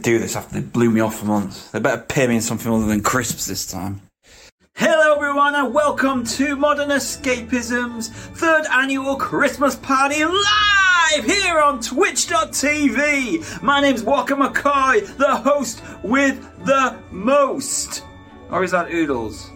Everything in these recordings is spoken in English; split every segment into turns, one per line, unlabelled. do this after they blew me off for months. They better pay me in something other than crisps this time. Hello, everyone, and welcome to Modern Escapism's third annual Christmas party live here on twitch.tv. My name's Walker McCoy, the host with the most. Or is that Oodles?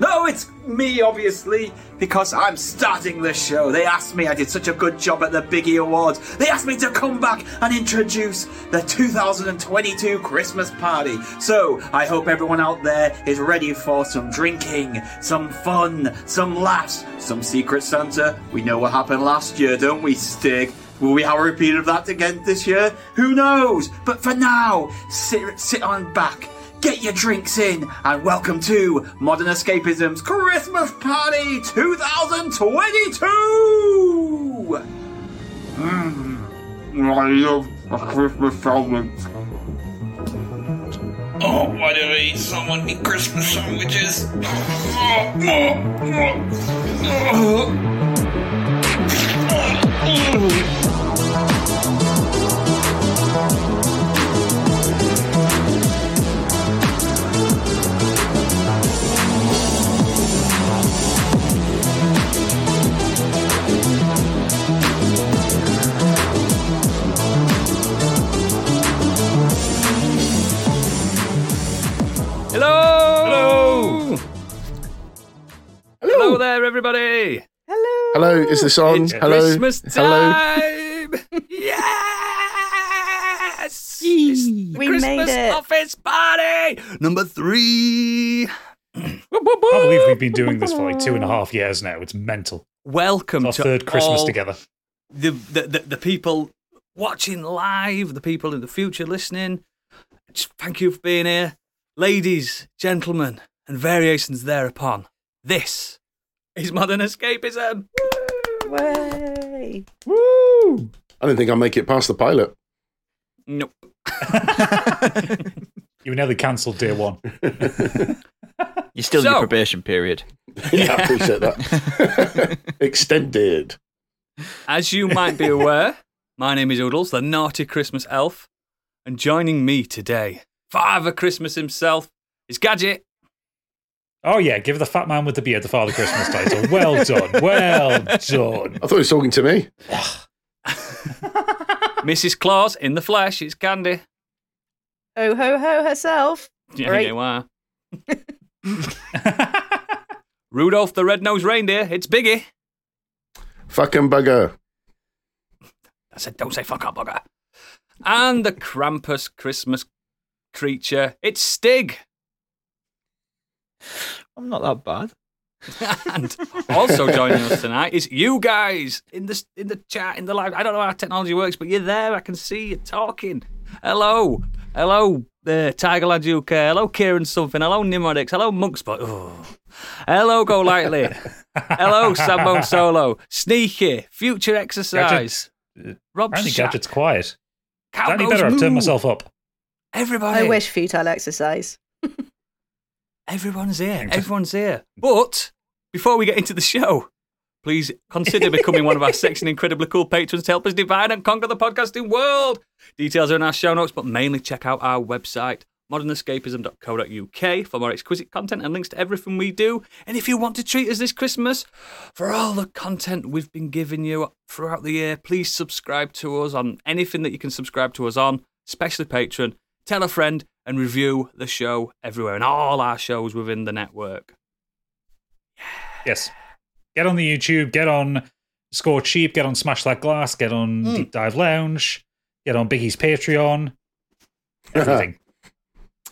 No, it's me, obviously, because I'm starting the show. They asked me, I did such a good job at the Biggie Awards. They asked me to come back and introduce the 2022 Christmas party. So I hope everyone out there is ready for some drinking, some fun, some laughs, some Secret Santa. We know what happened last year, don't we, Stig? Will we have a repeat of that again this year? Who knows? But for now, sit, sit on back. Get your drinks in and welcome to Modern Escapism's Christmas Party 2022!
I love a Christmas sandwich.
Oh, why did I eat so many Christmas sandwiches? Hello,
Hello! Hello! there, everybody!
Hello, is this on?
It's
Hello,
Christmas
hello.
time! yes! It's the
We
Christmas
made it.
office party! Number three! Whoop,
I
whoop,
can't believe
whoop.
we've been doing this for like two and a half years now. It's mental.
Welcome
Our
to
third Christmas
all
together.
The, the, the, the people watching live, the people in the future listening. Just thank you for being here. Ladies, gentlemen, and variations thereupon, this is modern escapism.
Way.
Woo!
I don't think I'll make it past the pilot.
Nope.
You were nearly cancelled, dear one.
You're still in
So-
your probation period.
yeah, I appreciate that. Extended.
As you might be aware, my name is Oodles, the naughty Christmas elf, and joining me today, Father Christmas himself, is Gadget.
Oh yeah, give the fat man with the beard the Father Christmas title. Well done. Well done.
I thought he was talking to me.
Mrs. Claus in the flesh, it's Candy.
Oh ho ho herself.
Yeah,
Right.
you are. Rudolph the Red-Nosed Reindeer, it's Biggie.
Fucking bugger.
I said, don't say fuck up, bugger. And the Krampus Christmas creature, it's Stig.
I'm not that bad.
And also joining us tonight is you guys in the in the chat in the live. I don't know how technology works, but you're there. I can see you talking. Hello, hello, uh, Tiger Lad UK. Hello, Kieran something. Hello, Nimrodix. Hello, Monkspot. Oh. Hello, Go Lightly. hello, Sambone Solo. Sneaky. Future Exercise. Rob
Apparently
Shack.
Gadget's quiet. It's any
Cowgirls
better, I've turned
Moo.
myself up.
Everybody.
I wish futile exercise.
Everyone's here. Everyone's here. But before we get into the show, please consider becoming one of our six and incredibly cool patrons to help us divide and conquer the podcasting world. Details are in our show notes, but mainly check out our website, modernescapism.co.uk, for more exquisite content and links to everything we do. And if you want to treat us this Christmas for all the content we've been giving you throughout the year, please subscribe to us on anything that you can subscribe to us on, especially Patreon. Tell a friend and review the show everywhere and all our shows within the network.
Yes. Get on the YouTube, get on Score Cheap, get on Smash That Glass, get on Deep Dive Lounge, get on Biggie's Patreon. Everything.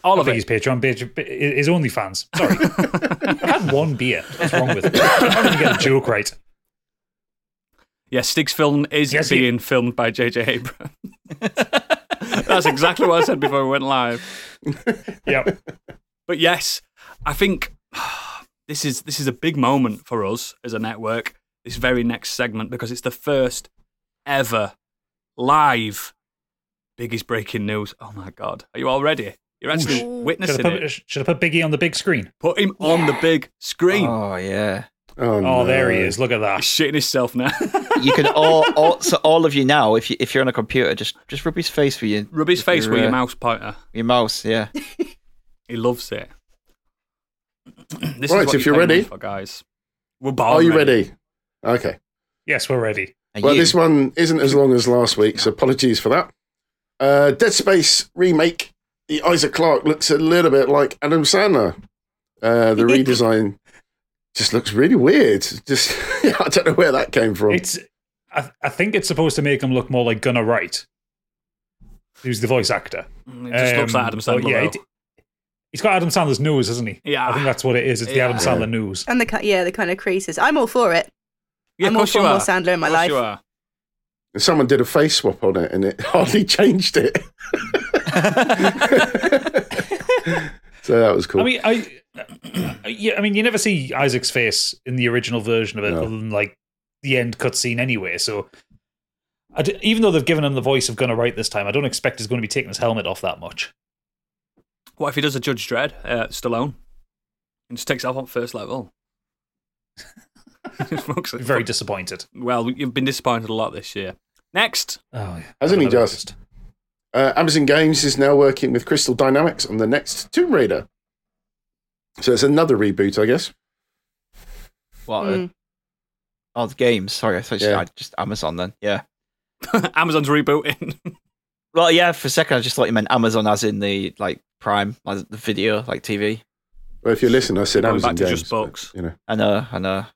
All
I
of
think
it.
his Patreon page is OnlyFans. Sorry, I had one beer. What's wrong with it? I'm not going to get a joke right.
Yeah, Stig's film is
Yes, he-
being filmed by JJ Abrams. That's exactly what I said before we went live.
Yep.
But yes, I think this is this is a big moment for us as a network. This very next segment because it's the first ever live biggest breaking news. Oh my god, are you all ready? You're actually
Ooh. Should I,
witnessing
put,
it.
should I put Biggie on the big screen?
Put him on the big screen.
Oh yeah.
Oh,
Oh, there he
no.
is. Look at
He's
that.
shitting himself now.
You can all, all so all of you now, if you if you're on a computer, just just rub his face with your
Rub his face with
uh,
your mouse pointer.
your mouse. Yeah,
He loves it. this
Right,
what
if you're
pay me
ready.
for, guys. We're born
Are you ready? Okay.
Yes, we're ready.
And
Well,
you-
this one isn't as long as last week, so apologies for that. Uh, Dead Space remake. The Isaac Clarke looks a little bit like Adam Sandler. Uh, the redesign just looks really weird. Just I don't know where that came from.
It's. I, I think it's supposed to make him look more like Gunnar Wright, who's the voice actor.
Mm, It just looks
Um,
like Adam
but
Sandler.
Yeah,
Yeah,
it, he's got Adam Sandler's nose, isn't he?
Yeah.
I think that's what it is. It's the
Yeah.
Adam Sandler nose.
And the ki- yeah, the kind of creases. I'm all for it.
yeah,
I'm
of
all
course
for
you
more
are.
Sandler in my
Of course
life.
you are.
And Someone did a face swap on it, and it hardly changed it. so that was cool.
I mean, I. Yeah, I mean, you never see Isaac's face in the original version of it,
No.
other than like the end cutscene anyway. So, I d- even though they've given him the voice of Gunnar Wright this time, I don't expect he's going to be taking his helmet off that much.
What if he does a Judge Dredd, uh, Stallone, and just takes it off on first level? Fucks it.
Very disappointed.
well, you've been disappointed a lot this year. Next,
Oh, yeah.
Hasn't he
Another
just? Uh, Amazon Games is now working with Crystal Dynamics on the next Tomb Raider. So it's another reboot, I guess.
what?
Mm.
Uh, oh, the games. Sorry, I thought you
Yeah.
said just Amazon then. Yeah.
Amazon's rebooting.
Well, yeah. For a second, I just thought you meant Amazon as in the like Prime, like the video, like TV.
Well, if you listen, I said
Going
Amazon
back to
Games.
just
but,
books.
You know,
I know, I know.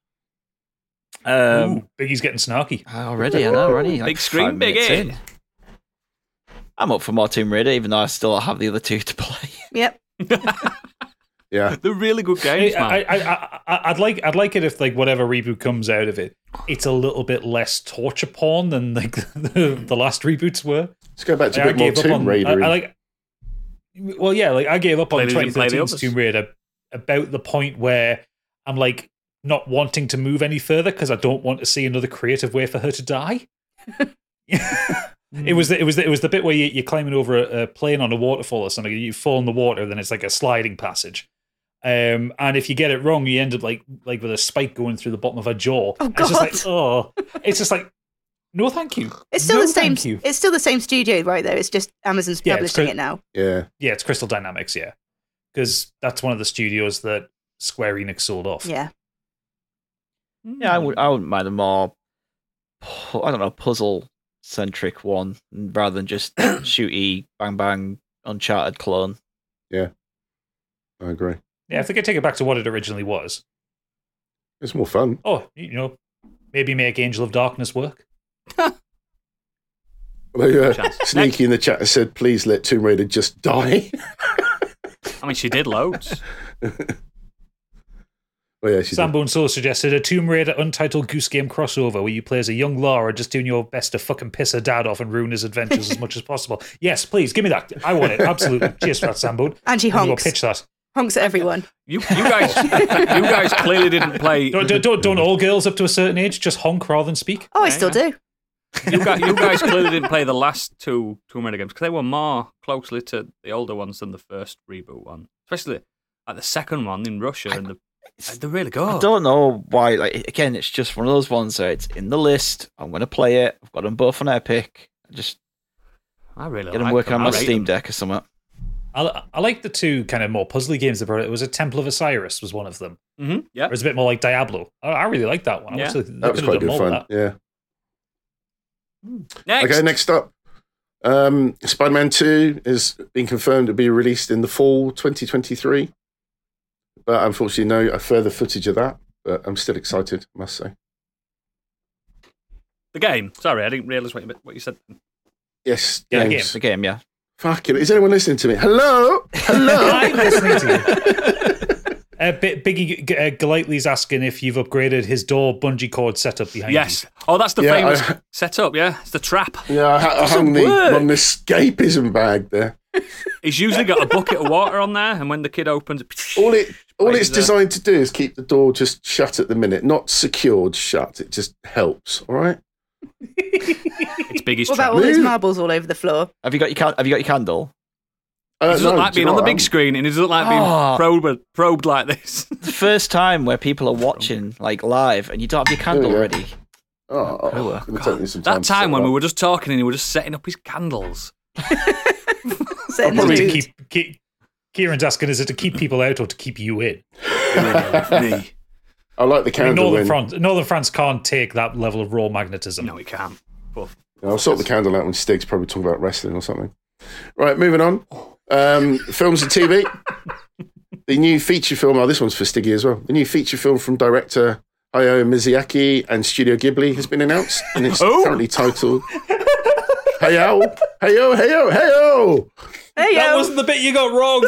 Um,
Um,
Biggie's getting snarky.
Ah, already, I know, already. Like
Big screen,
five
big
minutes
it.
in. I'm up for more Tomb Raider, even though I still have the other two to play.
Yep.
yeah.
They're really good games,
I,
man.
I, I, I, I'd like, I'd like it if like whatever reboot comes out of it, it's a little bit less torture porn than like the, the last reboots were.
Let's go back to
Like,
a bit more Tomb
on.
Raider.
I, I like. Well, yeah, like I gave up on
Play these and play the
2013's
others.
Tomb Raider about the point where I'm like not wanting to move any further because I don't want to see another creative way for her to die. It was the, it was the, it was the bit where you, you're climbing over a, a plane on a waterfall or something. You fall in the water, then it's like a sliding passage. Um, and if you get it wrong, you end up like like with a spike going through the bottom of her jaw.
Oh,
And It's just
God.
like oh, it's just like no, thank you.
It's still
No,
the same.
thank you.
It's still the same studio, right? Though it's just Amazon's
Yeah, it's
publishing
cra-
it now.
yeah.
Yeah, it's Crystal Dynamics, yeah. Because that's one of the studios that Square Enix sold off.
Yeah.
Yeah, I would. I wouldn't mind a more, pu- I don't know, puzzle centric one rather than just shooty bang bang Uncharted clone.
I agree.
Yeah, if they could take it back to what it originally was.
It's more fun.
Oh, you know, maybe make Angel of Darkness work.
Although, uh,
Chance.
Sneaky in the chat has said, please let Tomb Raider just die.
I mean, she did loads.
well, Oh, yeah, she did.
Sambone Soul suggested a Tomb Raider Untitled Goose Game crossover where you play as a young Lara just doing your best to fucking piss her dad off and ruin his adventures as much as possible. Yes, please, give me that. I want it. Absolutely. Cheers for that, Sambone.
And she
I'm gonna
honks.
pitch that.
Honks at everyone.
You, you guys, you guys clearly didn't play.
Don't, don't, don't, don't all girls up to a certain age just honk rather than speak?
Oh, I
Yeah,
still do.
You guys, you guys clearly didn't play the last two Tomb Raider games because they were more closely to the older ones than the first reboot one, especially like the second one in Russia. and the, they're really good.
I don't know why. Like again, it's just one of those ones where it's in the list. I'm gonna play it. I've got them both on Epic. I just
I really
get
like
them working on
I
my
rate
Steam
them.
Deck or something.
I, I like the two kind of more puzzly games they brought out. It was a Temple of Osiris was one of them.
Mhm, Yeah,
Or it's a bit more like Diablo. I, I really like that one. I
Yeah.
wish they, they
That was
could've
quite
done
good
more with
fun. Yeah.
next.
Okay, next up. Um, Spider Man 2 has been confirmed to be released in the fall 2023. But unfortunately, no further footage of that. But I'm still excited, I must say.
The game. Sorry, I didn't realise what you, what you said.
Yes.
Yeah,
James.
again.
It's a game, yeah.
Fucking, is anyone listening to me? Hello? Hello?
I'm listening to you. Uh, Bi- Biggie G- uh, Galightly's asking if you've upgraded his door bungee cord setup behind
Yes. Oh, that's the
Yeah,
famous
I-
setup. Yeah, it's the trap.
yeah, I, ha- I hung the on the escapism bag there.
He's usually got a bucket of water on there, and when the kid opens, it-
All it all
Right,
it's
uh,
designed to do is keep the door just shut at the minute, not secured shut. It just helps. All right.
it's Biggie's
What about
trap.
all those
Move.
Oh,
marbles all over the floor?
Have you got your can- Have you got your candle?
I
He
don't
doesn't
know,
like
do you
being
know
on the
what,
big
Adam?
screen and he doesn't like
Oh.
being probed, probed like this.
The first time where people are watching like live and you don't have your
we
candle
go.
ready.
Oh, oh, it's gonna take me some time
that
to
time
set
when
up.
we were just talking and he was just setting up his candles.
Setting the
Probably to
mood.
keep, keep Kieran's asking, is it to keep people out or to keep you in?
Me.
I like the
I mean,
candle.
Northern
in.
France, Northern France can't take that level of raw magnetism.
No, he can't.
I'll sort the candle out when Stig's probably talking about wrestling or something. Right, moving on. Um, films and TV. the new feature film. Oh, this one's for Stiggy as well. The new feature film from director Hayao Miyazaki and Studio Ghibli has been announced, and it's
Oh.
currently titled Heyo, Heyo, Heyo, Heyo.
Hey,
That
yo.
wasn't the bit you got wrong.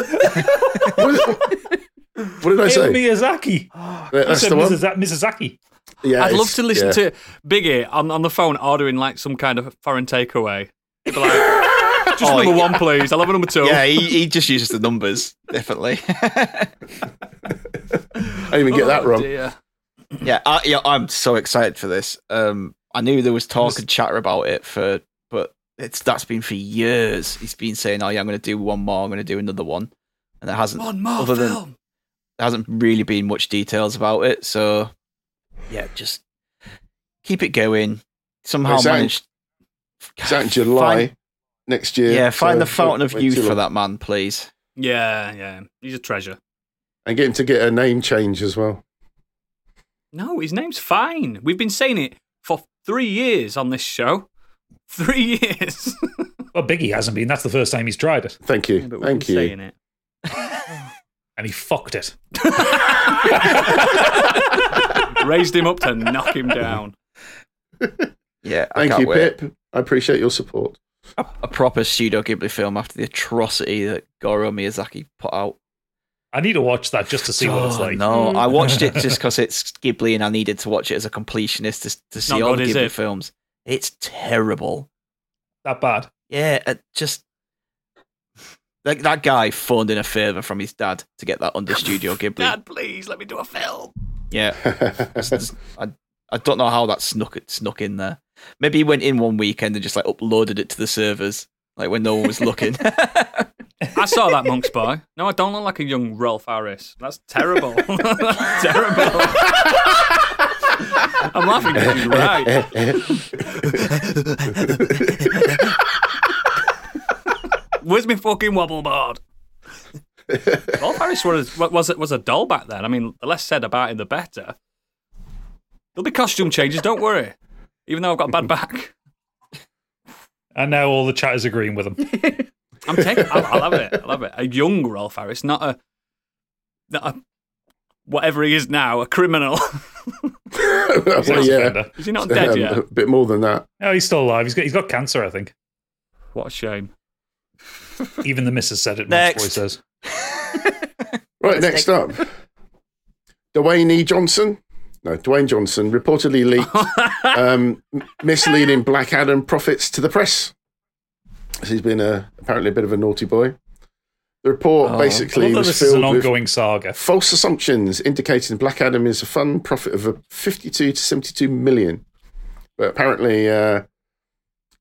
What did I
Hail
say?
Miyazaki.
That-
I
That's
said
the one.
Miyaza- Miyazaki.
Yeah,
I'd love
it's-
to listen
yeah.
to Biggie on, on the phone ordering like some kind of foreign takeaway. He'd be like, just
Oh,
number
yeah.
one, please. I love a number two.
Yeah, he, he just uses the numbers, definitely.
I didn't even get that
Oh,
wrong.
dear.
yeah, I, yeah, I'm so excited for this. Um, I knew there was talk and chatter about it for, but it's that's been for years. He's been saying, "Oh yeah, I'm going to do one more. I'm going to do another one," and there hasn't
One more
Other than-
film.
there hasn't really been much details about it. So yeah, just keep it going. Somehow
It's out in-
managed.
It's out in July next year.
yeah, find
so
the fountain
don't
of
wait too
youth for
long.
that man, please.
Yeah, yeah. He's a treasure.
and get him to get a name change as well.
No, his name's fine. We've been saying it for three years on this show. Three years.
Well, Biggie hasn't been. That's the first time he's tried it.
Thank you,
But we've
thank
been
you.
saying it.
And he fucked it.
Raised him up to knock him down.
Yeah, I
Thank
can't
you,
wait.
Pip. I appreciate your support.
A proper Studio Ghibli film after the atrocity that Goro Miyazaki put out.
I need to watch that just to see what it's
Oh,
like.
No,
Hmm.
I watched it just because it's Ghibli and I needed to watch it as a completionist to, to see
Not
all
good,
the
is
Ghibli
it?
films. It's terrible.
That bad.
Yeah, it just like that guy phoned in a favor from his dad to get that under Studio Ghibli.
Dad, please let me do a film.
Yeah, It's- it's- I, I don't know how that snuck it snuck in there. Maybe he went in one weekend and just like uploaded it to the servers, like when no one was looking.
I saw that monk's boy. No, I don't look like a young Rolf Harris. That's terrible. That's terrible. I'm laughing because he's right. Where's my fucking wobble board? Rolf Harris was was was a doll back then. I mean, the less said about him, the better. There'll be costume changes. Don't worry. Even though I've got a bad back,
And now all the chat is agreeing with him.
I'm taking. I, I love it. I love it. A young Rolf Harris, not a, not a, whatever he is now, a criminal.
He's an
well,
axe
yeah,
offender.
is he not dead
Um,
yet?
a bit more than that.
No, he's still alive. He's got, he's got cancer, I think.
What a shame.
Even the missus said it.
Next.
Boy says.
Right, next up, Dwayne E. Johnson. No, Dwayne Johnson reportedly leaked um, m- misleading Black Adam profits to the press. So He's been a, apparently a bit of a naughty boy. The
Oh.
report
I love
basically
that
was
this is an
filled with
ongoing saga.
false assumptions indicating Black Adam is a fund profit of uh, 52 to 72 million. But apparently, uh,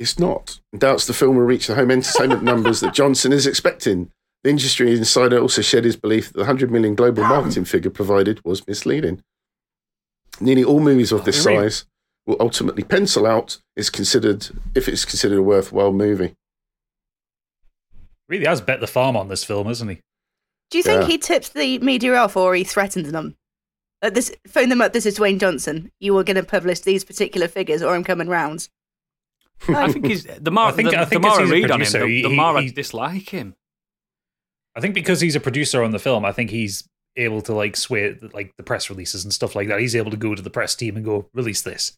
it's not. Doubts the film will reach the home entertainment numbers that Johnson is expecting. The industry insider also shared his belief that the 100 million global marketing figure provided was misleading. Nearly all movies of this
Oh, really?
size will ultimately pencil out is considered if it's considered a worthwhile movie.
Really has bet the farm on this film, isn't he?
Do you think
Yeah.
he tips the media off or he threatens them? Uh, this phone them up. This is Dwayne Johnson. You are going to publish these particular figures, or I'm coming round.
I think he's the more
I think-
the,
I think
the more I
as he's a
read on him,
producer,
the,
he-
the
he-
more I
he-
dislike him.
I think because he's a producer on the film, I think he's able to like sway like the press releases and stuff like that. He's able to go to the press team and go release this.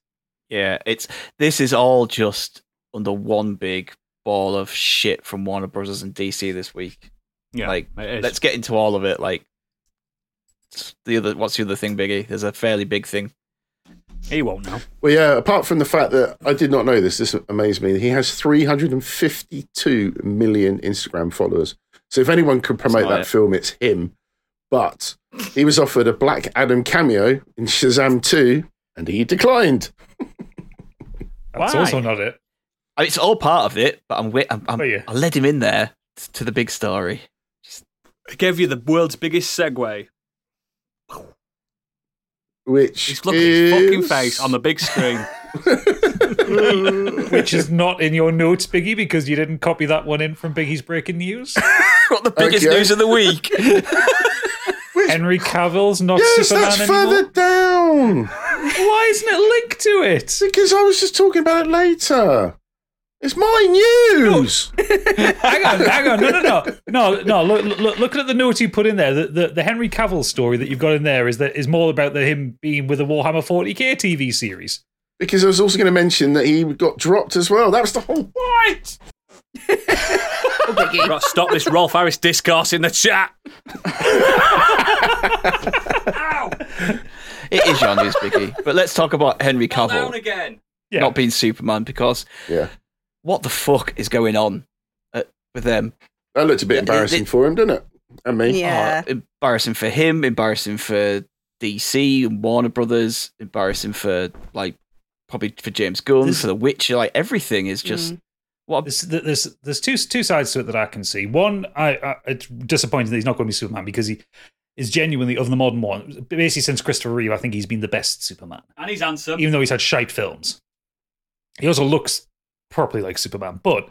yeah, it's this is all just under one big ball of shit from Warner Brothers and DC this week.
Yeah,
Like,
it is.
Let's get into all of it. Like the other, what's the other thing, Biggie? There's a fairly big thing.
he won't know.
Well, yeah, apart from the fact that I did not know this, this amazed me. He has 352 million Instagram followers. So if anyone could promote
not
that
it.
film, it's him. But he was offered a Black Adam cameo in Shazam 2, and he declined.
That's
Why?
also not it.
I mean, it's all part of it, but I'm wait. I'm, I'm,
Oh, yeah.
I led him in there to the big story.
I gave you the world's biggest segue.
Which
Just look at his fucking
is-
face on the big screen.
Which is not in your notes, Biggie, because you didn't copy that one in from Biggie's Breaking News.
What the biggest
Okay.
news of the week?
Henry Cavill's not
Yes,
Superman
that's
anymore.
further down.
Why isn't it linked to it?
Because I was just talking about it later. It's my news.
hang on, hang on, no, no, no, no, no. Look, look, looking at the note you put in there, the, the, the Henry Cavill story that you've got in there is that is more about the, him being with the Warhammer 40k TV series.
Because I was also going to mention that he got dropped as well. That was the whole point.
I've got to stop this Rolf Harris discourse in the chat.
it is your news, Biggie. But let's talk about Henry
Down
Cavill
again.
Yeah.
not being Superman because
Yeah,
what the fuck is going on uh, with them?
that looked a bit
Yeah, it-
embarrassing
it-
for him, didn't it? And me.
Yeah.
Oh, embarrassing for him, embarrassing for DC and Warner Brothers, embarrassing for like probably for James Gunn,
This-
for The Witcher. Like everything is
Mm.
just what.
There's, there's there's two two sides to it that I can see. One, I, I it's disappointing that he's not going to be Superman because he is genuinely of the modern one. Basically, since Christopher Reeve, I think he's been the best Superman,
And he's handsome.
even though he's had shite films. He also looks properly like Superman, but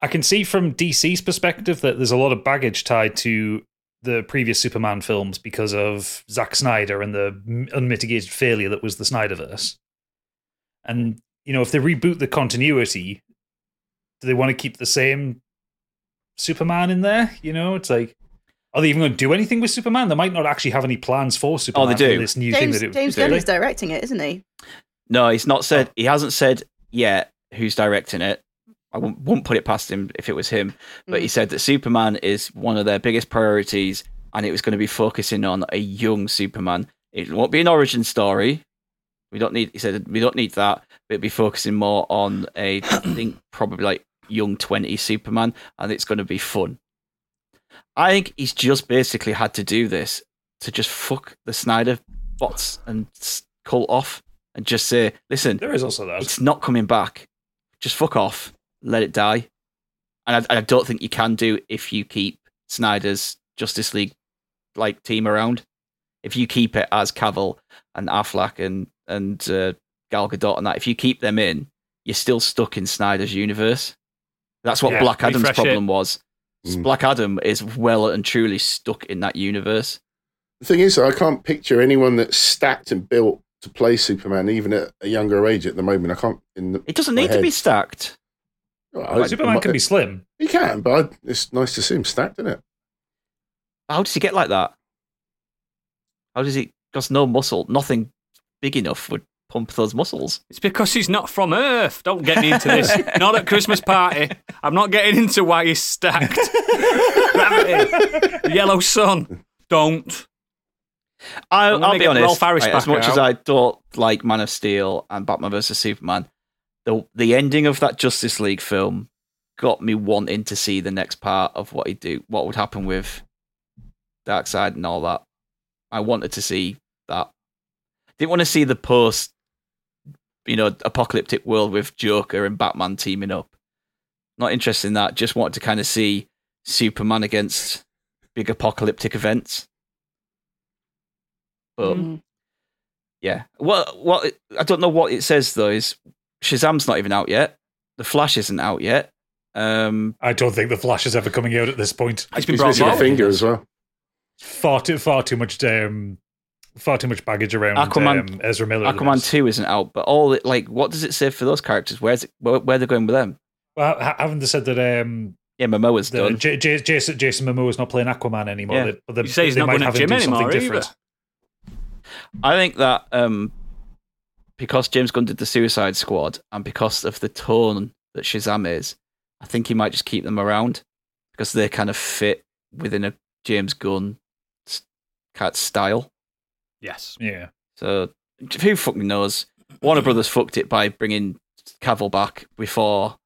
I can see from DC's perspective that there's a lot of baggage tied to the previous Superman films because of Zack Snyder and the unmitigated failure that was the Snyderverse. And you know, if they reboot the continuity, do they want to keep the same Superman in there? You know, it's like, are they even going to do anything with Superman? They might not actually have any plans for Superman.
do.
in This new thing
James,
that it
James
do.
Gunn is directing it, isn't he?
No, he's not said. He hasn't said yet who's directing it. I wouldn't, wouldn't put it past him if it was him. But he said that Superman is one of their biggest priorities, and it was going to be focusing on a young Superman. It won't be an origin story. We don't need. He said we don't need that. But it'd be focusing more on a, I think probably like young twenty Superman, and it's going to be fun. I think he's just basically had to do this to just fuck the Snyder bots and s- cult off and just say, listen,
There is also that.
it's not coming back. Just fuck off. Let it die. And I, I don't think you can do if you keep Snyder's Justice League like team around. If you keep it as Cavill and Affleck and and uh, Gal Gadot and that, if you keep them in, you're still stuck in Snyder's universe. That's what
Yeah,
Black Adam's
refresh it.
problem was.
Mm.
Black Adam is well and truly stuck in that universe.
The thing is, though, I can't picture anyone that's stacked and built to play Superman, even at a younger age. At the moment, I can't. In the,
It doesn't
my
need to be
head.
stacked.
Well, I-
Superman can be
uh,
slim.
He can, but I- it's nice to see him stacked, isn't it?
How does he get like that? How does he? Because no muscle, nothing big enough would pump those muscles.
It's because he's not from Earth. Don't get me into this. not at Christmas party. I'm not getting into why he's stacked. Gravity. The yellow sun. Don't.
I,
I'm gonna
I'll be
get
honest.
Ralph Harris
right, as
back
much as
out.
I don't like Man of Steel and Batman vs Superman, the the ending of that Justice League film got me wanting to see the next part of what he would do, what would happen with Darkseid and all that. I wanted to see that. Didn't want to see the post, you know, apocalyptic world with Joker and Batman teaming up. Not interested in that. Just wanted to kind of see Superman against big apocalyptic events. But
Mm.
yeah. What what it- I don't know what it says though is Shazam's not even out yet. The Flash isn't out yet. Um
I don't think the Flash is ever coming out at this point.
He's been
He's
brought
missing a
forward.
finger as well.
Far too far too much um, far too much baggage around
Aquaman-
um, Ezra Miller. in
Aquaman
this.
2 isn't out, but all it, like what does it say for those characters? Where's it, where, where they're going with them?
Well, ha- haven't they said that um,
Yeah, Momoa's
that
done.
J- J- Jason Jason Momoa is not playing Aquaman anymore?
Yeah.
They- but they-
You say he's
they
not
might
going to
have him
gym
do something
anymore either.
different.
I think that um because James Gunn did the Suicide Squad and because of the tone that Shazam is, I think he might just keep them around because they kind of fit within a James Gunn s- cat style.
Yes.
Yeah,
So who fucking knows? Warner Brothers fucked it by bringing Cavill back before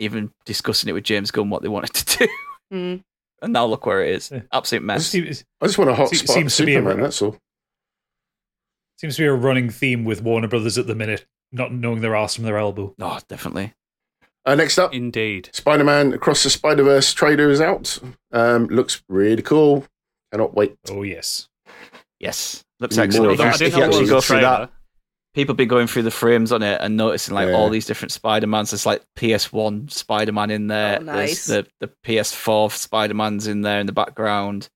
even discussing it with James Gunn what they wanted to do,
Mm.
and now look where it is.
Yeah.
Absolute mess.
seems,
I just want a hot
Se-
spot
seems to be a-
Superman. That's all.
seems to be a running theme with Warner Brothers at the minute, not knowing their ass from their elbow.
Oh, definitely.
Uh, next up,
Indeed.
Spider Man Across the Spider Verse trailer is out. Um, looks really cool. Cannot wait.
Oh yes.
Yes, looks
Need
excellent.
more
If you,
Although I
If
if
didn't
you
know
actually
what
go
was
through
the
that,
trailer.
people be going through the frames on it and noticing like
Yeah.
all these different Spider Mans. There's like PS1 Spider Man in there.
Oh, nice.
There's the the PS4 Spider Man's in there in the background.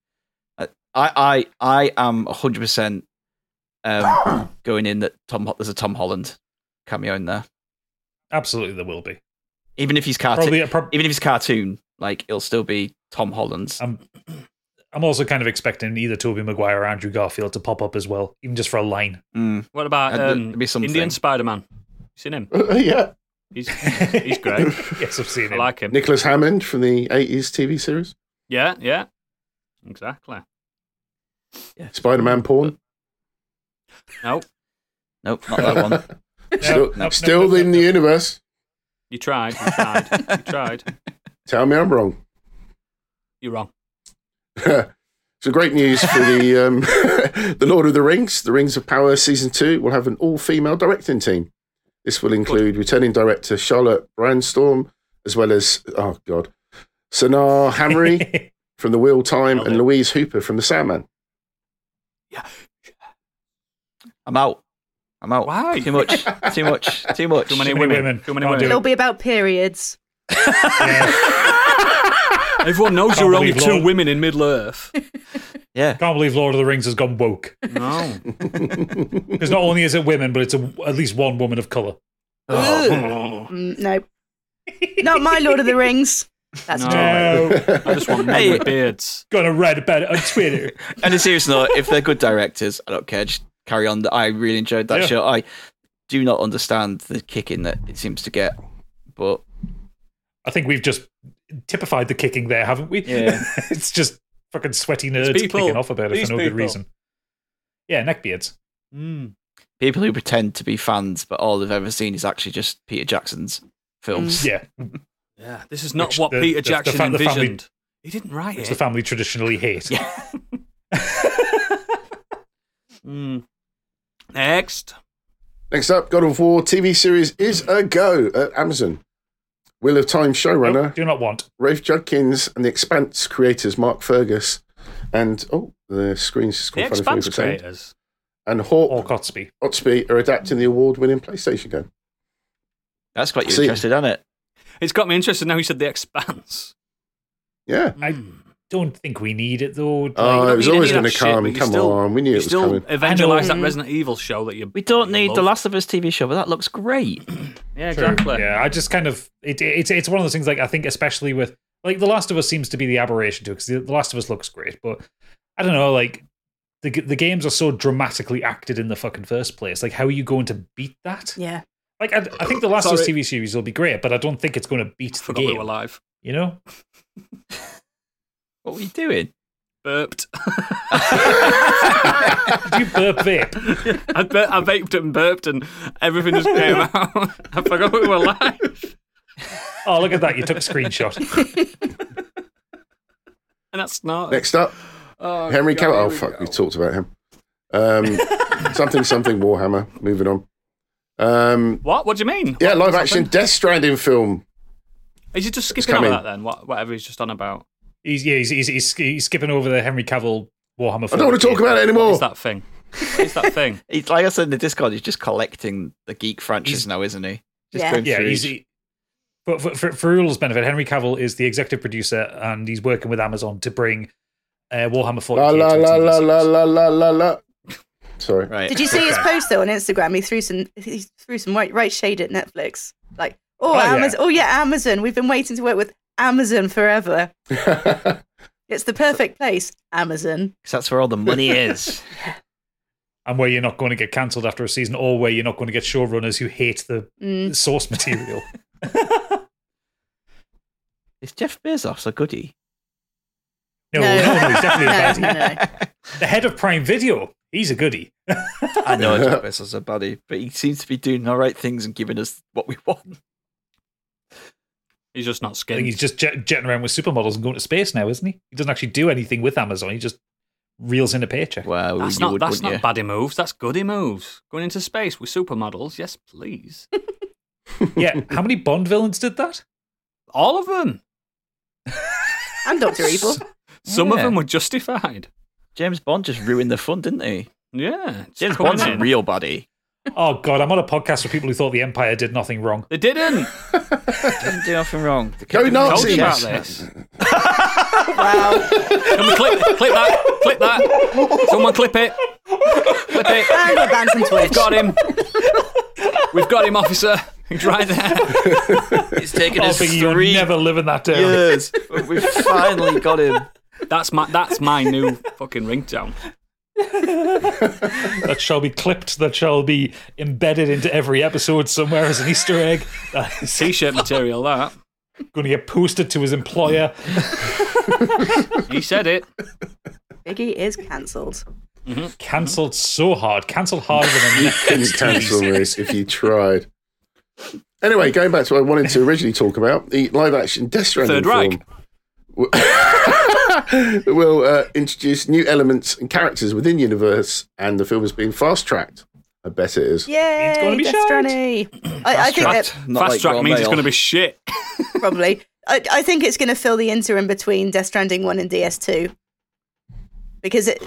Uh, I I I am 100 percent um going in that Tom Ho- there's a Tom Holland cameo in there.
Absolutely, there will be.
Even if he's cartoon,
Probably. prob-
even if he's cartoon, like it'll still be Tom Holland's.
I'm. I'm also kind of expecting either Toby Maguire or Andrew Garfield to pop up as well, even just for a line.
Mm.
What about
That'd
um,
be something.
Indian Spider Man? You seen him?
yeah.
He's, he's great.
yes, I've seen
I
it.
like him.
Nicholas Hammond from the 80s TV series.
Yeah, yeah. Exactly.
Spider Man porn.
No,
Nope, not that one.
still
no, no,
still
no,
in the universe.
you tried. You tried. you tried.
Tell me I'm wrong.
You're wrong.
So great news for the um, the Lord of the Rings, The Rings of Power season two will have an all female directing team. This will include returning director Charlotte Brandstorm, as well as oh god, Sanaa Hamri from The Wheel of Time
Nailed
and
it.
Louise Hooper from The Sandman.
I'm out. I'm out.
Why?
Oh, Too much. Too much. Too much.
Too
many
many women.
women.
Too many
Can't do
women.
It'll be about periods.
Yeah.
Everyone knows
Can't
you were only
believe
two
Lord-
women in Middle Earth.
Yeah.
Can't believe Lord of the Rings has gone woke.
No.
Because not only is it women, but it's a, at least one woman of color.
Mm, no. Not my Lord of the Rings. That's
No.
a joke.
I just want men
Hey.
with beards.
Gonna write about it on Twitter.
And in serious note, if they're good directors, I don't care. Just carry on. I really enjoyed that
Yeah.
show. I do not understand the kicking that it seems to get, but
I think we've just typified the kicking there, haven't we?
Yeah.
it's just fucking sweaty nerds
It's people.
kicking off about it
These
for no good
people.
reason. Yeah, neckbeards.
Mm.
people who pretend to be fans, but all they've ever seen is actually just Peter Jackson's films.
Yeah,
Yeah, this is not
Which
what
the-
Peter
the- the fa-
Jackson
the family-
envisioned. He didn't write
which
it.
the family traditionally hate.
Mm. Next.
Next up, God of War TV series is a go at Amazon. Wheel of Time showrunner
Oh.
Nope, do not want.
Rafe Judkins and the Expanse creators Mark Fergus and oh the screen's just
The
gone funny
Expanse Oh,
for me for a second.
creators.
and Hawk
Or Cotsby.
Otsby are adapting the award-winning PlayStation game.
That's quite
See-
interested, isn't it?
It's got me interested now you said The Expanse.
Yeah.
I-
Mm.
Don't think we need it though. Like,
Oh, it was
need any
always
of
going to
that shit,
come.
but you
Come
still-
on, we knew
You
it was
still
coming.
evangelize
I
that
know.
Resident Evil show that you.
We don't
you
need
love.
the Last of Us TV show, but that looks great.
Yeah,
True.
exactly.
Yeah, I just kind of it, it- it's it's one of those things. Like I think especially with like The Last of Us seems to be the aberration to it because The Last of Us looks great, but I don't know. Like the g- the games are so dramatically acted in the fucking first place. Like how are you going to beat that?
Yeah.
Like I, I think The Last of Us
Sorry.
TV series will be great, but I don't think it's going to beat the
Forgot we
game.
were live.
you know?
What were you doing?
Burped.
Did you burp vape?
I, bur- I vaped and burped and everything just came out. I forgot we were live.
Oh, look at that! You took a screenshot.
And that's not.
Next up,
Oh,
Henry
God,
Cavill. Oh
here we
fuck, we
go.
talked about him. Um, something something Warhammer. Moving on. Um,
What? What do you mean?
yeah,
What-
live
what's
action
happened?
Death Stranding film.
Is he just skipping over
coming. Oh.
that then? What, whatever he's just on about.
He's yeah, he's, he's, he's, he's skipping over the Henry Cavill Warhammer.
I don't want to talk about it
What
anymore.
is that thing? What is that thing?
He's, like I said in the Discord, he's just collecting the geek franchise
He's-
now, isn't he? Just
Yeah.
going
yeah,
through
he's,
each-
he, for, for, for, for Rule's benefit, Henry Cavill is the executive producer and he's working with Amazon to bring uh, Warhammer 40k.
La la la
to a TV
la
series.
la la la la la. Sorry.
right.
Did you see his post though on Instagram? He threw some he threw some right, right shade at Netflix. Like, oh,
Oh, yeah.
Amazon, oh yeah, Amazon. We've been waiting to work with Amazon forever. It's the perfect place, Amazon.
'Cause that's where all the money is.
And where you're not going to get cancelled after a season or where you're not going to get showrunners who hate the
Mm.
source material.
is Jeff Bezos a goodie?
No, no, no, he's definitely a baddie.
no, no, no.
The head of Prime Video, he's a goodie.
I know Jeff Bezos a buddy, but he seems to be doing the right things and giving us what we want.
He's just not
I
skinned.
think he's just jet- jetting around with supermodels and going to space now, isn't he? He doesn't actually do anything with Amazon. He just reels in a paycheck.
Well,
that's
you
not
would,
that's
wouldn't
not baddie moves. That's goody moves. Going into space with supermodels. Yes, please.
yeah, how many Bond villains did that?
All of them.
And Doctor Evil.
Some of
Yeah.
them were justified.
James Bond just ruined the fun, didn't he?
Yeah. it's
James
coming
Bond's a
in.
real baddie.
Oh god, I'm on a podcast with people who thought the Empire did nothing wrong.
They didn't.
Didn't do nothing wrong. The
Go
kid-
I told you
Nazis!
about this. Can we clip, clip that? Clip that. Someone clip it. Clip it.
and we're banned from Twitch.
Got him. We've got him, officer. He's right there.
It's taken
Oh,
us
Biggie, you're
three
never living that down.
years, but we finally got him.
That's my that's my new fucking ringtone.
That shall be clipped. That shall be embedded into every episode somewhere as an Easter egg. That is
T-shirt material. That
going to get posted to his employer.
he said it.
Biggie is cancelled.
Cancelled so hard. Cancelled harder than a
Couldn't
Netflix
cancel
tease.
this if you tried. Anyway, going back to what I wanted to originally talk about, the live action Death Stranding
Third Reich.
film will, will uh, introduce new elements and characters within the universe, and the film is being fast tracked. I bet it is.
Yay!
It's gonna be
Death
shite.
Stranding. I, I think that
Not
Fast
like
track
Royal
means it's
Mail.
going to be shit.
probably. I, I think it's going to fill the interim between Death Stranding one and DS2 because it.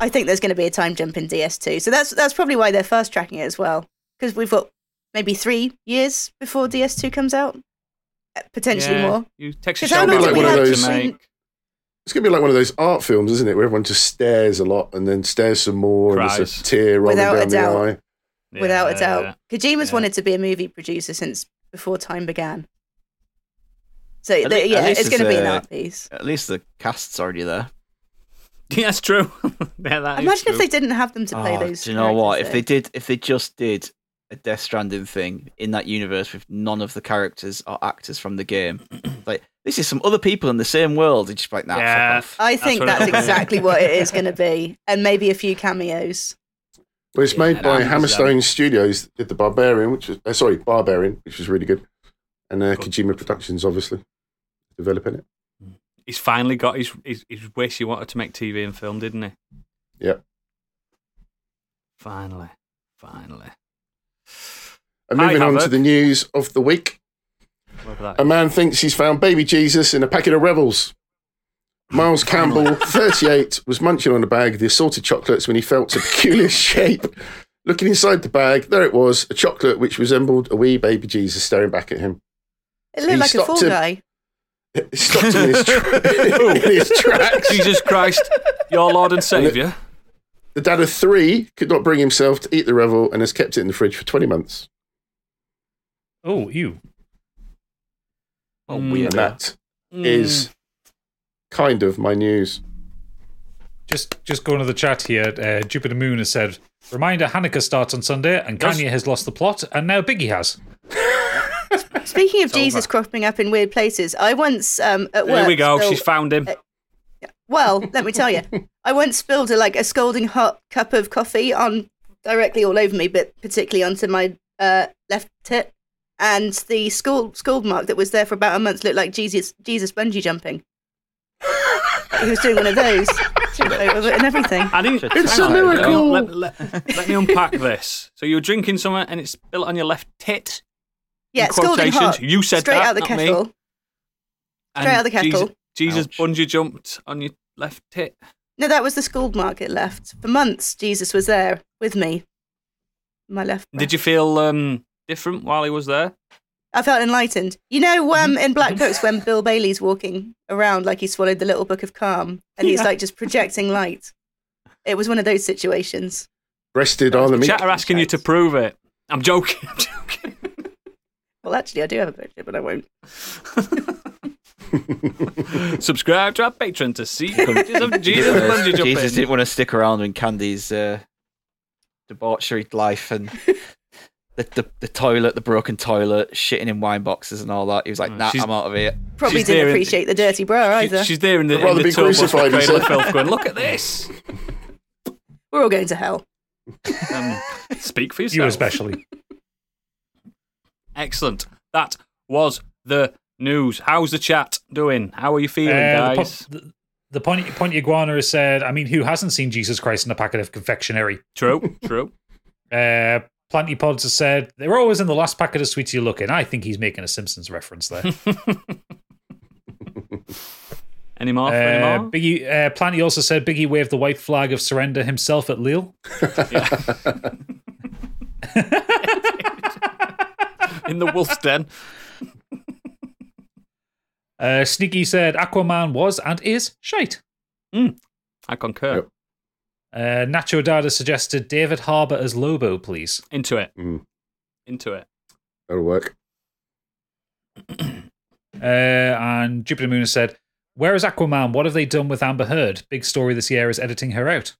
I think there's going to be a time jump in DS2, so that's that's probably why they're fast tracking it as well because we've got maybe three years before DS2 comes out, Uh, potentially
Yeah,
more.
You text
Because how long
did we have
to
between-
make.
It's going to be like one of those art films, isn't it? Where everyone just stares a lot and then stares some more, and there's
Cries.
a tear rolling
Without a
down the
doubt.
eye.
without a doubt. Kojima's
Yeah.
wanted to be a movie producer since before time began. So
At
the,
lea-
yeah,
at least
it's going to be an
it's, uh,
art piece.
At least the cast's already there.
Yeah, that's true. yeah, that is
Imagine
true.
if they didn't have them to play
Oh,
those.
do you know what? If
characters,
they did, if they just did a Death Stranding thing in that universe with none of the characters or actors from the game, like this is some other people in the same world. It's just be like, nah, fuck
Yeah.
off.
though. I
That's
think
what
that's,
it'll be.
exactly what it is going to be, and maybe a few cameos.
Well, it's
Yeah,
made by
that was, um,
Hammerstone Studios that did the Barbarian, which was uh, sorry, Barbarian, which was really good, and uh, Kojima Productions, obviously, developing it.
He's finally got his, his his wish. He wanted to make TV and film, didn't he?
Yep.
Finally, finally.
And
Hi,
moving on to
Havoc.
the news of the week,
Look at
a
Um,
that.
man thinks he's found baby Jesus in a packet of rebels. Miles Campbell, 38, was munching on a bag of the assorted chocolates when he felt a peculiar shape. Looking inside the bag, there it was, a chocolate which resembled a wee baby Jesus staring back at him.
It
He
looked like a
stopped
fall
him.
guy.
It stopped him in his, tra- in his tracks.
Jesus Christ, your Lord and Savior.
The dad of three could not bring himself to eat the revel and has kept it in the fridge for 20 months.
Oh, you.
What a
Mm.
And
weirdo.
that is kind of my news.
Just just going to the chat here. Uh, Jupiter Moon has said. Reminder: Hanukkah starts on Sunday, and
Yes.
Kanye has lost the plot, and now Biggie has.
Speaking of
over.
Jesus cropping up in weird places, I once um, at work.
Here we go.
spilled-
She's found him.
Well, let me tell you, I once spilled a, like a scalding hot cup of coffee on directly all over me, but particularly onto my uh, left tit, and the scald scald mark that was there for about a month looked like Jesus Jesus bungee jumping. he was doing one of those, took a photo of it and everything.
I didn't.
It's
hang
a
on, hang on,
miracle.
Let, let- let me unpack this. So you were drinking something and it's spilled on your left tit.
Yeah,
in
scalding
quotations.
hot.
You said
straight
that,
out the
not me.
kettle.
and
Straight out the kettle.
Jesus, Jesus
Ouch.
bungee jumped on your left tit.
No, that was the scald mark it left. For months, Jesus was there with me. My left.
Did you feel um, different while he was there?
I felt enlightened. You know, um,
Mm-hmm.
in Black Books, when Bill Bailey's walking around like he swallowed the little book of calm and he's like just projecting light. It was one of those situations.
Rested on the meat.
Chat are asking you to prove it. I'm joking. I'm joking.
Well, actually, I do have a picture, but I won't.
Subscribe to our Patreon to see pictures of Jesus bungee jumping.
Jesus didn't want to stick around in Candy's uh, debauchery life and the, the the toilet, the broken toilet, shitting in wine boxes and all that. He was like,
Oh,
nah,
she's-
I'm out of here.
Probably
She's there
didn't
in-
appreciate the dirty bra
She-
either.
She's there in the,
I'd rather
in the
be
tub watching
crucified, he
Cradle of
said.
Filth going, look at this.
We're all going to hell.
Um, speak for yourself.
You especially.
Excellent. That was the news. How's the chat doing? How are you feeling,
Uh,
guys?
The, po- the, the point, point iguana has said. I mean, who hasn't seen Jesus Christ in a packet of confectionery?
True, true.
Uh, Planty Pods has said they're always in the last packet of sweets you look in. I think he's making a Simpsons reference there.
Any more?
Uh,
any more?
Biggie uh, Planty also said Biggie waved the white flag of surrender himself at Lille.
In the wolf's den.
Uh, Sneaky said Aquaman was and is shite.
I concur.
Yep.
Uh, Nacho Dada suggested David Harbour as Lobo, please.
Into it.
Mm.
Into it.
That'll work.
Uh, and Jupiter Moon said, "Where is Aquaman? What have they done with Amber Heard? Big story this year is editing her out."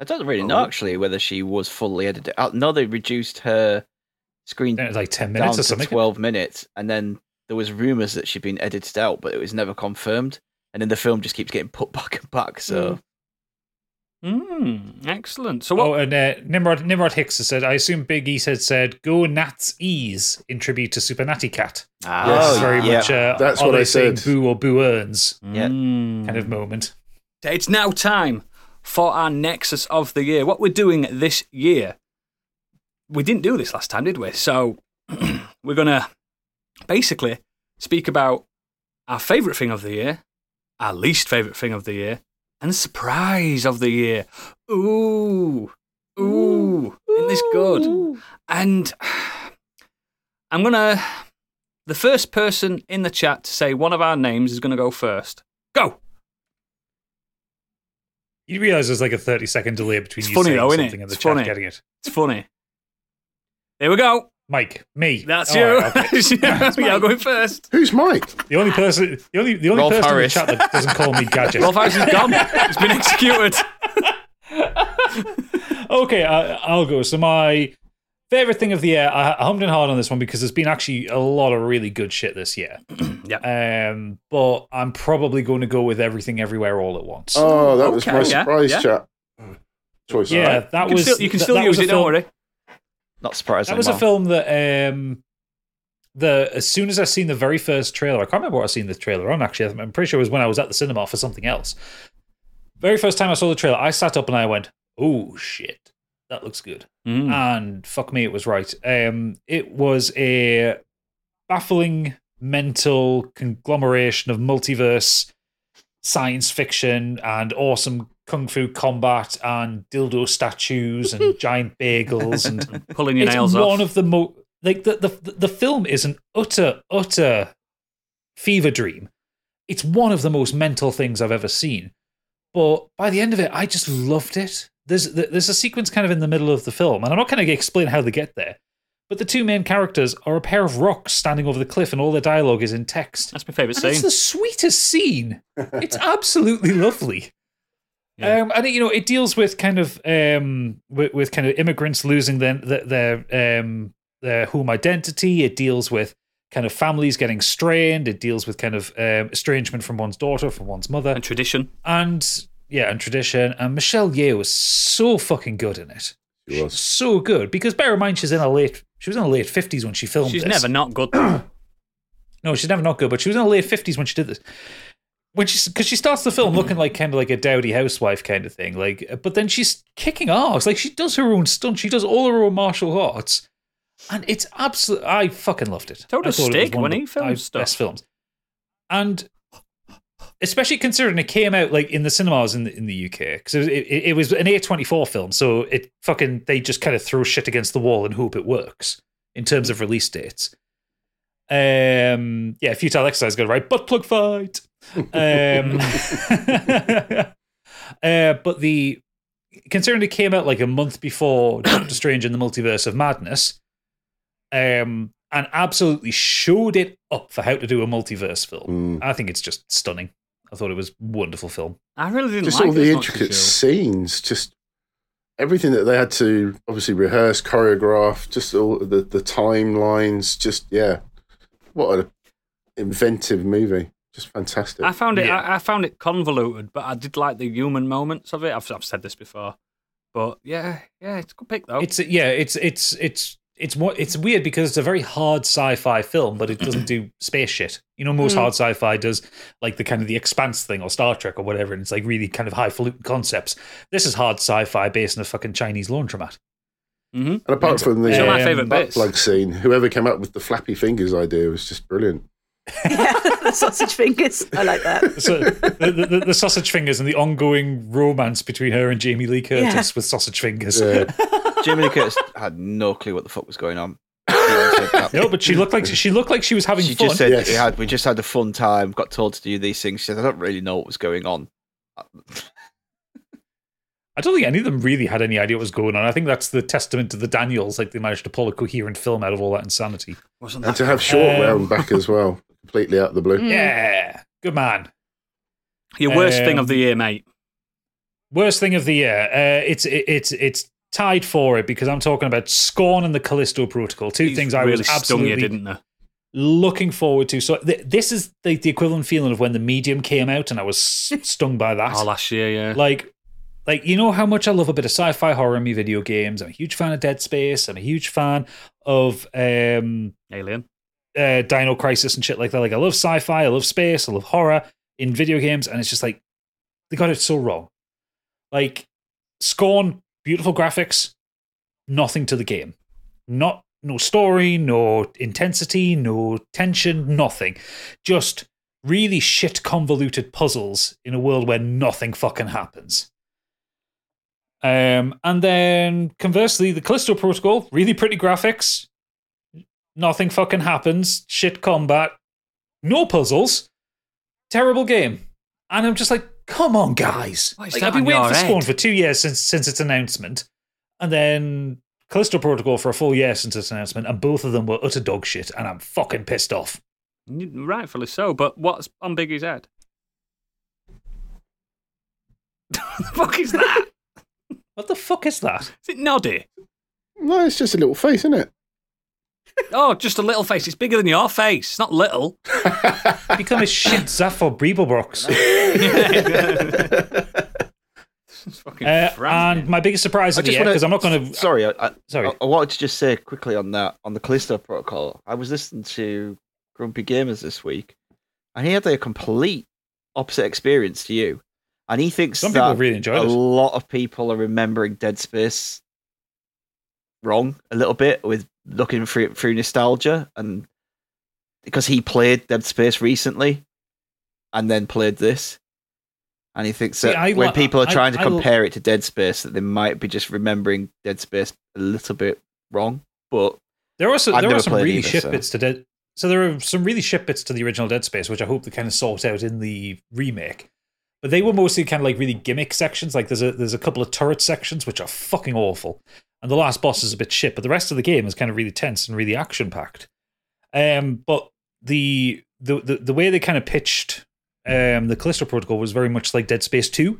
I don't really know actually whether she was fully edited. I know they reduced her screen
It was uh, like ten
down
minutes or
to
something.
twelve minutes, and then there was rumors that she'd been edited out, but it was never confirmed. And then the film just keeps getting put back and back. So
Mm, excellent. So what?
Oh, and uh, Nimrod Nimrod Hicks has said, "I assume Big East had said go Nats ease in tribute to Super Natty Cat."
Yes.
It's very
Ah, yeah.
much uh,
That's
are
what
they
I
saying
said.
Boo or Boo earns
yeah.
Oh.
Mm.
kind of moment.
It's now time for our Nexus of the Year. What we're doing this year. We didn't do this last time, did we? So we're going to basically speak about our favourite thing of the year, our least favourite thing of the year, and surprise of the year. Ooh. Ooh. Isn't this good? And I'm going to. The first person in the chat to say one of our names is going to go first. Go!
You realise there's like a thirty second delay between
It's
you
funny
saying
though, innit?
something and the
It's
chat
funny.
getting it.
It's funny. There we go.
Mike, me.
That's
All
you.
right, okay.
That's you. yeah, I'm going first.
Who's Mike?
The only person, the only, the only
Rolf
person
Harris.
in the chat that doesn't call me gadget.
Rolf Harris is gone. He's been executed.
okay, I, I'll go. So my favorite thing of the year, I, I hummed and hard on this one because there's been actually a lot of really good shit this year. Um, but I'm probably going to go with everything everywhere all at once.
Oh, that was
Okay,
my
yeah,
surprise
yeah.
chat. Choice.
yeah,
alright.
that
You can
was.
still, you can
that-
still
that was
use
a
it,
film-
don't worry.
not surprising.
That was a
well.
film that um the as soon as I seen the very first trailer, I can't remember what I seen the trailer on actually. I'm- I'm pretty sure it was when I was at the cinema for something else. Very first time I saw the trailer, I sat up and I went, "Oh shit, that looks good."
Mm.
And fuck me, it was right. Um, it was a baffling mental conglomeration of multiverse, science fiction, and awesome kung fu combat, and dildo statues, and giant bagels, and
Pulling your
it's
nails
one
off.
of the most like the, the the film is an utter utter fever dream. It's one of the most mental things I've ever seen. But by the end of it, I just loved it. There's there's a sequence kind of in the middle of the film, and I'm not going to explain how they get there. But the two main characters are a pair of rocks standing over the cliff, and all their dialogue is in text.
That's my favourite
And
scene.
It's the sweetest scene. It's absolutely lovely.
Yeah.
Um, and it, you know, it deals with kind of um, with, with kind of immigrants losing their their their, um, their home identity. It deals with kind of families getting strained. It deals with kind of um, estrangement from one's daughter, from one's mother,
and tradition.
and yeah, and tradition. And Michelle Yeoh was so fucking good in it.
She was.
So good because bear in mind she's in her late she was in her late fifties when she filmed.
She's
this.
never not good. though.
No, she's never not good, but she was in her late fifties when she did this. When she because she starts the film
Mm-hmm.
looking like kind of like a dowdy housewife kind of thing, like, but then she's kicking ass. Like she does her own stunt, she does all her own martial arts, and it's absolute. I fucking loved it.
So
I
does
thought it was
Stig
one of
when
the
he films
five
stuff.
Best films, and especially considering it came out like in the cinemas in the, in the UK because it, it, it was an A twenty four film, so it fucking they just kind of throw shit against the wall and hope it works in terms of release dates. Um, yeah, futile exercise, good right? Butt plug fight. Um, uh, but the considering it came out like a month before Doctor Strange in the Multiverse of Madness, um, and absolutely showed it up for how to do a multiverse film.
Mm.
I think it's just stunning. I thought it was a wonderful film.
I really didn't
Just
like
all
it
the
as much as
intricate
you.
scenes, just everything that they had to obviously rehearse, choreograph, just all the, the timelines, just yeah. What an inventive movie. Just fantastic.
I found it.
Yeah.
I, I found it convoluted, but I did like the human moments of it. I've, I've said this before, but yeah, yeah, it's a good pick though.
It's yeah, it's it's it's it's what it's weird because it's a very hard sci-fi film, but it doesn't do space shit. You know, most hard sci-fi does like the kind of the Expanse thing or Star Trek or whatever, and it's like really kind of highfalutin concepts. This is hard sci-fi based on a fucking Chinese laundromat.
Mhm.
And apart from the
These are my
Um,
favourite
butt
bits.
plug scene, whoever came up with the flappy fingers idea was just brilliant.
yeah, the sausage fingers. I like that.
So the, the, the- the sausage fingers and the ongoing romance between her and Jamie Lee Curtis
Yeah.
with sausage fingers.
Yeah.
Jamie Lee Curtis had no clue what the fuck was going on. She only said that.
No, but she looked like she looked like she was having
she
fun.
just said
Yes.
we had we just had a fun time. Got told to do these things. She said I don't really know what was going on.
I don't think any of them really had any idea what was going on. I think that's the testament to the Daniels, like they managed to pull a coherent film out of all that insanity.
Wasn't
and
that?
to have short
Um,
round back as well, completely out of the blue.
Mm.
Yeah, good man.
Your worst thing
Um,
of the year, mate.
Worst thing of the year. Uh, it's it, it's it's tied for it because I'm talking about Scorn and the Callisto Protocol. Two
These
things I
really
was
stung
absolutely
you, didn't they?
looking forward to. So th- this is the, the equivalent feeling of when the Medium came out, and I was s- stung by that.
Oh, last year, yeah.
like like you know how much I love a bit of sci-fi horror in my video games. I'm a huge fan of Dead Space. I'm a huge fan of um
Alien.
uh, Dino Crisis and shit like that. Like I love sci-fi, I love space, I love horror in video games, and it's just like they got it so wrong. Like Scorn, beautiful graphics, nothing to the game. Not no story, no intensity, no tension, nothing. Just really shit convoluted puzzles in a world where nothing fucking happens. Um, and then conversely, the Callisto Protocol, really pretty graphics, nothing fucking happens, shit combat, no puzzles, terrible game. And I'm just like, come on, guys.
Why is
Like,
that
I've been
on
waiting
your
for Spawn
head?
for two years since since its announcement. And then Callisto Protocol for a full year since its announcement, and both of them were utter dog shit, and I'm fucking pissed off.
Rightfully so, but what's on Biggie's head? the fuck is that?
What the fuck is that?
is it Noddy?
No, it's just a little face, isn't it?
Oh, just a little face. It's bigger than your face. It's not little.
Become a shit Zaphod Breeblebrox.
It's fucking
Uh,
frantic.
and my biggest surprise
I
of the
just
year,
wanna-
because I'm not going to.
Sorry, I, I,
Sorry.
I, I wanted to just say quickly on that on the Callisto Protocol. I was listening to Grumpy Gamers this week, and he had a complete opposite experience to you. And he thinks
Some people
that
really enjoyed
a
it.
lot of people are remembering Dead Space wrong a little bit with looking through through nostalgia and because he played Dead Space recently and then played this. And he thinks
See,
that
I
when
wa-
people are
I-
trying to
I-
compare it to Dead Space, that they might be just remembering Dead Space a little bit wrong. But
There are some,
I've
there are
never
some
played
really
either,
shit
so-
bits to Dead. So there are some really shit bits to the original Dead Space, which I hope they kind of sort out in the remake. But they were mostly kind of like really gimmick sections. Like there's a there's a couple of turret sections which are fucking awful, and the last boss is a bit shit. But the rest of the game is kind of really tense and really action packed. Um, but the, the the the way they kind of pitched um the Callisto Protocol was very much like Dead Space Two,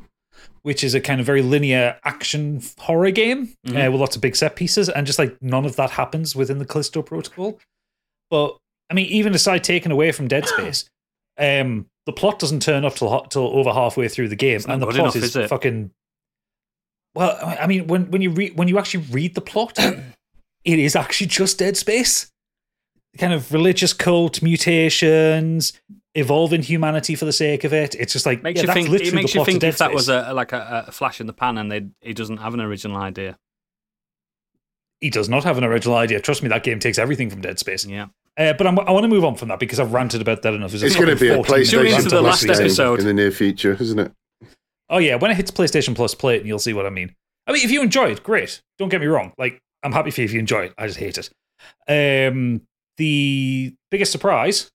which is a kind of very linear action horror game
Mm-hmm.
uh, with lots of big set pieces, and just like none of that happens within the Callisto Protocol. But I mean, even aside taken away from Dead Space, um, the plot doesn't turn up till ha- till over halfway through the game,
not
and the
good
plot
enough,
is,
is it?
fucking. Well, I I mean, when when you re- when you actually read the plot, it is actually just Dead Space. Kind of religious cult mutations, evolving humanity for the sake of it. It's just like
makes
yeah,
you
that's
think.
literally
It makes
the
you
plot
think
of
if
Dead
that
Space.
was a like a, a flash in the pan, and they he doesn't have an original idea.
he does not have an original idea. Trust me, that game takes everything from Dead Space.
Yeah.
Uh, but I'm, I want to move on from that because I've ranted about that enough.
It's going to be a
14 minutes.
Tune
PlayStation
into the
Plus
last
game
episode.
in the near future, isn't it?
Oh yeah, when it hits PlayStation Plus, play it and you'll see what I mean. I mean, if you enjoy it, great. Don't get me wrong. Like, I'm happy for you if you enjoy it. I just hate it. Um, the biggest surprise: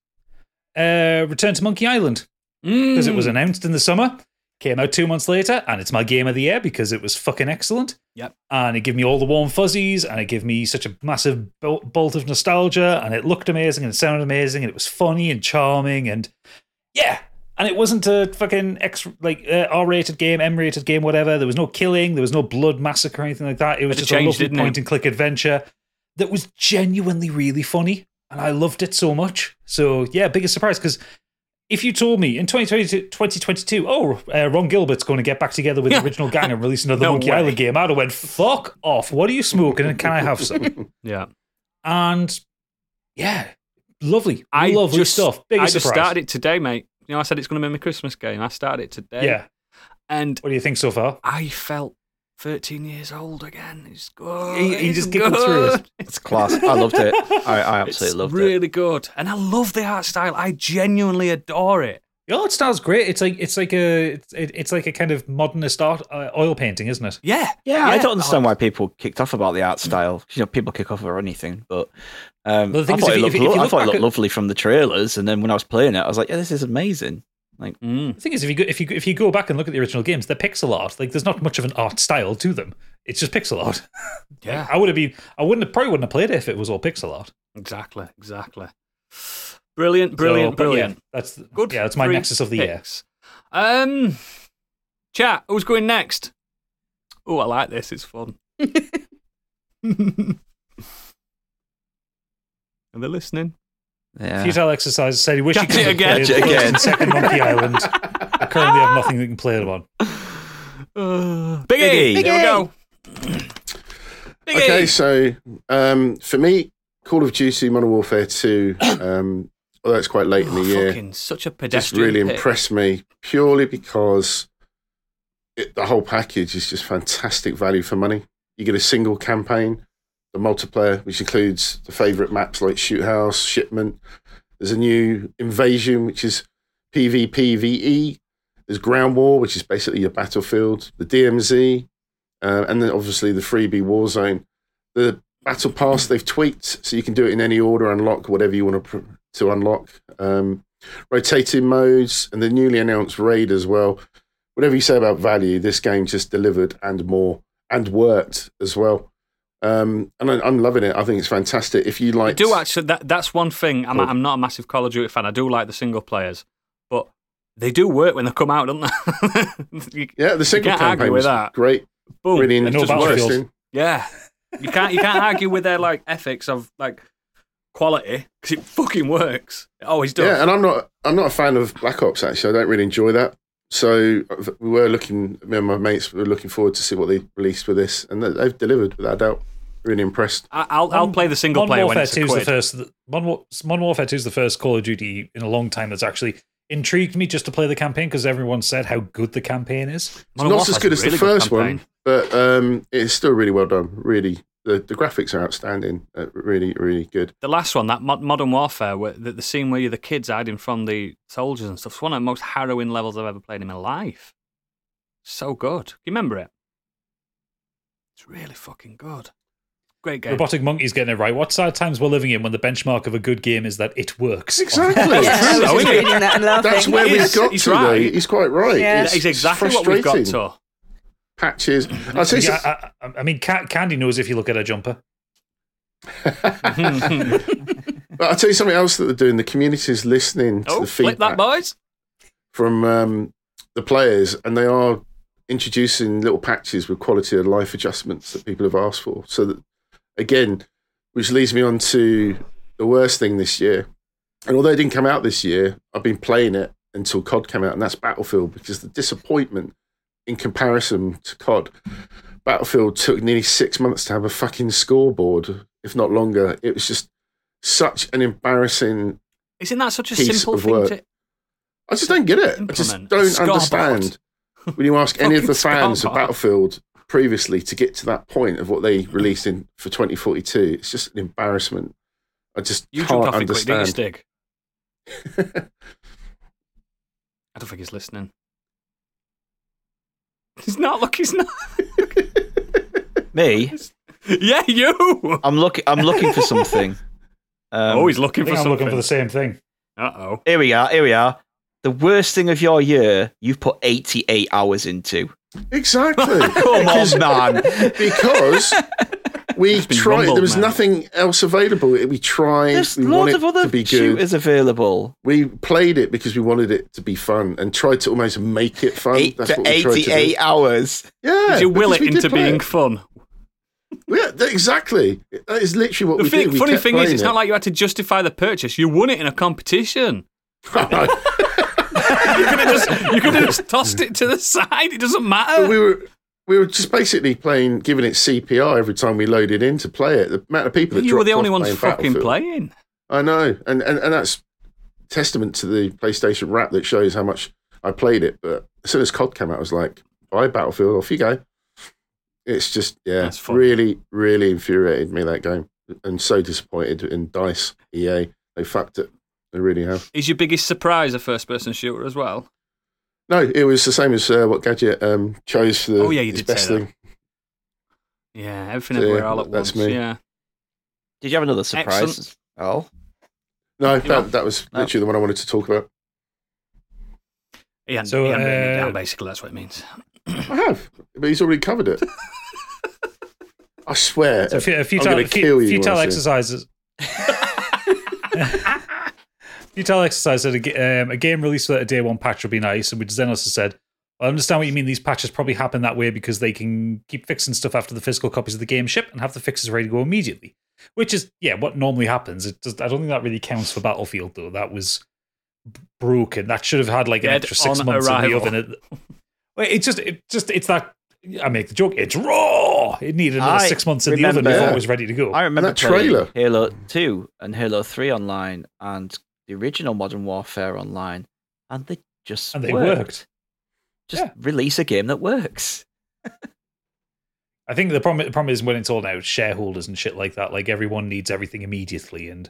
uh, Return to Monkey Island because Mm.
Mm.
it was announced in the summer, came out two months later, and it's my game of the year because it was fucking excellent.
Yep.
And it gave me all the warm fuzzies, and it gave me such a massive bol- bolt of nostalgia, and it looked amazing, and it sounded amazing, and it was funny and charming, and yeah. And it wasn't a fucking X like uh, R-rated game, M-rated game, whatever. There was no killing, there was no blood massacre or anything like that. It was
But it
just
changed,
a
didn't
lovely
it?
point-and-click adventure that was genuinely really funny, and I loved it so much. So yeah, biggest surprise because if you told me in 2022, 2022 oh, uh, Ron Gilbert's going to get back together with the original gang and release another
No
Monkey
way.
Island game, I'd have went, fuck off. What are you smoking and can I have some?
Yeah,
and yeah, lovely.
I
lovely
just,
stuff. Biggest
I just
surprise.
started it today, mate. You know, I said it's going to be my Christmas game. I started it today.
Yeah.
and
What do you think so far?
I felt 13 years old again. It's good.
He- he
it's
just giggled through it.
good.
It's class. I loved it. I, I absolutely
It's
loved
really
it.
good. And I love the art style. I genuinely adore it.
Oh, it style's great. It's like it's like a it's, it, it's like a kind of modernist art uh, oil painting, isn't it?
Yeah.
Yeah, I don't understand
Oh,
why people kicked off about the art style. You know, people kick off over anything, but um,
Well, the thing
I
is,
thought it
if you-
looked,
if you- if you
lo- I
look
thought it
back
looked
at-
lovely from the trailers, and then when I was playing it, I was like, "Yeah, this is amazing."
Mm.
The thing is, if you go, if you go- if you go back and look at the original games, they're pixel art. Like, there's not much of an art style to them. It's just pixel art.
Yeah.
I would have been. I wouldn't have probably wouldn't have played it if it was all pixel art.
Exactly. Exactly. Brilliant,
So,
brilliant,
but yeah,
brilliant.
that's
Good.
good. Yeah, that's my
three
nexus of the year.
picks. Um, chat. Who's going next? Oh, I like this. It's fun. and they're listening.
Yeah,
Futile exercise said he wished he
Got
could
it
have
again.
played
Got it
first
again.
and second Monkey Island. I currently have nothing that can play it on.
Uh,
Biggie.
Biggie. Here we go. Biggie.
Okay, so um, for me, Call of Duty Modern Warfare 2, um, although it's quite late in
Oh,
the year,
Fucking such a
just
pedestrian.
really
pick.
impressed me purely because it, the whole package is just fantastic value for money. You get a single campaign, the multiplayer, which includes the favourite maps like Shoot House, Shipment. There's a new Invasion, which is PvPvE. E. There's Ground War, which is basically your battlefield, the DMZ, uh, and then obviously the freebie Warzone. The Battle Pass they've tweaked so you can do it in any order, unlock whatever you want to, pr- to unlock. Um, rotating modes and the newly announced raid as well. Whatever you say about value, this game just delivered and more and worked as well. Um, and I, I'm loving it. I think it's fantastic. If you
I
like,
do actually. That, that's one thing. I'm,
Cool.
I'm not a massive Call of Duty fan. I do like the single players, but they do work when they come out, don't they? You-
yeah, the single
can't argue
campaign
with
was
that.
great,
Boom.
really
And no
interesting.
Battlefield.
Yeah, you can't you can't argue with their like ethics of like quality because it fucking works. It always does.
Yeah, and I'm not I'm not a fan of Black Ops actually. I don't really enjoy that. So uh, we were looking, me and my mates were looking forward to see what they released with this, and they- they've delivered without doubt. Really impressed.
I, I'll I'll play the single
Modern
player when
Warfare
it's a
2 is the
quid.
first. Modern, War- Modern Warfare Two is the first Call of Duty in a long time that's actually intrigued me just to play the campaign because everyone said how good the campaign is.
It's not as good as the first one, but um, it's still really well done. Really, the, the graphics are outstanding. Uh, really, really good.
The last one, that Mo- Modern Warfare, where the, the scene where you're the kids hiding from the soldiers and stuff, it's one of the most harrowing levels I've ever played in my life. So good. Do you remember it? It's really fucking good. Great game.
Robotic Monkey's getting it right. What sad times we're living in when the benchmark of a good game is that it works.
Exactly.
yeah, I was
though,
just
isn't Oh, it?
reading that and laughing.
That's where
He
we've
is-
got
he's
to.
right.
Though. He's quite right.
Yeah.
It's,
That is exactly
it's
what we've got
frustrating.
to.
Patches. I say,
Yeah, I, I- I mean, Ca- Candy knows if you look at her jumper.
but I'll tell you something else that they're doing. The community's listening to
Oh,
the
flip
feedback
that, boys.
from um, the players, and they are introducing little patches with quality of life adjustments that people have asked for. So that again, which leads me on to the worst thing this year. And although it didn't come out this year, I've been playing it until COD came out, and that's Battlefield because the disappointment in comparison to COD, Battlefield took nearly six months to have a fucking scoreboard, if not longer. It was just such an embarrassing
Isn't that such a
Piece
simple
of
thing
work.
to
I just don't get it. I just
Implement.
don't
Scoreboard.
understand when you ask any of the
Fucking
fans of
scoreboard.
Battlefield previously to get to that point of what
Mm.
they released in for 2042. It's just an embarrassment. I just
You jumped
can't
off it quick, didn't you,
understand.
Stig? I don't think he's listening. He's not. Look, he's not.
me.
Yeah, you.
I'm looking. I'm looking for something. Um,
oh, he's
I
looking
think
for
I'm
something.
looking for the same thing.
Uh oh.
Here we are. Here we are. The worst thing of your year, you've put 88 hours into.
Exactly.
Come
Because-
on, man.
Because we
been
tried.
rumbled,
there was
man.
nothing else available. We tried.
There's
we
loads
wanted
of other
to be good.
shooters available.
We played it because we wanted it to be fun and tried to almost make it fun.
Eight
um, That's
to
what we tried to do.
88 hours.
Yeah.
Did you will
because
it
we did
into
play
being
it.
fun?
Yeah, th- exactly. That is literally what
The
we
thing,
did. We
funny
kept
thing is,
playing
it's
it.
not like you had to justify the purchase. You won it in a competition. You could have just, you could have just tossed it to the side. It doesn't
But
matter.
we were we were just basically playing, giving it CPR every time we loaded in to play it. The amount of people that
You were
dropped
the only
off
ones
playing
fucking
Battlefield.
playing.
I know, and, and and that's testament to the PlayStation rap that shows how much I played it. But as soon as COD came out, I was like, "Buy Battlefield, off you go." It's just yeah,
That's fun.
really, really infuriated me that game, and so disappointed in Dice EA. They fucked it. They really have.
Is your biggest surprise a first person shooter as well?
No, it was the same as uh, what Gadget um, chose for the
Oh, yeah, you
his
did
best
say that.
thing.
Yeah, everything
Yeah,
everywhere all at
that's
once.
me.
Yeah.
Did you have another surprise?
Excellent.
Oh,
No, that, that was
No.
literally the one I wanted to talk about.
He hadn't,
So,
he hadn't written it
uh,
down, basically, that's what it means.
I have, but he's already covered it. I swear.
So a few, a few
I'm
futile,
gonna kill you,
futile
honestly.
exercises. futile exercise said a, g- um, a game release without a day one patch would be nice. And we then also said, I understand what you mean. These patches probably happen that way because they can keep fixing stuff after the physical copies of the game ship and have the fixes ready to go immediately. Which is, yeah, what normally happens. It does, I don't think that really counts for Battlefield, though. That was b- broken. That should have had like an
Dead
extra six
on
months in the
arrival.
oven. It, Well, it's just, it just, it's that. I make the joke. It's raw. It needed another
I
six months in the oven
remember-
before it was ready to go.
I remember
that
playing
trailer.
Halo Two and Halo Three online, and the original Modern Warfare online, and they just
And they
worked.
worked.
Just
Yeah.
release a game that works.
I think the problem, the problem is when it's all now shareholders and shit like that. Like everyone needs everything immediately, and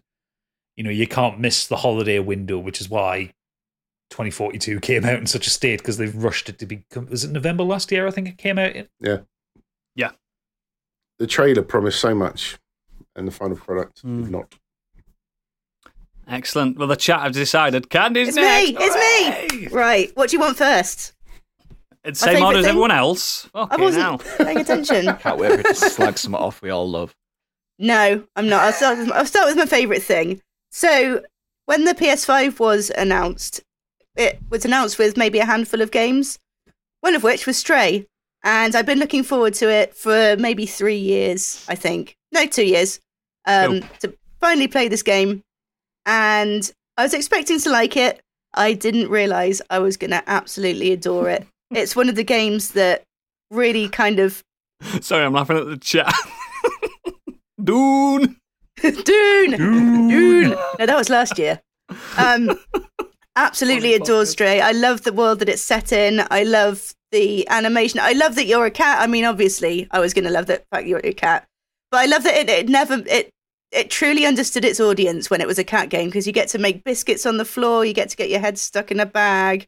you know you can't miss the holiday window, which is why 2042 came out in such a state because they've rushed it to be. Was it November last year? I think it came out. in-
the trailer promised so much, and the final product
Mm.
did not.
Excellent. Well, the chat have decided Candy's
It's
next.
me, it's
Hooray!
Right, what do you want first?
It's
My
same
favourite
order as
thing-
everyone else.
I
Okay,
wasn't
now.
paying attention.
Can't wait for it to slag some off we all love.
No, I'm not. I'll start with my, I'll start with my favourite thing. So, when the PS5 was announced, it was announced with maybe a handful of games, one of which was Stray. And I've been looking forward to it for maybe three years, I think. No, two years. Um, To finally play this game. And I was expecting to like it. I didn't realise I was going to absolutely adore it. it's one of the games that really kind of.
Sorry, I'm laughing at the chat. Dune.
Dune! Dune. No, that was last year. Um, absolutely adores Stray. I love the world that it's set in. I love the animation. I love that you're a cat. I mean, obviously, I was going to love that fact you're a cat, but I love that it, it never it it truly understood its audience when it was a cat game because you get to make biscuits on the floor, you get to get your head stuck in a bag.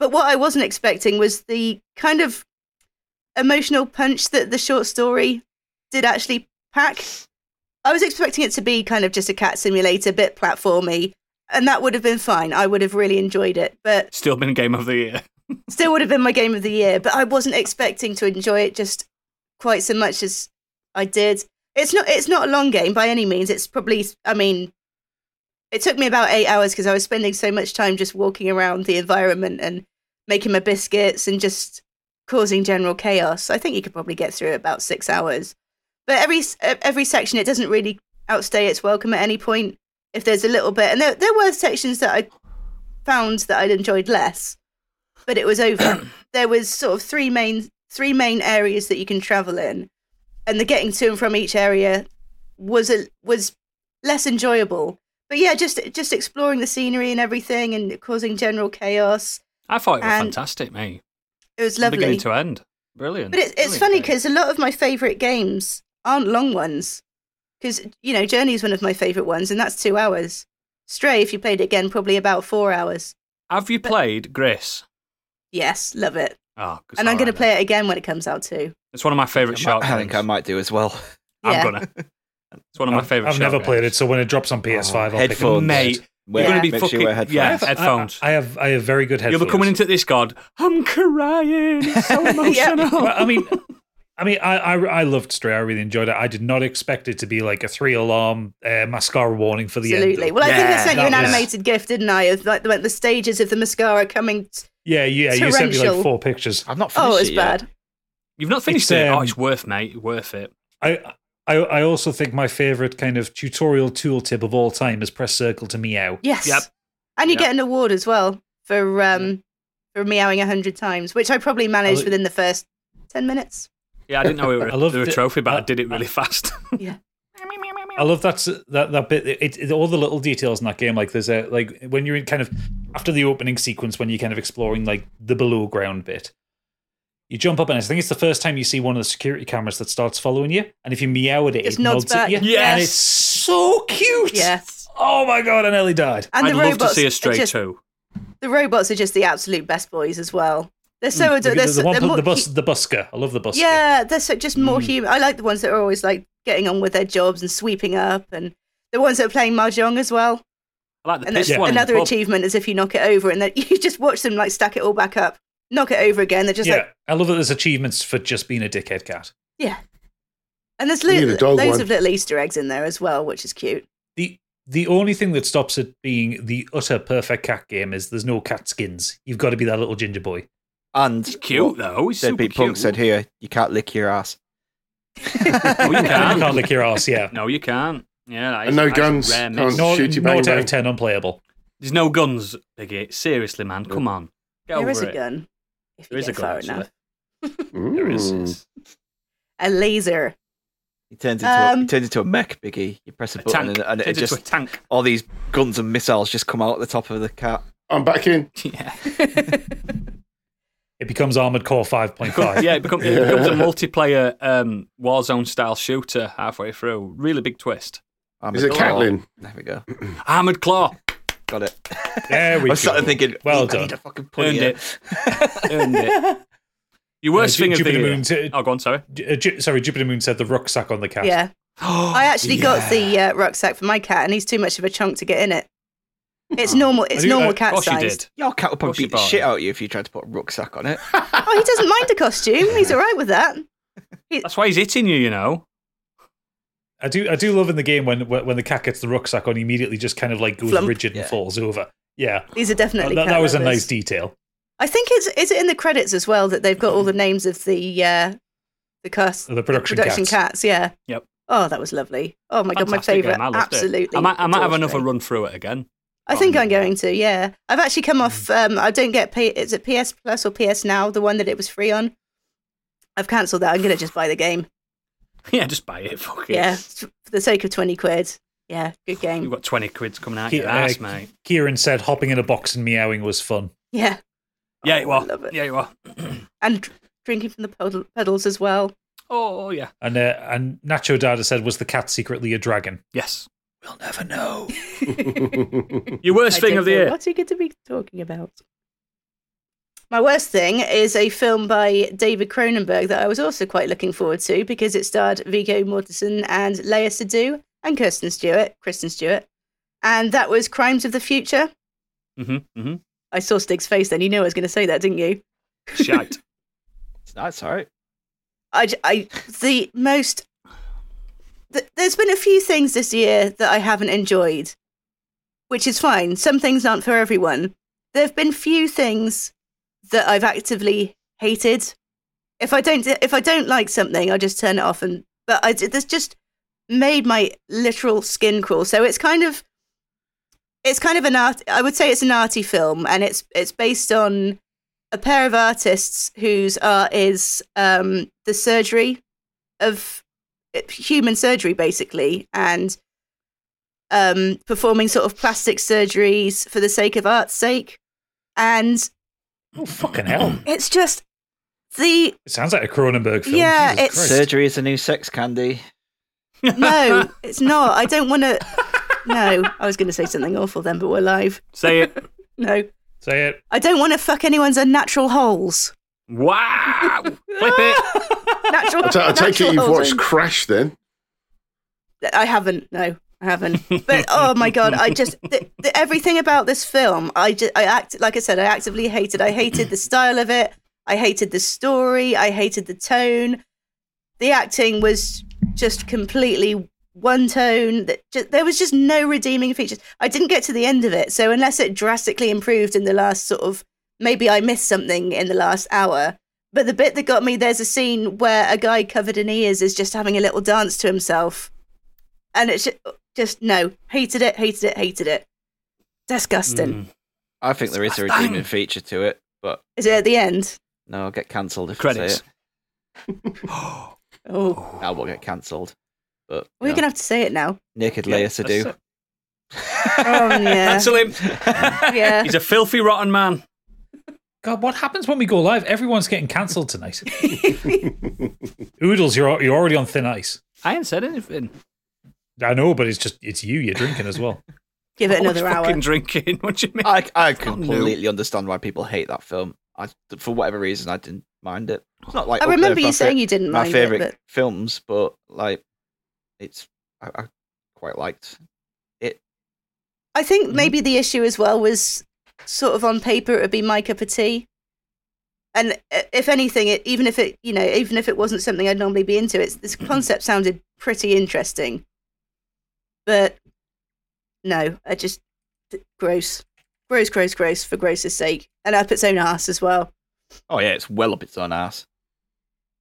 But what I wasn't expecting was the kind of emotional punch that the short story did actually pack. I was expecting it to be kind of just a cat simulator, bit platformy, and that would have been fine. I would have really enjoyed it, but
Still been game of the year.
still would have been my game of the year. But I wasn't expecting to enjoy it just quite so much as I did. It's not it's not a long game by any means. It's probably I mean, it took me about eight hours because I was spending so much time just walking around the environment and making my biscuits and just causing general chaos. I think you could probably get through about six hours but every e, every section it doesn't really outstay its welcome at any point if there's a little bit and there, there were sections that i found that i'd enjoyed less but it was over there was sort of three main three main areas that you can travel in and the getting to and from each area was a was less enjoyable but yeah just just exploring the scenery and everything and causing general chaos
I thought it was
And-
fantastic, mate.
it was
From
lovely
Beginning to end. Brilliant.
But it's, it's
Brilliant
funny
game.
because a lot of my favourite games aren't long ones. Because, you know, Journey's one of my favourite ones, and that's two hours. Stray, if you played it again, probably about four hours.
Have you played Grace?
Yes, love it.
Oh, it's
and I'm
all right
going to
then.
play it again when it comes out, too.
It's one of my favourite
I,
short
might- I think I
games.
might do as well.
Yeah.
I'm gonna. It's one of my
I've-
favourite.
I've never
short
played it,
games.
so when it
Oh,
drops on PS5, I'll pick it
Headphones.
up.
Mate,
Wear-
you're gonna be
make sure you wear
fucking- yeah.
headphones.
I-
Headphones.
I, I have I have very good headphones.
You'll be coming into this god. I'm crying. It's so emotional.
Well, I mean, I mean, I, I I loved Stray. I really enjoyed it. I did not expect it to be like a three alarm uh, mascara warning for the
Absolutely.
end.
Well, I think I
Yeah,
sent you an
that was-
animated gift, didn't I? Of like the, the stages of the mascara coming. t-
Yeah, yeah. You sent me like
Torrential.
four pictures.
I've not finished
oh, it's
it
bad.
You've not finished
It's,
it. Oh,
um,
it's worth, mate. Worth it.
I, I I also think my favorite kind of tutorial tooltip of all time is press circle to meow.
Yes.
Yep.
And you
Yep.
get an award as well for um for meowing a hundred times, which I probably managed
look-
within the first ten minutes.
Yeah, I didn't know we were,
I loved
they were a
it.
trophy, but I
I-
did it really fast.
I love that s- that that bit. It, it- all the little details in that game, like there's a like when you're in kind of after the opening sequence when you're kind of exploring like the below ground bit. you- You jump up, and I think it's the first time you see one of the security cameras that starts following you. And if you meow at it,
Just
it
nods
nods,
back.
at you.
Yes.
And it's so cute.
Yes.
Oh my god, I nearly died.
And
I'd
the
love
robots
to see
are
a stray
just,
toe.
The robots are just the absolute best boys as well. They're so
The,
adorable. They're,
the
so-
one
they're
pl-
more
the bus,
hu-
the busker. I love the busker.
Yeah, they're so, just more human. I like the ones that are always like getting on with their jobs and sweeping up, and the ones that are playing mahjong as well.
I like the
And
piss
that's
one. in the
another
pub.
achievement is if you knock it over, and then you just watch them like stack it all back up, knock it over again. They're just
yeah.
like,
I love that there's achievements for just being a dickhead cat.
yeah. And there's
need a
little,
dog
loads
one.
of little Easter eggs in there as well, which is cute.
The the only thing that stops it being the utter perfect cat game is there's no cat skins. You've got to be that little ginger boy.
And
He's cute though. He's
Deadbeat
super
Punk
cute.
said here, you can't lick your ass.
"No, Oh, you
you can't
can't.
lick your ass. Yeah.
no, you can't." Yeah, that
And
is-
no
that is a
guns.
rare
Can't
miss.
No,
Shooty
no
bang
out
bang.
of ten unplayable.
There's no guns, Biggie. Seriously, man, come on. Get
there
over
is a
it.
gun. If
There
you
is a
get
gun.
far
actually.
enough.
There is.
Mm.
It's
A laser.
He turns into a, he
Um,
turns into a mech, Biggie. You press a,
A
button
tank.
and, and it
Turns into a
just
tank.
all these guns and missiles just come out at the top of the cat.
I'm back in.
Yeah.
It becomes Armored Core 5.5.
yeah, it becomes, it becomes a multiplayer um, Warzone style shooter halfway through. Really big twist.
I'm
Is it Catlin?
There we go.
Armored Claw.
Got it.
There we
I was
go.
starting thinking,
Well
well I
done.
need a fucking pun
Earned
here.
Earned it. Your worst
Yeah,
thing of the
Jupiter
year.
Moon's, uh,
oh, go on, sorry.
Ju- uh, Ju- sorry, Jupiter Moon said the rucksack on the cat.
Yeah. I actually got the uh, rucksack for my cat, and he's too much of a chunk to get in it. It's normal. It's
do-
normal
uh,
Of
cat
course you
sized.
did.
Your cat would
Of course
probably
you
beat the
bought
shit
it.
out of you if you tried to put a rucksack on it.
Oh, he doesn't mind a costume. He's all right with that.
That's why he's hitting you, you know.
I do. I do love in the game when when when the cat gets the rucksack on, he immediately just kind of like goes
Flump.
rigid and
Yeah.
falls over. Yeah,
These are definitely.
that,
cat
that was a
lovers.
nice detail.
I think it's is it in the credits as well that they've got all the names of the uh, the cast,
The production
production
cats.
cats. Yeah.
Yep.
Oh, that was lovely. Oh my god, my
Fantastic
favorite.
game, I loved it.
Absolutely.
I might, I might have
adored
another
it.
run through it again.
I think I'm going to. Yeah, I've actually
Hmm.
come off. Um, I don't get. P- is it PS Plus or PS Now? The one that it was free on. I've cancelled that. I'm going to just buy the game.
Yeah, just buy it. Fuck it.
Yeah, for the sake of twenty quid. Yeah, good
You've
game.
got 20 quids coming out
Ki-
your
uh,
ass, mate.
Kieran said hopping in a box and meowing was fun.
Yeah,
Yeah, you
I
are.
love it.
Yeah, you are.
and dr- drinking from the pedal- pedals as well.
Oh, yeah.
And uh, and Nacho Dada said was the cat secretly a dragon?
Yes.
We'll never know.
Your worst
I
thing
don't
of the
know.
year.
What are you going to be talking about? My worst thing is a film by David Cronenberg that I was also quite looking forward to because it starred Viggo Mortensen and Leia Sadu and Kirsten Stewart, Kristen Stewart, and that was Crimes of the Future.
hmm hmm
I saw Stig's face then. You knew I was going to say that, didn't you?
Shite.
That's all right.
I, j- I- the most. Th- there's been a few things this year that I haven't enjoyed, which is fine. Some things aren't for everyone. There have been few things that I've actively hated. If I don't, if I don't like something, I just turn it off. And but I, d- this just made my literal skin crawl. So it's kind of, it's kind of an art. I would say it's an arty film, and it's it's based on a pair of artists whose art is um, the surgery of human surgery, basically, and um, performing sort of plastic surgeries for the sake of art's sake. And
Oh fucking hell!
it's just the
It sounds like a Cronenberg film.
Yeah,
Jesus
it's-
Christ.
Surgery is the new sex candy.
no, it's not. I don't want to. No, I was going to say something awful then, but we're live.
Say it.
No,
Say it.
I don't want to fuck anyone's unnatural holes.
Wow. Flip it.
Natural.
I ta- I take
natural
it you've
holes
watched
in-
Crash then.
I haven't. No, I haven't. But oh my god, I just the, the, everything about this film. I just I act like I said. I actively hated. I hated the style of it. I hated the story. I hated the tone. The acting was just completely one tone. That ju- there was just no redeeming features. I didn't get to the end of it, so unless it drastically improved in the last sort of maybe I missed something in the last hour. But the bit that got me, there's a scene where a guy covered in ears is just having a little dance to himself and it's just, just no hated it hated it hated it disgusting
Mm.
I think there is a
Bang.
redeeming feature to it, but
is it at the end
no, I'll get cancelled if I
Credits.
say
oh
it. I will get cancelled. But
we're
yeah.
gonna have to say it now
naked
Yeah,
Leia Sadu.
that's
oh yeah
Cancel him.
yeah
He's a filthy, rotten man.
God, what happens when we go live? Everyone's getting cancelled tonight. Oodles, you're you're already on thin ice.
I ain't said anything.
I know, but it's just it's you. You're drinking as well.
Give it another
I was
hour. Oh,
Fucking drinking. What do you mean?
I, I completely understand why people hate that film. I, for whatever reason, I didn't mind it. It's not like
I
up there
remember
for
you
my
saying
fa-
you didn't
my
mind
favorite
it,
films, but like, it's I, I quite liked. Mm-hmm.
but I think maybe the issue as well was sort of on paper it would be my cup of tea, and uh, if anything, it even if it you know even if it wasn't something I'd normally be into, it's
Mm-hmm.
this concept sounded pretty interesting, but no, I just d- gross, gross, gross, gross for gross's sake, and up its own ass as well.
Oh yeah, it's well up its own ass.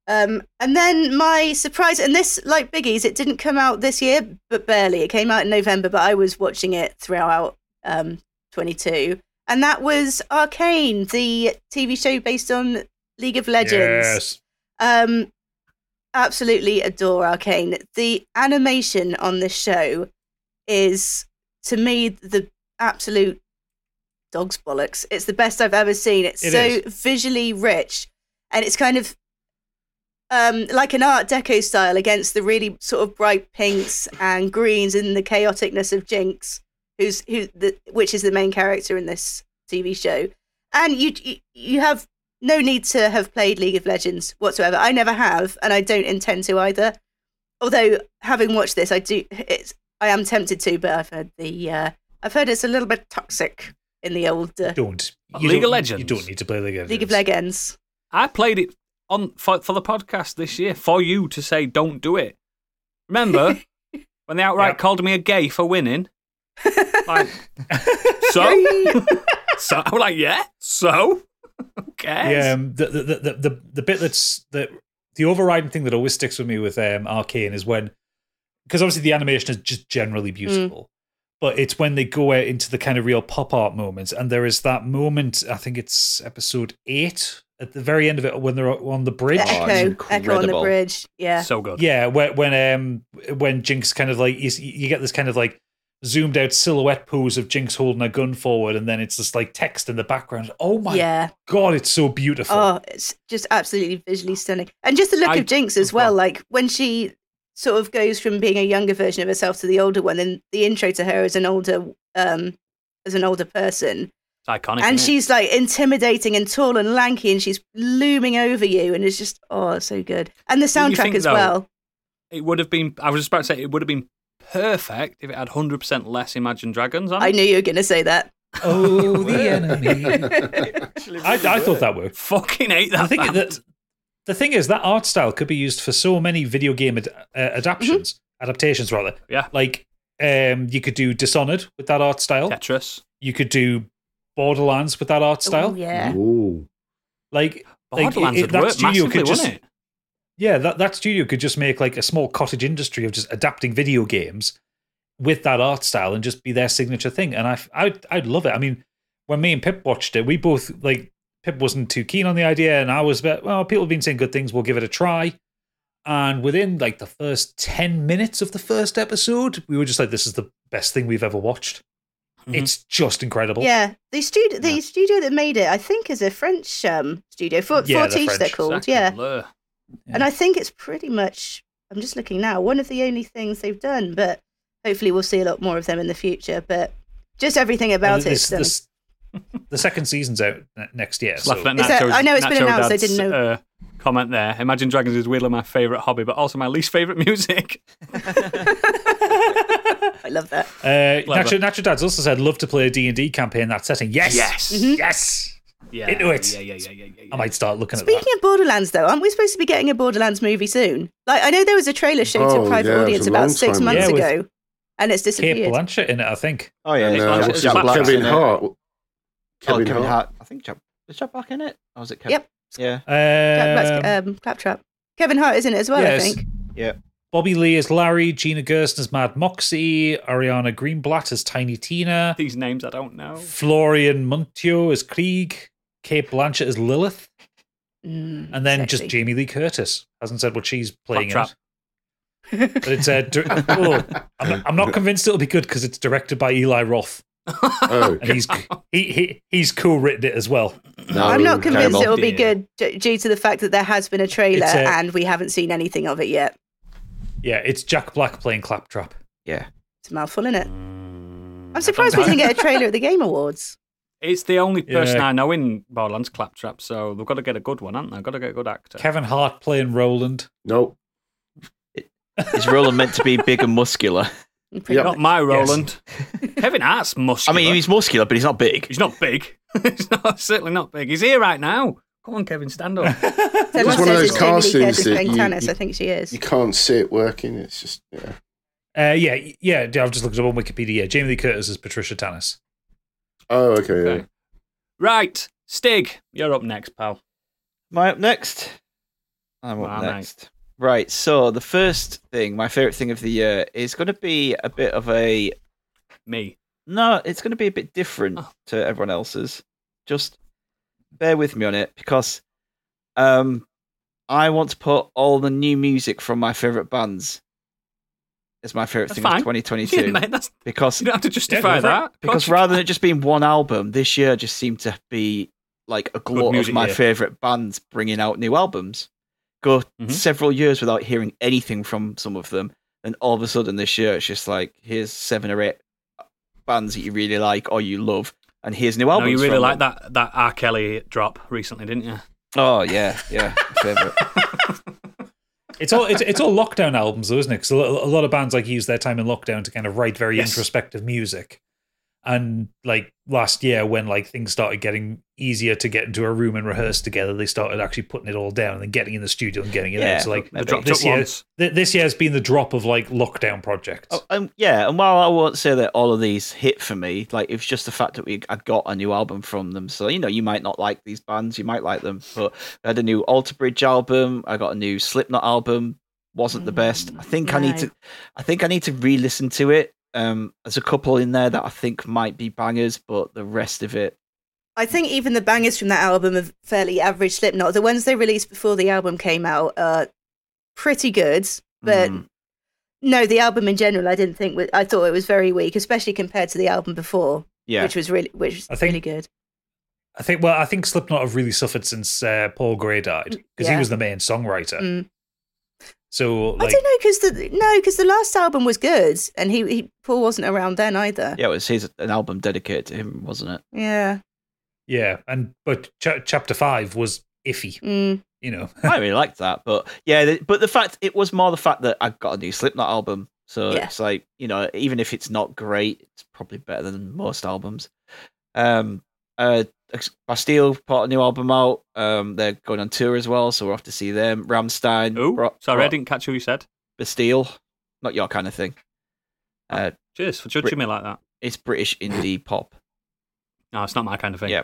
Um, and then my surprise, and this, like Biggie's, it didn't come out this year, but barely. It came out in November, but I was watching it throughout um, 22. And that was Arcane, the TV show based on League of
Yes.
Legends. Um, absolutely adore Arcane. The animation on this show is, to me, the absolute dog's bollocks. It's the best I've ever seen. It's
It
so
is.
visually rich, and it's kind of um, like an Art Deco style against the really sort of bright pinks and greens and the chaoticness of Jinx, who's who, the, which is the main character in this TV show. And you you, you have no need to have played League of Legends whatsoever. I never have, and I don't intend to either. Although having watched this, I do it's I am tempted to, but I've heard the uh, I've heard it's a little bit toxic in the old uh,
Don't.
League of
don't-
Legends.
You don't need to play League of Legends.
League of Legends.
I played it on for, for the podcast this year for you to say don't do it. Remember when they outright
Yeah.
called me a gay for winning? Like, so, so I was like, yeah, so, okay,
Yeah, um, the, the, the, the, the bit that's the, the overriding thing that always sticks with me with um, Arcane is when, because obviously the animation is just generally beautiful,
Mm.
but it's when they go out into the kind of real pop art moments. And there is that moment, I think it's episode eight, at the very end of it, when they're on the bridge.
The
it's
echo, echo on the
incredible.
bridge. Yeah,
so good.
Yeah, when when um when Jinx kind of like you, s- you get this kind of like zoomed out silhouette pose of Jinx holding a gun forward, and then it's just like text in the background. Oh my
yeah.
god, it's so beautiful.
Oh, it's just absolutely visually stunning. And just the look
I-
of Jinx as well. Like when she sort of goes from being a younger version of herself to the older one, and the intro to her as an older um as an older person.
It's iconic.
and
isn't it?
she's like intimidating and tall and lanky and she's looming over you and it's just oh it's so good. And the
Wouldn't you
soundtrack
think,
as
though-
well.
it would have been. I was just about to say it would have been perfect if it had hundred percent less Imagine Dragons on.
I
it.
knew you were gonna say that.
Oh, the enemy. I, I thought that worked.
Fucking hate that.
I think
band.
that the thing is that art style could be used for so many video game ad- uh, adaptations, adaptations rather.
Mm-hmm. Yeah.
Like um, you could do Dishonored with that art style.
Tetris.
You could do Borderlands with that art style.
Oh, yeah.
Ooh.
Like like,
Borderlands
it-
would
that
work
studio
massively,
could just-
wouldn't it?
Yeah, that, that studio could just make like a small cottage industry of just adapting video games with that art style and just be their signature thing. And I, I, I'd love it. I mean, when me and Pip watched it, we both like Pip wasn't too keen on the idea, and I was about well, people have been saying good things, we'll give it a try. And within like the first ten minutes of the first episode, we were just like, this is the best thing we've ever watched.
Mhm.
It's just incredible.
Yeah. The studio the studio that made it, I think, is a French um studio. For
Yeah, they're
Fortiche they're
French.
called,
Second
Oh, yeah.
blur.
And I think it's pretty much, I'm just looking now, one of the only things they've done, but hopefully we'll see a lot more of them in the future. But just everything
And
about it.
this-
is stunning.
this- the second season's out ne- next year.
It's
so-
laughing
Is
at
that-
Nacho's-
I know it's been
Nacho
announced, I
Dad's,
didn't know.
Uh, comment there. Imagine Dragons is weirdly my favourite hobby, but also my least favourite music.
I love that.
Uh,
Clever.
Natural, Natural Dad's also said, love to play a D&D campaign in that setting. Yes!
Yes.
Mm-hmm.
Mhm.
Yes!
Yeah,
Into it.
Yeah, yeah, yeah, yeah. yeah, yeah.
I might start looking at
Speaking of Borderlands, though, aren't we supposed to be getting a Borderlands movie soon? Like, I know there was a trailer shown to
Oh,
a private
yeah, it was
audience
a
about
long
six
time
months
ago. Yeah, with
ago, and it's
that. Kate
disappeared.
Blanchett in it, I think.
Oh yeah,
And,
And it's
uh,
like-
what's
it's
his-
like-
Kevin
Black's in it.
Hart.
Oh,
Kevin
Kevin
Hart.
Hart. I think Jack is Jack Black in it. Or was it? Kevin?
Yep.
Yeah.
Jack Black's-
Um,
um, Claptrap. Kevin Hart is in it as well,
yes.
I think.
Bobby Lee is Larry, Gina Gersten is Mad Moxie, Ariana Greenblatt is Tiny Tina,
These names I don't know.
Florian Muntio is Krieg, Kate Blanchett is Lilith,
Mm,
and then
sexy.
just Jamie Lee Curtis. Hasn't said what she's playing in
Claptrap.
it. But it's uh, dir- oh, I'm, not, I'm not convinced it'll be good because it's directed by Eli Roth.
Oh,
and he's he, he he's co-written it as well.
No,
I'm not convinced
terrible.
it'll be
Yeah.
good d- due to the fact that there has been a trailer
It's a-
and we haven't seen anything of it yet.
Yeah, it's Jack Black playing Claptrap.
Yeah.
It's a mouthful, isn't it?
Mm.
I'm surprised we didn't get a trailer at the Game Awards.
It's the only person
Yeah.
I know in Borderlands Claptrap, so they've got to get a good one, haven't they? Got to get a good actor.
Kevin Hart playing Roland.
no.
Is Roland meant to be big and muscular?
Pretty
Yep.
much.
Not my Roland. Kevin Hart's
I
muscular.
mean, he's muscular, but he's not big.
he's not big. he's not, certainly not big. He's here right now. Come on, Kevin, stand up.
So everyone
one of those
says it's Jamie Lee
costumes
Curtis
that
playing
you-
Tannis.
you-
I think she is.
You can't see it working. It's just yeah.
Uh, yeah, yeah. I've just looked it up on Wikipedia. Yeah, Jamie Lee Curtis is Patricia Tannis.
Oh, okay. yeah.
Okay. Right, Stig, you're up next, pal.
Am I up next? I'm up
Ah, mate.
next. Right, so the first thing, my favourite thing of the year, is going to be a bit of a
Me.
No, it's going to be a bit different
Oh.
to everyone else's. Just bear with me on it because um, I want to put all the new music from my favorite bands as my favorite
That's
thing
fine.
of 2022
Yeah, mate, that's,
because
you don't have to justify
go for it.
that.
because rather than it just being one album, this year just seemed to be like a glut of
music
my
year.
favorite bands bringing out new albums. Go
Mhm.
several years without hearing anything from some of them, and all of a sudden this year it's just like here's seven or eight bands that you really like or you love, and here's new
no,
albums.
you really
from
like
them.
that, that R. Kelly drop recently, didn't you?
Oh yeah, yeah, my favorite.
It's all it's, it's all lockdown albums, though, isn't it? Because a, lo- a lot of bands like use their time in lockdown to kind of write very
Yes.
introspective music. And like last year, when like things started getting easier to get into a room and rehearse together, they started actually putting it all down and then getting in the studio and getting it
Yeah,
out. So like
the
dropped
this
up
year,
ones.
th- this year has been the drop of like lockdown projects.
Oh, um, yeah, and while I won't say that all of these hit for me, like it was just the fact that we I got a new album from them. So you know, you might not like these bands, you might like them, but I had a new Alter Bridge album, I got a new Slipknot album. Wasn't the best. I think I need
no.
to, I think I need to re-listen to it. Um, there's a couple in there that I think might be bangers, but the rest of it,
I think even the bangers from that album are fairly average Slipknot. The ones they released before the album came out are pretty good, but
Mm.
no, the album in general, I didn't think. wa- I thought it was very weak, especially compared to the album before,
yeah,
which was really, which was
I think-
really good.
I think well, I think Slipknot have really suffered since uh, Paul Gray died because he
Yeah.
was the main songwriter.
Mm.
So
I
like
don't know because the no, because the last album was good, and he, he Paul wasn't around then either.
yeah, it was his an album dedicated to him, wasn't it?
Yeah.
yeah, and but cha- chapter five was iffy.
Mm.
You know,
I really liked that, but yeah, the, but the fact it was more the fact that I got a new Slipknot album, so
Yeah.
it's like you know, even if it's not great, it's probably better than most albums. Um, uh, Ex- Bastille brought a new album out. Um, they're going on tour as well, so we're off to see them. Ramstein,
Ooh,
brought-
sorry, I
brought
didn't catch who you said.
Bastille, not your kind of thing. Uh,
Cheers for judging
Brit-
me like that.
it's British indie pop.
No, it's not my kind of thing.
Yeah.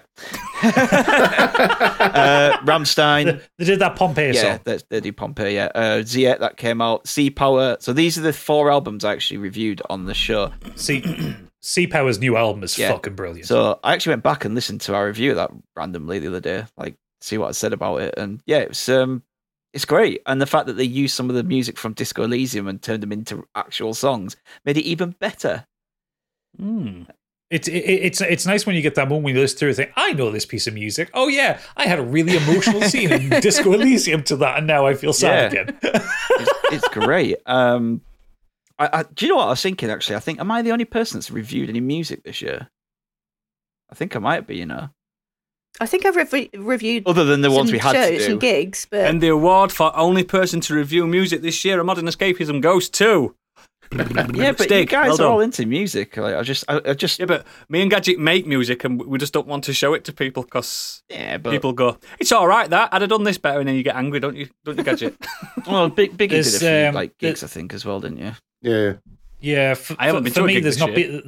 uh, Ramstein,
they, they did that Pompeii
yeah,
song.
they, they do Pompeii. Yeah, uh, Ziet that came out. Sea Power. So these are the four albums I actually reviewed on the show.
See, Sea Power's new album is
Yeah.
fucking brilliant.
So I actually went back and listened to our review of that randomly the other day, like see what I said about it. And yeah, it was um, it's great. And the fact that they used some of the music from Disco Elysium and turned them into actual songs made it even better.
Hmm.
it's it, it's it's nice when you get that moment when you listen through and think, I know this piece of music. Oh yeah, I had a really emotional scene in Disco Elysium to that, and now I feel sad
Yeah.
again.
It's, it's great. Um, I, I, do you know what I was thinking? Actually, I think am I the only person that's reviewed any music this year? I think I might be. You know,
I think I've rev- reviewed
other than the ones
some
we had
shows,
to do.
some gigs, but
And the award for only person to review music this year at Modern Escapism goes to.
Yeah, but you
Stig,
guys
well
are
done.
all into music. Like, I just, I, I just,
Yeah, but me and Gadget make music, and we just don't want to show it to people because
yeah, but
people go, "It's all right that I'd have done this better," and then you get angry, don't you? Don't you, Gadget?
well, big, big did a
There's,
few
um,
like
the-
gigs, I think, as well, didn't you?
Yeah.
yeah, for,
I haven't
for-
been
for
to a
me.
gig
There's
this
not
year.
been th-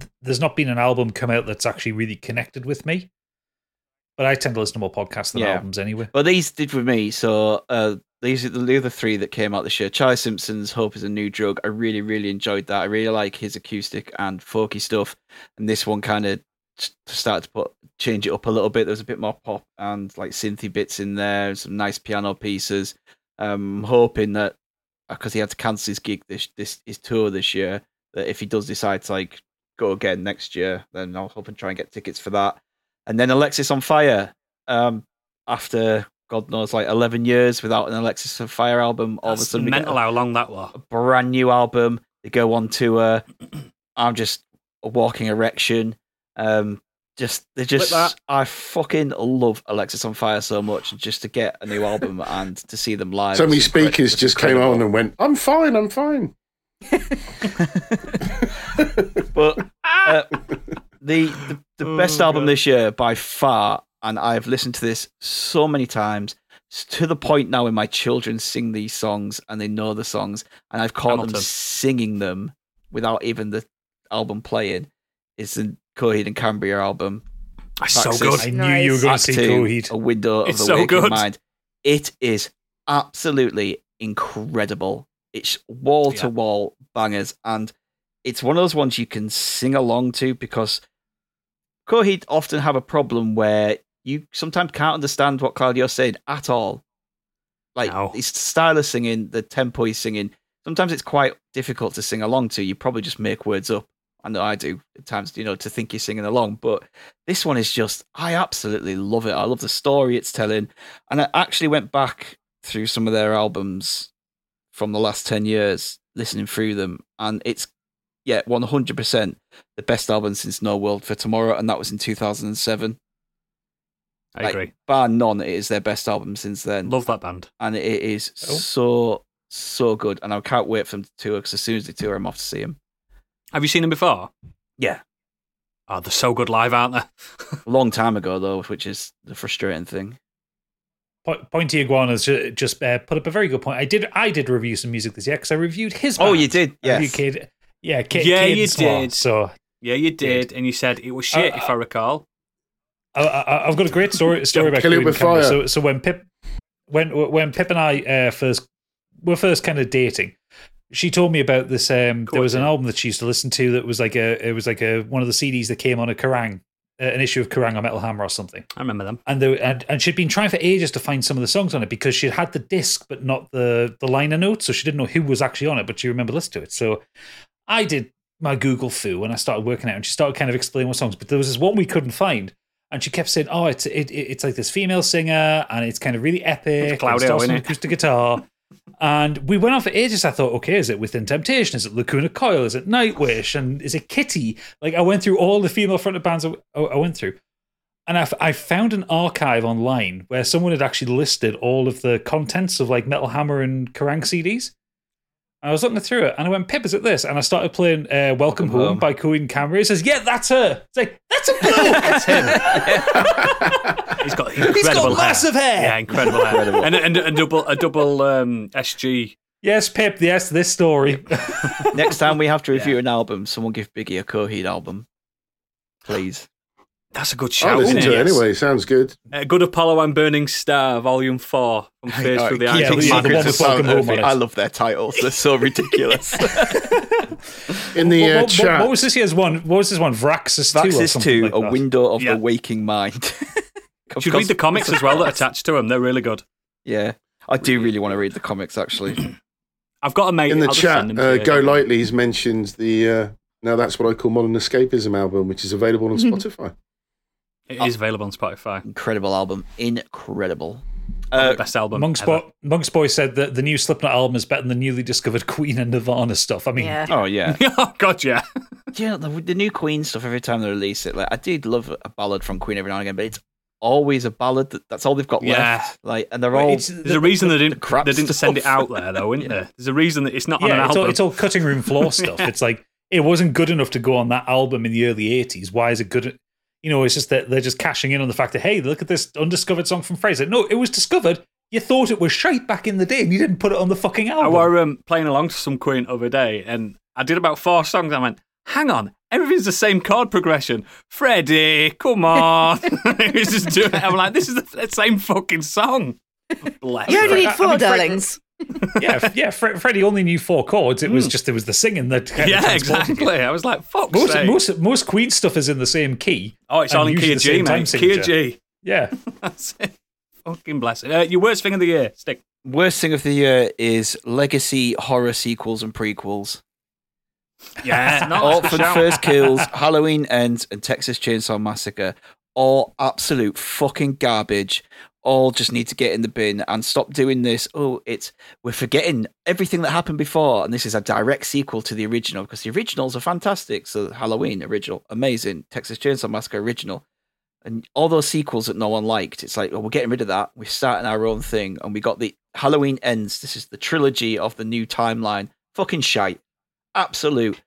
th- there's not been an album come out that's actually really connected with me. But I tend to listen to more podcasts than
Yeah.
albums anyway.
Well, these did with me. So uh, these are the other three that came out this year. Charlie Simpson's "Hope Is a New Drug." I really, really enjoyed that. I really like his acoustic and folky stuff. And this one kind of started to put change it up a little bit. There was a bit more pop and like synthy bits in there. Some nice piano pieces. Um, hoping that uh, because he had to cancel his gig this this his tour this year, that if he does decide to like go again next year. Then I'll hope and try and get tickets for that. And then Alexis on Fire. Um, after God knows, like eleven years without an Alexis on Fire album, all of a
That's
sudden we get
mental how long that was.
a brand new album. They go on tour. I'm just a walking erection. Um, just they
that.
just I fucking love Alexis on Fire so much. And just to get a new album and to see them live.
So many
it's incre-
speakers
it's
just came
incredible.
on and went, I'm fine, I'm fine.
But uh, the the, the
Oh,
best album this year by far, and I've listened to this so many times. It's to the point now when my children sing these songs and they know the songs, and I've caught them
Hamilton.
singing them without even the album playing. It's the Coheed and Cambria album.
That's
That's
so
it.
good.
I
Nice.
knew you were going to
Act
see
Two, A
Coheed.
Window of
It's
the
so
Waking
good.
Mind. It is absolutely incredible. It's wall to wall bangers, and it's one of those ones you can sing along to because Coheed often have a problem where you sometimes can't understand what Claudio's saying at all. Like
No.
his style of singing, the tempo he's singing. Sometimes it's quite difficult to sing along to. You probably just make words up. I know I do at times, you know, to think you're singing along. But this one is just, I absolutely love it. I love the story it's telling. And I actually went back through some of their albums from the last 10 years, listening through them. And it's, yeah, 100% the best album since No World for Tomorrow. And that was in 2007.
I
Like,
agree.
Bar none, it is their best album since then
Love that band.
and it is
Oh.
so so good. And I can't wait for them to tour because as soon as they tour, I'm off to see them.
Have you seen them before?
Yeah,
Oh, they're so good live, aren't they?
a long time ago though, which is the frustrating thing.
Po- Pointy Iguanas ju- just uh, put up a very good point. I did I did review some music this year because I reviewed his.
Oh,
band.
you did,
I reviewed
yes.
Cad- yeah, Ca-
Yeah, you
Cadence Law.
did.
So
Yeah, you did, and you said it was shit,
Uh,
if I recall.
I, I, I've got a great story story about
Kill it
Coheed
with
and Cambria.
fire.
So, so when Pip, when when Pip and I uh, first were first kind of dating, she told me about this. Um, there was an album that she used to listen to that was like a it was like a one of the CDs that came on a Kerrang, uh, an issue of Kerrang or Metal Hammer or something.
I remember them.
And there, and, and she'd been trying for ages to find some of the songs on it because she'd had the disc but not the the liner notes, so she didn't know who was actually on it, but she remembered listening to it. So I did my Google foo and I started working out, and she started kind of explaining what songs. But there was this one we couldn't find, and she kept saying, "Oh, it's it, it- it's like this female singer, and it's kind of really epic.
It's Claudio,
and starts on
innit?
acoustic guitar." and we went on for ages. I thought, okay, is it Within Temptation? Is it Lacuna Coil? Is it Nightwish? And is it Kitty? Like I went through all the female fronted bands I, I I went through. And I, f- I found an archive online where someone had actually listed all of the contents of like Metal Hammer and Kerrang CDs. And I was looking through it and I went, Pip, is it this? And I started playing uh, Welcome, Home,
Home.
by Cohen and Camry. He says, Yeah, that's her. It's like, That's a bloke. that's him.
He's got incredible hair.
massive hair.
Yeah, incredible hair. And, and a double a double um, SG.
yes, Pip, yes, this story.
Next time we have to review an album, someone give Biggie a Coheed album, please.
That's a good
I
shout.
listen
isn't
to it
it?
Oh, anyway, sounds good.
Uh, good Apollo and Burning Star, Volume Four, from Face
All
to
right,
the
keep
Eyes.
Yeah,
it
the-
of
yeah, the
Marcus.
one with
Marcus
Welcome
and
Home on
Sophie.
it.
I love their titles; they're so ridiculous.
In the
what,
uh,
what- what-
chat,
what was this year's one? What was this one? Vraxus 2 or
Vaxis
something
Two:
like
A
that.
Window of
Yeah.
the Waking Mind.
You should read the comics as well that attach to them. They're really good.
Yeah, I do really want to read the comics actually.
I've got a mate
in the
I'll just
chat,
send them to
uh,
you.
Go Lightly's mentioned the uh, Now That's What I Call Modern Escapism album, which is available on
Mm-hmm.
Spotify.
It is available on Spotify.
Incredible album, incredible.
Probably
Uh,
best album.
Monk's,
ever.
Bo- Monk's Boy said that the new Slipknot album is better than the newly discovered Queen and Nirvana stuff. I mean,
Yeah.
oh yeah,
oh God, yeah.
Yeah, the, the new Queen stuff. Every time they release it, like I did love a ballad from Queen every now and again, but it's always a ballad. That, that's all they've got
Yeah.
left. Like, and they're all
it's-
There's a reason they didn't
crap
they didn't send it
stuff.
out there though, isn't there? There's a reason that it's not on an
yeah, it's all,
album.
it's all cutting room floor stuff. It's like it wasn't good enough to go on that album in the early '80s. Why is it good? You know, it's just that they're just cashing in on the fact that hey, look at this undiscovered song from Fraser. No, it was discovered. You thought it was shite back in the day, and you didn't put it on the fucking
I
album.
were um, playing along to some Queen the other day, and I did about four songs. And I went, "Hang on, everything's the same chord progression." Freddie, come on! It was just doing it. I'm like, "This is the f- same fucking song." Bless.
You
her.
only need
I
four
mean, Fre-
darlings.
yeah, f- yeah. Fre- Freddie only knew four chords. It was just it was the singing that. kind of
Hmm. yeah,
transported you.
exactly. I was like, "Fuck."
Most, most most Queen stuff is in the same key.
oh, it's
and
all in
usually
key
the
of G,
same time
mate. Key
signature.
of G.
Yeah,
That's it. Fucking bless it. Uh, your worst thing of the year, stick.
worst thing of the year is legacy horror sequels and prequels.
Yeah, not
Orphan First Kills, Halloween Ends, and Texas Chainsaw Massacre. All absolute fucking garbage. All just need to get in the bin and stop doing this. Oh, it's we're forgetting everything that happened before, and this is a direct sequel to the original because the originals are fantastic. So Halloween original, amazing. Texas Chainsaw Massacre original, and all those sequels that no one liked. It's like oh, we're getting rid of that. We're starting our own thing, and we got the Halloween Ends. This is the trilogy of the new timeline. Fucking shite absolute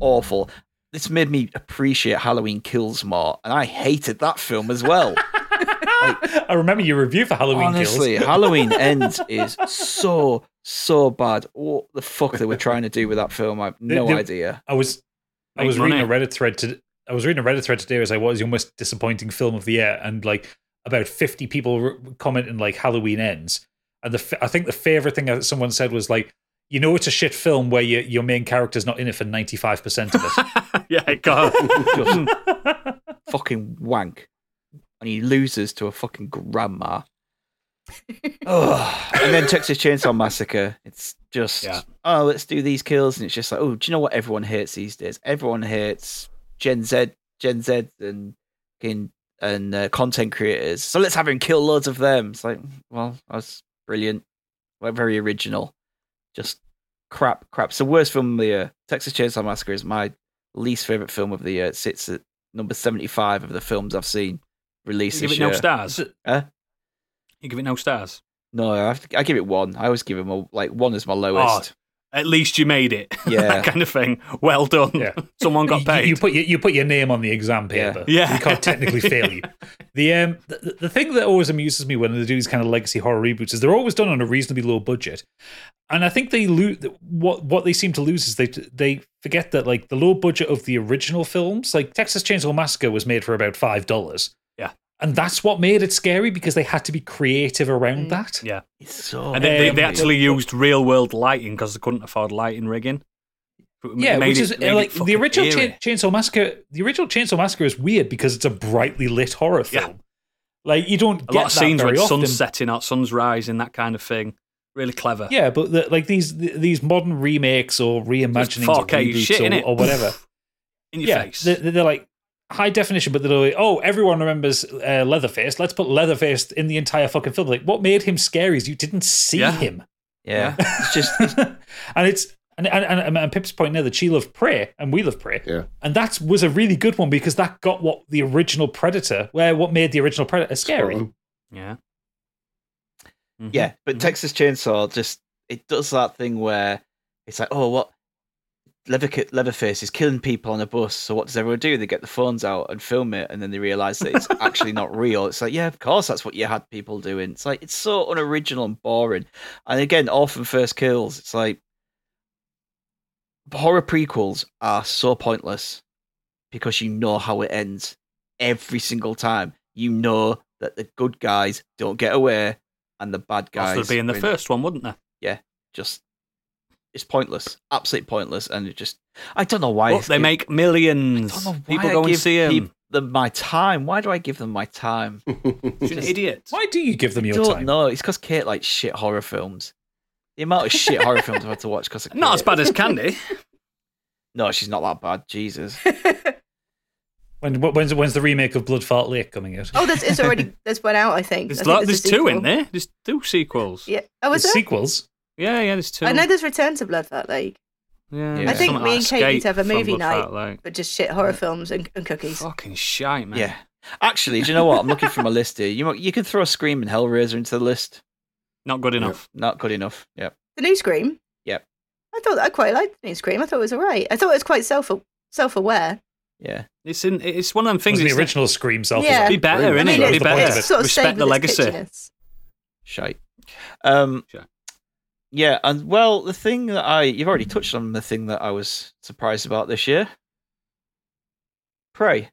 awful. This made me appreciate Halloween Kills more, and I hated that film as well.
I remember your review for Halloween
Honestly,
Kills.
Halloween Ends is so so bad. What the fuck they were trying to do with that film? I have no
the-
idea.
I was I
Make
was reading a
money.
Reddit thread to I was reading a Reddit thread today. It was like, "What is your most disappointing film of the year?" And like about fifty people re- commenting like Halloween Ends. And the f- I think the favorite thing that someone said was like, "You know, it's a shit film where your your main character's not in it for ninety five percent of it."
yeah, it got
Just fucking wank, and he loses to a fucking grandma. Ugh. And then Texas Chainsaw Massacre. It's just
Yeah.
oh, let's do these kills, and it's just like oh, do you know what everyone hates these days? Everyone hates Gen Z, Gen Z, and fucking- and uh, content creators. So let's have him kill loads of them. It's like, well, that's brilliant. We're very original. Just crap, crap. It's the worst film of the year. Texas Chainsaw Massacre is my least favorite film of the year. It sits at number seventy-five of the films I've seen released
give
this
it
year.
no stars.
Huh?
You give it no stars.
No, I, have to, I give it one. I always give him a, like one is my
Oh,
lowest.
At least you made it.
Yeah.
that kind of thing. Well done.
Yeah.
Someone got
You-
paid.
You, put your, you put your name on the exam
Yeah.
paper.
Yeah.
we can't technically fail you. The um the, the thing that always amuses me when they do these kind of legacy horror reboots is they're always done on a reasonably low budget, and I think they lose what what they seem to lose is they they forget that like the low budget of the original films like Texas Chainsaw Massacre was made for about five dollars.
Yeah.
and that's what made it scary because they had to be creative around that.
yeah.
It's so
And they, they, they
Um,
actually used real world lighting because they couldn't afford lighting rigging. It
Yeah,
made
which
it-
is uh,
made it
like the
fucking
original
eerie.
Chain- Chainsaw Massacre. The original Chainsaw Massacre is weird because it's a brightly lit horror
Yeah.
film. Like you don't
a
get
lot of
that
scenes
very
where it's
often.
sun's setting out, sun's rising, that kind of thing. Really clever.
Yeah, but the, like these th- these modern remakes or reimaginings or
4K
reboots
shit,
or,
innit?
or whatever.
In your
yeah,
face.
they- They're, like high definition, but they're like, oh, everyone remembers uh, Leatherface. Let's put Leatherface in the entire fucking film. Like, what made him scary is you didn't see
Yeah.
him.
yeah. It's just
and it's and and, and and Pip's point there that she loved prey and we love prey.
Yeah.
And that was a really good one because that got what the original Predator, where what made the original Predator scary.
Spot on.
yeah. Mhm.
Yeah, but
Mhm.
Texas Chainsaw just it does that thing where it's like, oh, what Leather, Leatherface is killing people on a bus. So what does everyone do? They get the phones out and film it, and then they realize that it's actually not real. It's like, yeah, of course, that's what you had people doing. It's like it's so unoriginal and boring. And again, often first kills. It's like horror prequels are so pointless because you know how it ends every single time. You know that the good guys don't get away and the bad
Guys,
guys
they'd be in the
win
first one, wouldn't they?
just it's pointless, absolutely pointless, and it just I don't know why
But
it's
they
gi-
make
I
millions.
don't know why
People
I
go and
give
see him.
peop- them my time. Why do I give them my time?
She's an idiot.
Why do you give them
I
your
don't
time?
know. It's because Kate likes shit horror films. The amount of shit horror films I've had to watch because of
Not as
Kate.
bad as Candy.
No, she's not that bad. Jesus,
When, when's when's the remake of Bloodfart Lake coming out?
Oh, there's, it's already there's one out. I think I
There's,
think
like,
there's
there's
a
two in
sequel.
there. There's two sequels. Yeah,
Yeah. Oh, was
The
there?
sequels.
yeah, there's two.
I know there's Return to Bloodfart Lake,
Yeah,
I
there's
think
something
me
like
and Kate need to
Escape
have a
from
movie night.
Bloodfart Lake.
but just shit horror films and, and cookies.
Fucking shite, man.
yeah. Actually, do you know what? I'm looking for my list here. You mo- you can throw Scream and Hellraiser into the list.
Not good enough.
Not good enough. Yep.
The new Scream.
Yep.
I thought I quite liked the new Scream. I thought it was alright. I thought it was quite self self aware.
Yeah.
It's in. It's one of them things.
Was the
it's like-
original Scream self
Yeah.
be better,
I
innit?
mean,
be
it's- the point
better.
of it.
sort of
Respect
saved
the
with its
legacy.
kitschiness.
Shite. Um,
Shite.
Yeah, and well, the thing that I you've already touched on the thing that I was surprised about this year. Prey,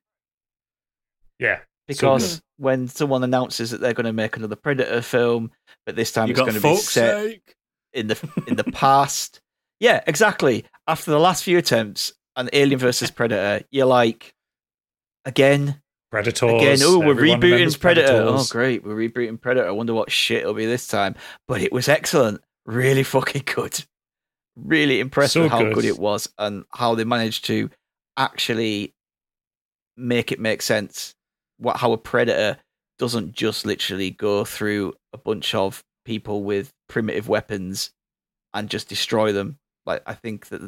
Yeah.
because when someone announces that they're going to make another Predator film, but this time
You
it's
got
going to be
fuck's
set
sake.
in the in the past. Yeah, exactly. After the last few attempts and Alien versus Predator, you're like, again,
Predators.
again. Oh, we're
everyone remembers
rebooting Predator. Oh,
Predators.
great, we're rebooting Predator. I wonder what shit it'll be this time. But it was excellent, really fucking good, really impressed
So
with how
good.
good. it was and how they managed to actually make it make sense. What how a predator doesn't just literally go through a bunch of people with primitive weapons and just destroy them. Like I think that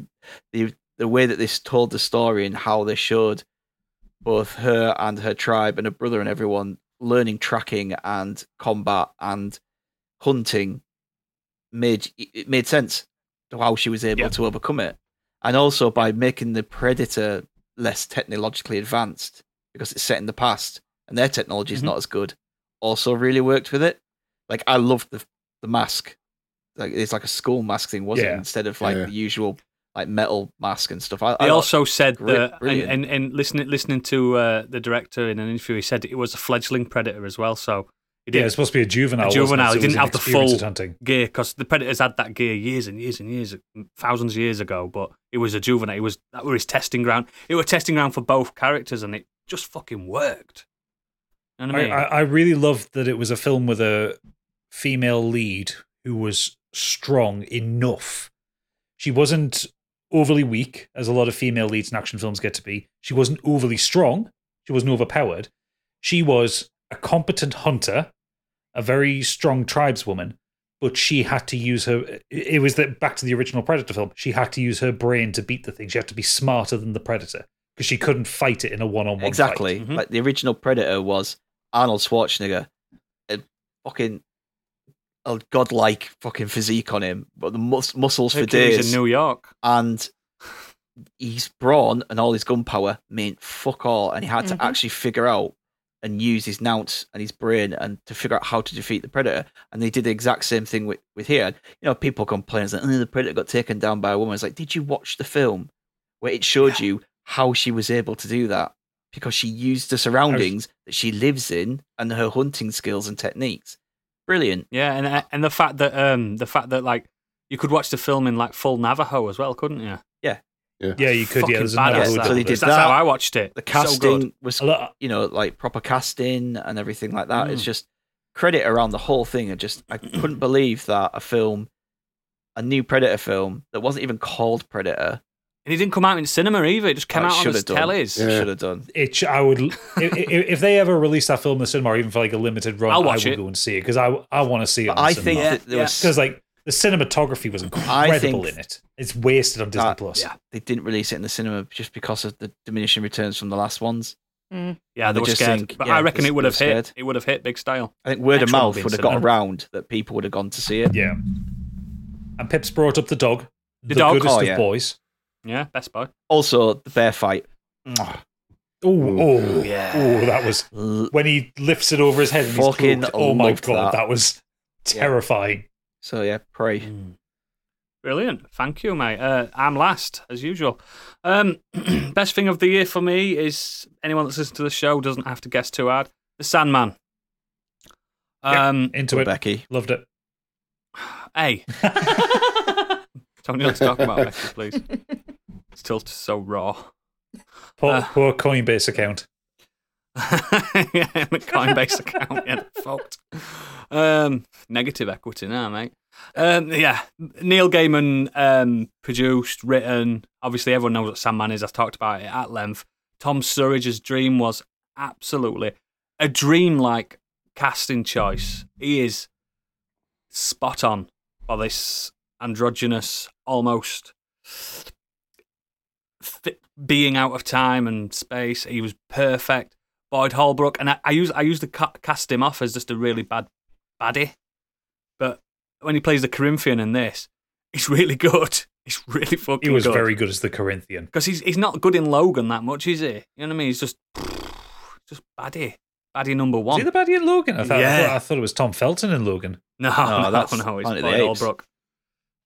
the the way that they told the story and how they showed both her and her tribe and her brother and everyone learning tracking and combat and hunting made it made sense to how she was able
Yeah.
to overcome it and also by making the predator less technologically advanced because it's set in the past and their technology is
Mhm.
not as good also really worked with it like i loved the the mask like it's like a skull mask thing wasn't
Yeah.
it instead of like
Yeah.
the usual like metal mask and stuff i,
They
I
also said
Great,
that, and,
brilliant.
and, and listening listening to uh, the director in an interview, he said it was a fledgling predator as well. So he
Yeah,
did
it's supposed to be a juvenile.
A
wasn't it? So
juvenile,
it
he
was
didn't
an
have the
experience
full-
at hunting.
gear because the predators had that gear years and years and years, thousands of years ago. But it was a juvenile. It was that were his testing ground. It was testing ground for both characters, and it just fucking worked. You know what I
I,
mean?
I, I really loved that it was a film with a female lead who was strong enough. She wasn't overly weak, as a lot of female leads in action films get to be. She wasn't overly strong. She wasn't overpowered. She was a competent hunter, a very strong tribeswoman, but she had to use her. it- It was that back to the original Predator film. She had to use her brain to beat the thing. She had to be smarter than the Predator because she couldn't fight it in a one-on-one. fight. Mm-hmm.
exactly
Mhm.
like the original predator was arnold schwarzenegger a fucking a godlike fucking physique on him but the mus- muscles for
Hercules
days
in New York.
and his brawn and all his gun power meant fuck all and he had
Mm-hmm.
Mhm.
to actually figure out and use his nounce and his brain and to figure out how to defeat the predator and they did the exact same thing with, with here you know people complain it's like oh, the predator got taken down by a woman it's like did you watch the film where it showed you how she was able to do that because she used the surroundings that she lives in and her hunting skills and techniques brilliant
Yeah, and and the fact that um the fact that like you could watch the film in like full Navajo as well, couldn't you?
Yeah, you could.
Fucking
Yeah, there's another
badass.
Yeah,
hood
that.
so they
of
did
it.
That's
that.
how I watched it.
the
so
casting
good.
was
A lot-
you know, like proper casting and everything like that. It's
Mm.
just credit around the whole thing. I just I couldn't believe that a film, a new Predator film that wasn't even called Predator,
and it didn't come out in cinema either. It just came
like,
out on
should
the
have done.
tellies.
Yeah.
Should have done.
it sh- I would if, if they ever released that film in the cinema, or even for like a limited run,
I'll watch
I would
it.
go and see it because I I want to see it.
But
on
I
cinema.
think
Yeah,
that there
yeah.
was
because like the cinematography was incredible
think Uh,
in it. It's wasted on Disney
that-
Plus.
yeah.
they didn't release it in the cinema just because of the diminishing returns from the last ones.
Yeah, they
They
were
just
scared.
think,
but
yeah,
I reckon
they-
it would
they
have
were
hit.
scared.
It would have hit big style.
I think word of
Next one will
mouth
be in
would have got
cinema.
around that people would have gone to see it.
Yeah. And Pips brought up the dog, the,
dog?
goodest
Oh,
of
yeah.
boys.
Yeah, best boy.
Also, the bear fight.
Oh, oh,
yeah.
oh, that was
L-
when he lifts it over his head and he's
Fucking
cloaked. Oh my
loved
god, that,
that.
was
Yeah.
terrifying.
So yeah, pray.
Mm.
Brilliant. Thank you, mate. Uh, I'm last, as usual. Um, best thing of the year for me is anyone that's listened to the show doesn't have to guess too hard. The Sandman. Um,
Into
To
it,
Becky.
loved it.
hey. Don't let's talk about Becky, please. It's still so raw.
Poor,
Uh.
poor Coinbase account.
yeah, in a Coinbase account. Yeah, they're fucked. Um, negative equity now, mate. Um, yeah, Neil Gaiman um, produced, written. Obviously, everyone knows what Sandman is. I've talked about it at length. Tom Surridge's dream was absolutely a dream-like casting choice. He is spot on for this androgynous, almost fi- being out of time and space. He was perfect. Boyd Holbrook, and I, I use I use the ca- cast him off as just a really bad baddie, but when he plays the Corinthian in this, he's really good. He's really
He
fucking.
was
good.
very good as the Corinthian.
Because he's he's not good in Logan that much, is he? You know what I mean? He's just just baddie, baddie number
Is
one.
he the baddie in Logan? I thought, I,
Yeah.
thought, I thought it was Tom Felton in Logan.
no,
No,
no,
that's
no, no, it's
Planet
Boyd
of the Apes.
Holbrook.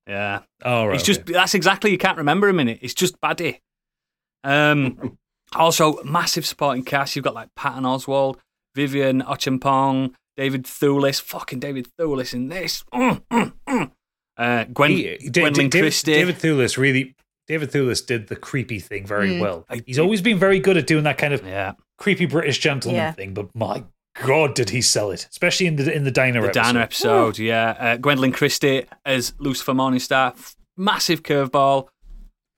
Yeah,
Oh, right.
it's just
okay.
that's exactly you can't remember him in it. It's just baddie. Um, also massive supporting cast. You've got like Patton Oswald, Vivian Ochimpong, David Thewlis, fucking David Thewlis in this. Mm, mm, mm. Uh, Gwen,
He- Da- Da-
Gwendolyn
David,
Christie.
David Thewlis really. David Thewlis did the creepy thing very
Mm.
well.
I-
He's always been very good at doing that kind of
yeah,
creepy British gentleman
Yeah.
thing, but my god, did he sell it? Especially in the in the diner.
the
episode.
Dana episode. Yeah, uh, Gwendolyn Christie as Lucifer Morningstar. F- massive curveball,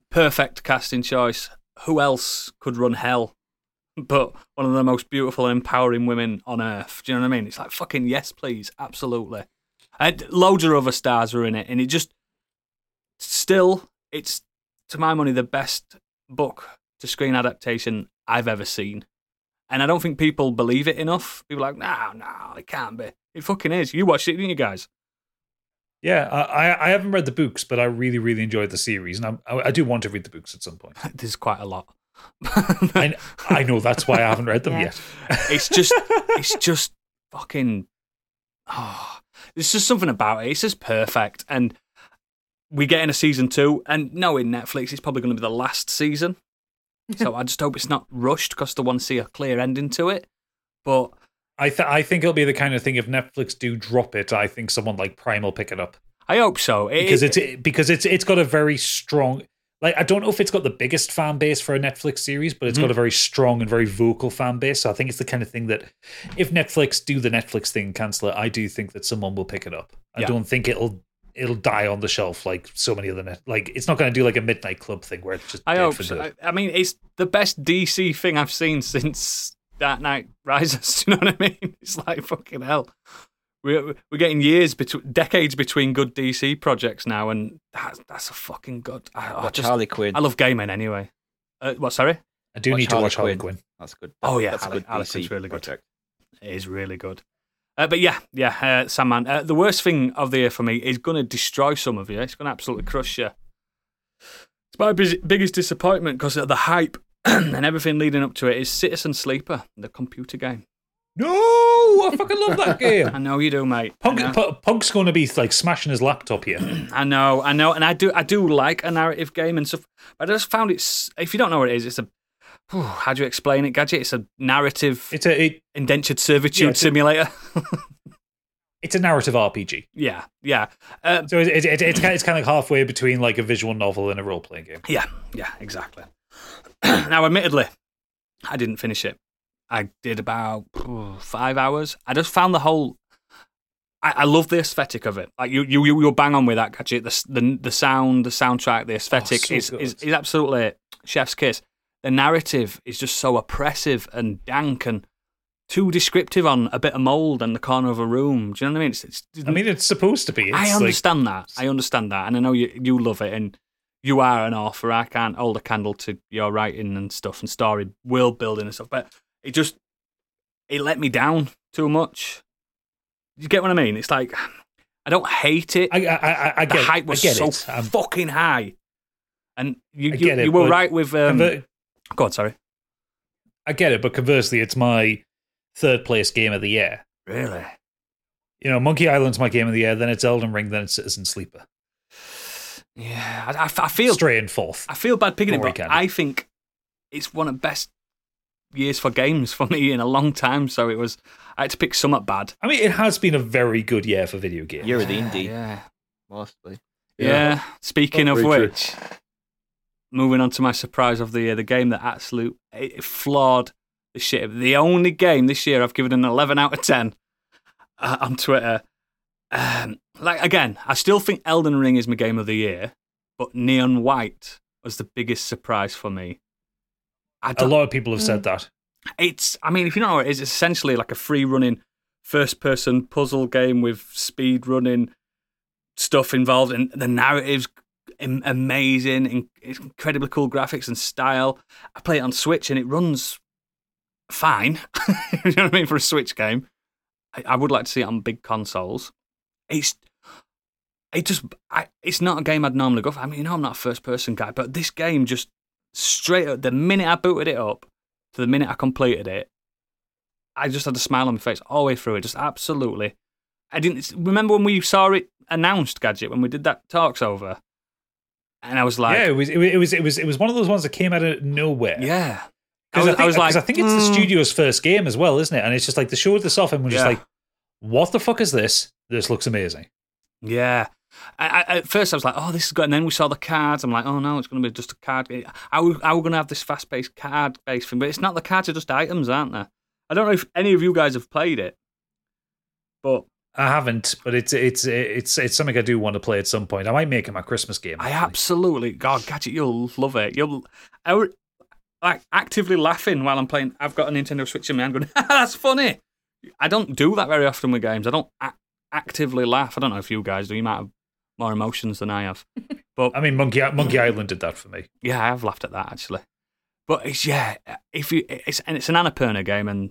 perfect casting choice. Who else could run hell? But one of the most beautiful and empowering women on earth. Do you know what I mean? It's like fucking yes, please, absolutely. And loads of other stars were in it, and it just still, it's to my money the best book to screen adaptation I've ever seen. And I don't think people believe it enough. People are like, nah, nah, it can't be. It fucking is. You watched it, didn't you guys?
Yeah, I, I- I haven't read the books, but I really, really enjoyed the series, and I'm- I, I do want to read the books at some point.
There's quite a lot.
I, I know that's why I haven't read them
Yeah.
yet.
it's just, it's just fucking. Oh, there's just something about it. It's just perfect. And we get in a season two, and knowing Netflix, it's probably going to be the last season. So I just hope it's not rushed because they want to see a clear ending to it. But
I th- I think it'll be the kind of thing if Netflix do drop it, I think someone like Prime will pick it up
I hope so. It-
because it's because it's it's got a very strong. Like I don't know if it's got the biggest fan base for a Netflix series, but
Mm-hmm.
it's got a very strong and very vocal fan base. So I think it's the kind of thing that if Netflix do the Netflix thing, cancel it, I do think that someone will pick it up. I
Yeah.
don't think it'll it'll die on the shelf like so many other net. Like it's not going to do like a Midnight Club thing where it's just
I
dead
hope
for
so.
good.
I, I mean, it's the best DC thing I've seen since Dark Knight Rises. Do you know what I mean? It's like fucking hell. We're we're getting years between decades between good DC projects now, and that's that's a fucking good. I, I
Watch
just
Harley Quinn.
I love gay men anyway. Uh, what? Sorry,
I do
Watch
need to
Harley
watch Harley
Quinn.
Quinn.
That's good.
Oh, yeah,
that's
Harley-
a good.
Harley
DC
Quinn's really good.
project.
it is really good. Uh, but yeah, yeah, uh, Sandman. Uh, the worst thing of the year for me is going to destroy some of you. It's going to absolutely crush you. It's my bus- biggest disappointment because of the hype and everything leading up to it is Citizen Sleeper, the computer game.
No, I fucking love that game.
I know you do, mate.
Punk,
I know.
Pu- Punk's going to be like smashing his laptop here.
I know, I know, and I do, I do like a narrative game and stuff. But I just found it's if you don't know what it is, it's a whew, how do you explain it, gadget? It's a narrative
It's a it,
indentured servitude
Yeah, it's a-
simulator.
it's a narrative RPG,
yeah, yeah, uh,
so it, it, it, it's kind it's kind of halfway between like a visual novel and a role playing game.
yeah, yeah, exactly. now, admittedly, I didn't finish it. I did about oh, five hours. I just found the whole. I, I love the aesthetic of it. Like you, you, you- you're bang on with that gadget. The s- the, the sound, the soundtrack, the aesthetic
Oh, so
is,
good.
is is absolutely chef's kiss. The narrative is just so oppressive and dank and too descriptive on a bit of mold and the corner of a room. Do you know what I mean? It's, it's,
I mean, it's supposed to be. It's
I
Like,
understand that. I understand that, and I know you you love it, and you are an author. I can't hold a candle to your writing and stuff, and story world building and stuff. But it just it let me down too much. You get what I mean? It's like I don't hate it.
I, I, I, I
the
get. it.
hype was
I get
so
it. Um,
fucking high, and you
I
you,
get it,
you were
but-
right with um.
conver-
God, sorry.
I get it, but conversely, it's my third place game of the year.
Really?
You know, Monkey Island's my game of the year. Then it's Elden Ring. Then it's Citizen Sleeper.
Yeah, I, I, I feel
Stray and fourth.
I feel bad picking it,
Don't worry,
but
Ken.
I think it's one of the best years for games for me in a long time. So it was, I had to pick some up bad.
I mean, it has been a very good year for video games.
You're the indie
Yeah.
mostly.
Yeah. Speaking of
Very true.
which, moving on to my surprise of the year, the game that absolute it it flawed the shit. The only game this year I've given an 11 out of 10 uh, on Twitter. Um, like again, I still think Elden Ring is my game of the year, but Neon White was the biggest surprise for me. I
A
don't-
lot of people have said
Mm.
that.
it's i mean if you don't know what it is it's essentially like a free running first person puzzle game with speed running stuff involved and the narrative's am- amazing in- it's incredibly cool graphics and style i play it on switch and it runs fine you know what i mean for a switch game i, I would like to see it on big consoles it's it just I, it's not a game i'd normally go for i mean you know i'm not a first person guy but this game just straight up the minute i booted it up to the minute I completed it, I just had a smile on my face all the way through it. Just absolutely. I didn't remember when we saw it announced, Gadget, when we did that talks over, and I was like,
yeah, it was, it was. It was. It was. It was one of those ones that came out of nowhere.
yeah. I
Because
was,
I,
I was like,
I think it's the
"Mm."
studio's first game as well, isn't it? And it's just like they showed this off, and we're just
Yeah.
like, "What the fuck is this? This looks amazing."
Yeah. I, I, at first, I was like, "Oh, this is good," and then we saw the cards. I'm like, "Oh no, it's going to be just a card. game. How we how we going to have this fast-paced card-based thing?" But it's not. The cards are just items, aren't they? I don't know if any of you guys have played it, but
I haven't, but it's it's it's it's something I do want to play at some point. I might make it my Christmas game.
I
actually.
absolutely, God, Gadget, you'll love it. You'll, I would, like, actively laughing while I'm playing. I've got a Nintendo Switch in my hand going, "Ha, that's funny. I don't do that very often with games. I don't ac actively laugh. I don't know if you guys do. You might have more emotions than I have.
I mean, Monkey Monkey Island did that for me.
Yeah, I have laughed at that actually. But it's, yeah, if you, it's, and it's an Annapurna game and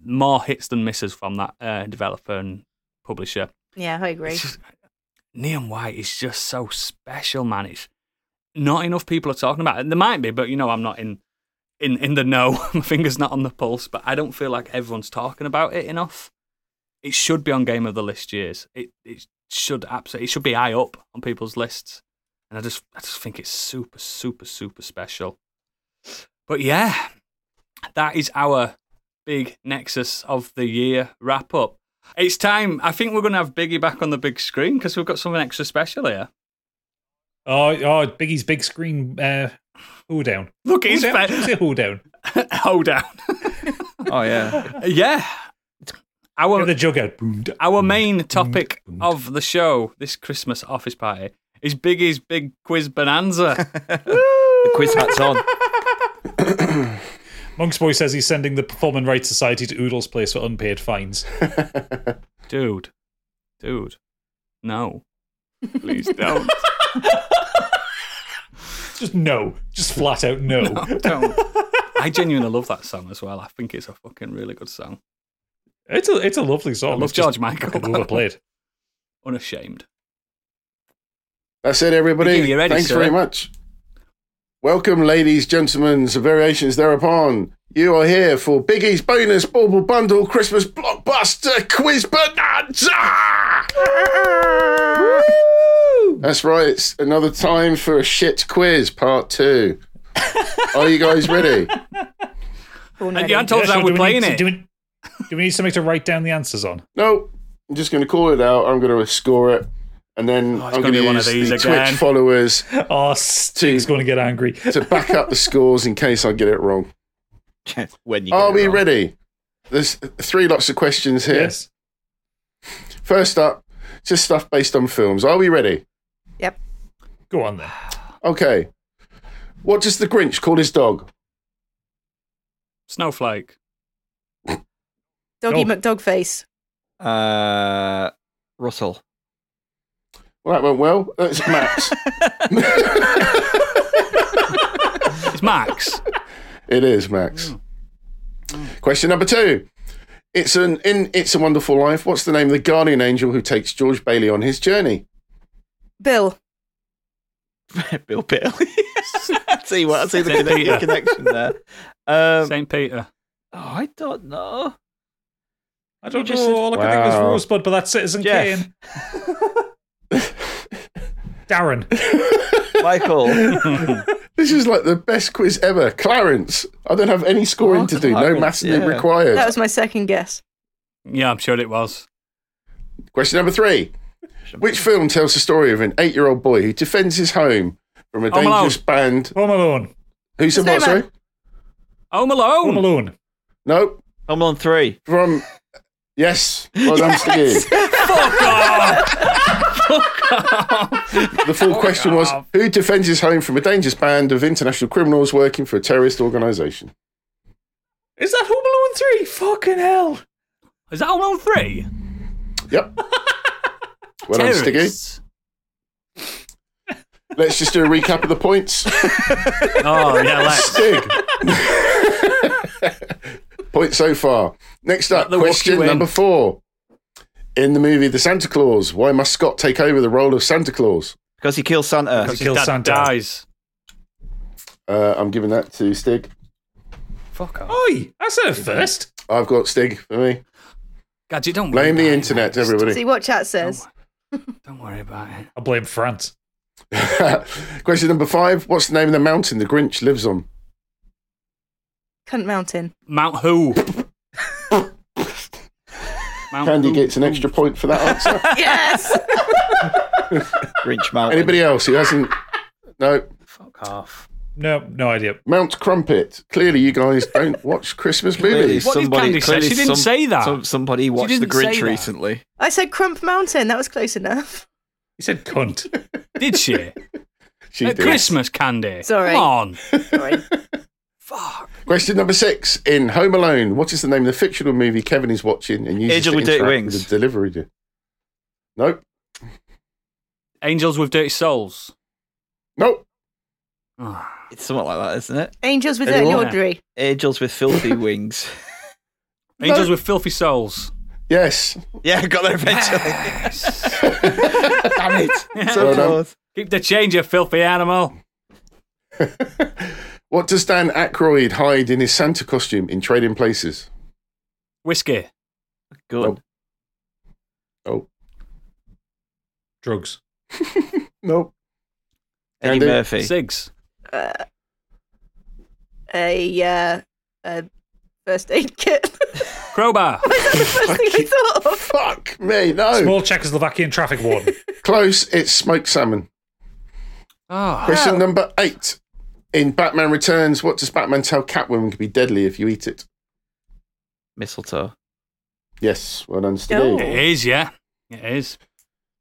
more hits than misses from that uh, developer and publisher.
Yeah, I agree.
It's just- Neon White is just so special, man. It's not enough people are talking about it. There might be, but you know, I'm not in in in the know. My finger's not on the pulse, but I don't feel like everyone's talking about it enough. It should be on Game of the List years. It it should absolutely it should be high up on people's lists. And I just I just think it's super super super special. But yeah, that is our big Nexus of the year wrap up. It's time. I think we're going to have Biggie back on the big screen because we've got something extra special here.
Oh, oh, Biggie's big screen. Uh, who down?
Look,
Who
he's
down? Did you
fa-
say who down?
hold down.
Oh yeah.
yeah,
Yeah,
our
the Jughead. Boom, da-
our main topic of the show this Christmas office party is Biggie's big quiz bonanza.
the quiz hat's on.
Monk's boy says he's sending the Performing Rights Society to Oodle's place for unpaid fines.
dude, dude, no, please don't,
Just no, just flat out no.
don't. I genuinely love that song as well. I think it's a fucking really good song.
It's a it's a lovely
I
song.
love
It's just
George Michael.
fucking Overplayed.
Unashamed.
That's it, everybody.
Biggie, you ready,
Thanks
sir?
very much. Welcome, ladies, gentlemen, to variations thereupon. You are here for Biggie's bonus bauble bundle Christmas blockbuster quiz bonanza. That's right. It's another time for a shit quiz part two. are you guys ready?
And
Born ready.
you haven't told us
Yeah,
how
sure,
we're
do we
playing
need to-
it.
Do we, do we need something to write down the answers on?
No, I'm just going to call it out. I'm going to score it, and then
Oh, it's
I'm going
gonna
to
be one of
use
these
the
again.
Twitch followers
Oh, Steve's going to get angry.
to back up the scores in case I get it wrong.
when you
Are
get it
we
wrong.
ready? There's three lots of questions here.
Yes.
First up, just stuff based on films. Are we ready?
Yep.
Go on then.
Okay. What does the Grinch call his dog?
Snowflake.
Doggy
No.
McDogface.
Uh, Russell.
Well, that went well. That's Max.
It's Max.
it is Max.
Mm.
Question number two. It's an in It's a Wonderful Life. What's the name of the guardian angel who takes George Bailey on his journey?
Bill.
Bill Bailey. I see what I see the
Saint
connection,
Peter.
connection there. Um,
St. Peter.
oh, I don't know.
I don't
just
know. All I can think was
Wow.
Rosebud, but that's Citizen
Jeff.
Kane. Darren.
Michael.
This is like the best quiz ever. Clarence. I don't have any scoring
Oh,
to do. no
Clarence,
maths
yeah.
required.
That was my second guess.
Yeah, I'm sure it was.
Question number three. Which film tells the story of an eight year old boy who defends his home from a
Home Alone.
dangerous band?
Home Alone.
Who said what,
Snowman.
sorry?
Home
Home
Alone.
Alone.
No.
Home Alone three.
From. Yes. Well done, Stiggy. The full question was Who defends his home from a dangerous band of international criminals working for a terrorist organization?
Is that Home Alone 3? Fucking hell.
Is that Home Alone 3?
Yep. Well done, Stiggy.
Terrorists.
Let's just do a recap of the points.
Oh, yeah, let's.
Stig. Point so far. Next up,
Let the
question
Wookiee win.
number four. In the movie The Santa Claus, why must Scott take over the role of Santa Claus?
Because he kills Santa.
Because-
His
Kill
dad
Santa.
dies.
Uh, I'm giving that to Stig.
Fuck off.
Oi, I said it first.
I've got Stig for me.
Gadget, don't worry
Blame the
about it,
internet,
man.
everybody.
See what chat says.
Don't worry about it.
I blame France.
question number five. What's the name of the mountain the Grinch lives on?
Cunt Mountain.
Mount Who? Mount
Candy
Who?
gets an extra point for that answer.
Yes.
Grinch Mountain.
Uh,
Anybody else who hasn't? No.
Fuck off.
no, no idea.
Mount Crumpet. Clearly, you guys don't watch Christmas
Clearly,
movies.
What did Candy say? She didn't say that.
somebody watched The
didn't say
Grinch
that.
recently.
I said Crump Mountain. That was close enough.
He said cunt.
Did she?
She
At
did.
Christmas, Candy.
Sorry.
Come on.
Sorry.
Fuck.
Question number six in Home Alone. What is the name of the fictional movie Kevin is watching and uses
Angel
to
with Dirty
interact
Wings.
with the delivery? dude? Nope,
Angels with Dirty Souls.
nope.
Ah,
It's something like that, isn't it?
Angels with
They
Dirty
were.
Audrey.
Angels with filthy wings.
Angels with Filthy Souls.
Yes,
Yeah, I got there eventually.
Yes.
Damn it!
Well
So
done.
close.
Keep the change, you filthy animal.
What does Dan Aykroyd hide in his Santa costume in Trading Places?
Whiskey.
Good.
Nope. Oh,
Drugs.
nope.
Eddie
Andy?
Murphy.
Sigs.
A uh, a first aid kit.
Crowbar.
That's the first thing I thought of.
Fuck me, no.
Small Czechoslovakian traffic warden.
Close, it's smoked salmon.
Ah.
Oh.
Question
Oh.
number eight. In Batman Returns, what does Batman tell Catwoman could be deadly if you eat it?
Mistletoe.
Yes, well done, Steve.
No.
It is, yeah. It is.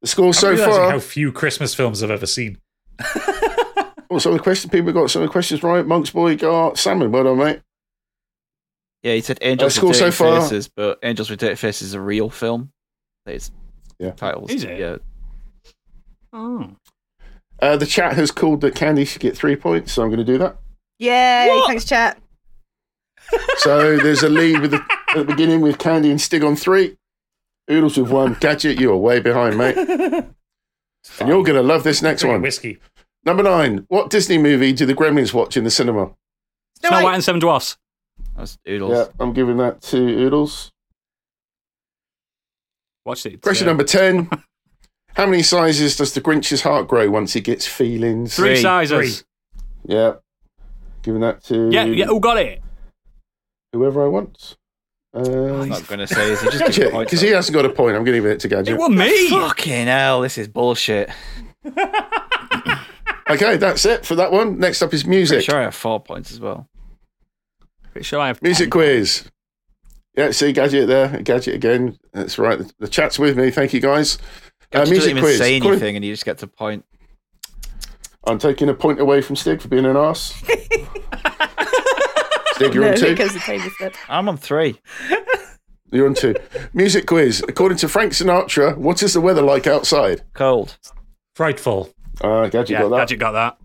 The score
I'm
so
realising
far.
how few Christmas films I've ever seen.
Oh, some of the questions people got some of the questions right. Monk's boy got salmon. Well done, mate. Uh,
Yeah, he said Angels
score
with
so
Dirty
far.
Faces, but Angels with Dirty Faces is a real film. It's
Yeah.
titles.
Is it?
Yeah.
Oh.
Uh, the chat has called that Candy should get three points, so I'm going to do that.
Yay! Thanks, chat.
So there's a lead with the, at the beginning with Candy and Stig on three. Oodles with one. Gadget, you are way behind, mate. And you're going to love this next
Drinking
one.
whiskey.
Number nine. What Disney movie do the Gremlins watch in the cinema?
Snow
Snow White.
White and Seven Dwarfs.
That was Oodles.
Yeah, I'm giving that to Oodles.
Watched it.
Question
uh,
number 10. How many sizes does the Grinch's heart grow once he gets feelings?
Three,
Three.
sizes.
Yeah. Giving that to
Yeah, yeah. oh. Who got it?
whoever I want.
I'm
Uh,
not going to say this. I just give
Gadget,
a point
because
to
he
it.
hasn't got a point. I'm going to give it to Gadget.
It was me.
Fucking hell, this is bullshit.
Okay, that's it for that one. Next up is music.
Pretty sure I have four points as well.
Pretty sure I have.
Music quiz. Yeah, see Gadget there. Gadget again. That's right. The, the chat's with me. Thank you, guys. Uh,
Gadget doesn't
music
even
quiz.
say
Colin-
anything, and he just gets a point.
I'm taking a point away from Stig for being an arse. Stig, you're
No,
on two.
here comes the table flip.
I'm on three.
You're on two. Music quiz. According to Frank Sinatra, what is the weather like outside?
Cold.
Frightful.
Uh, Gadget
Yeah,
got that.
Gadget got that.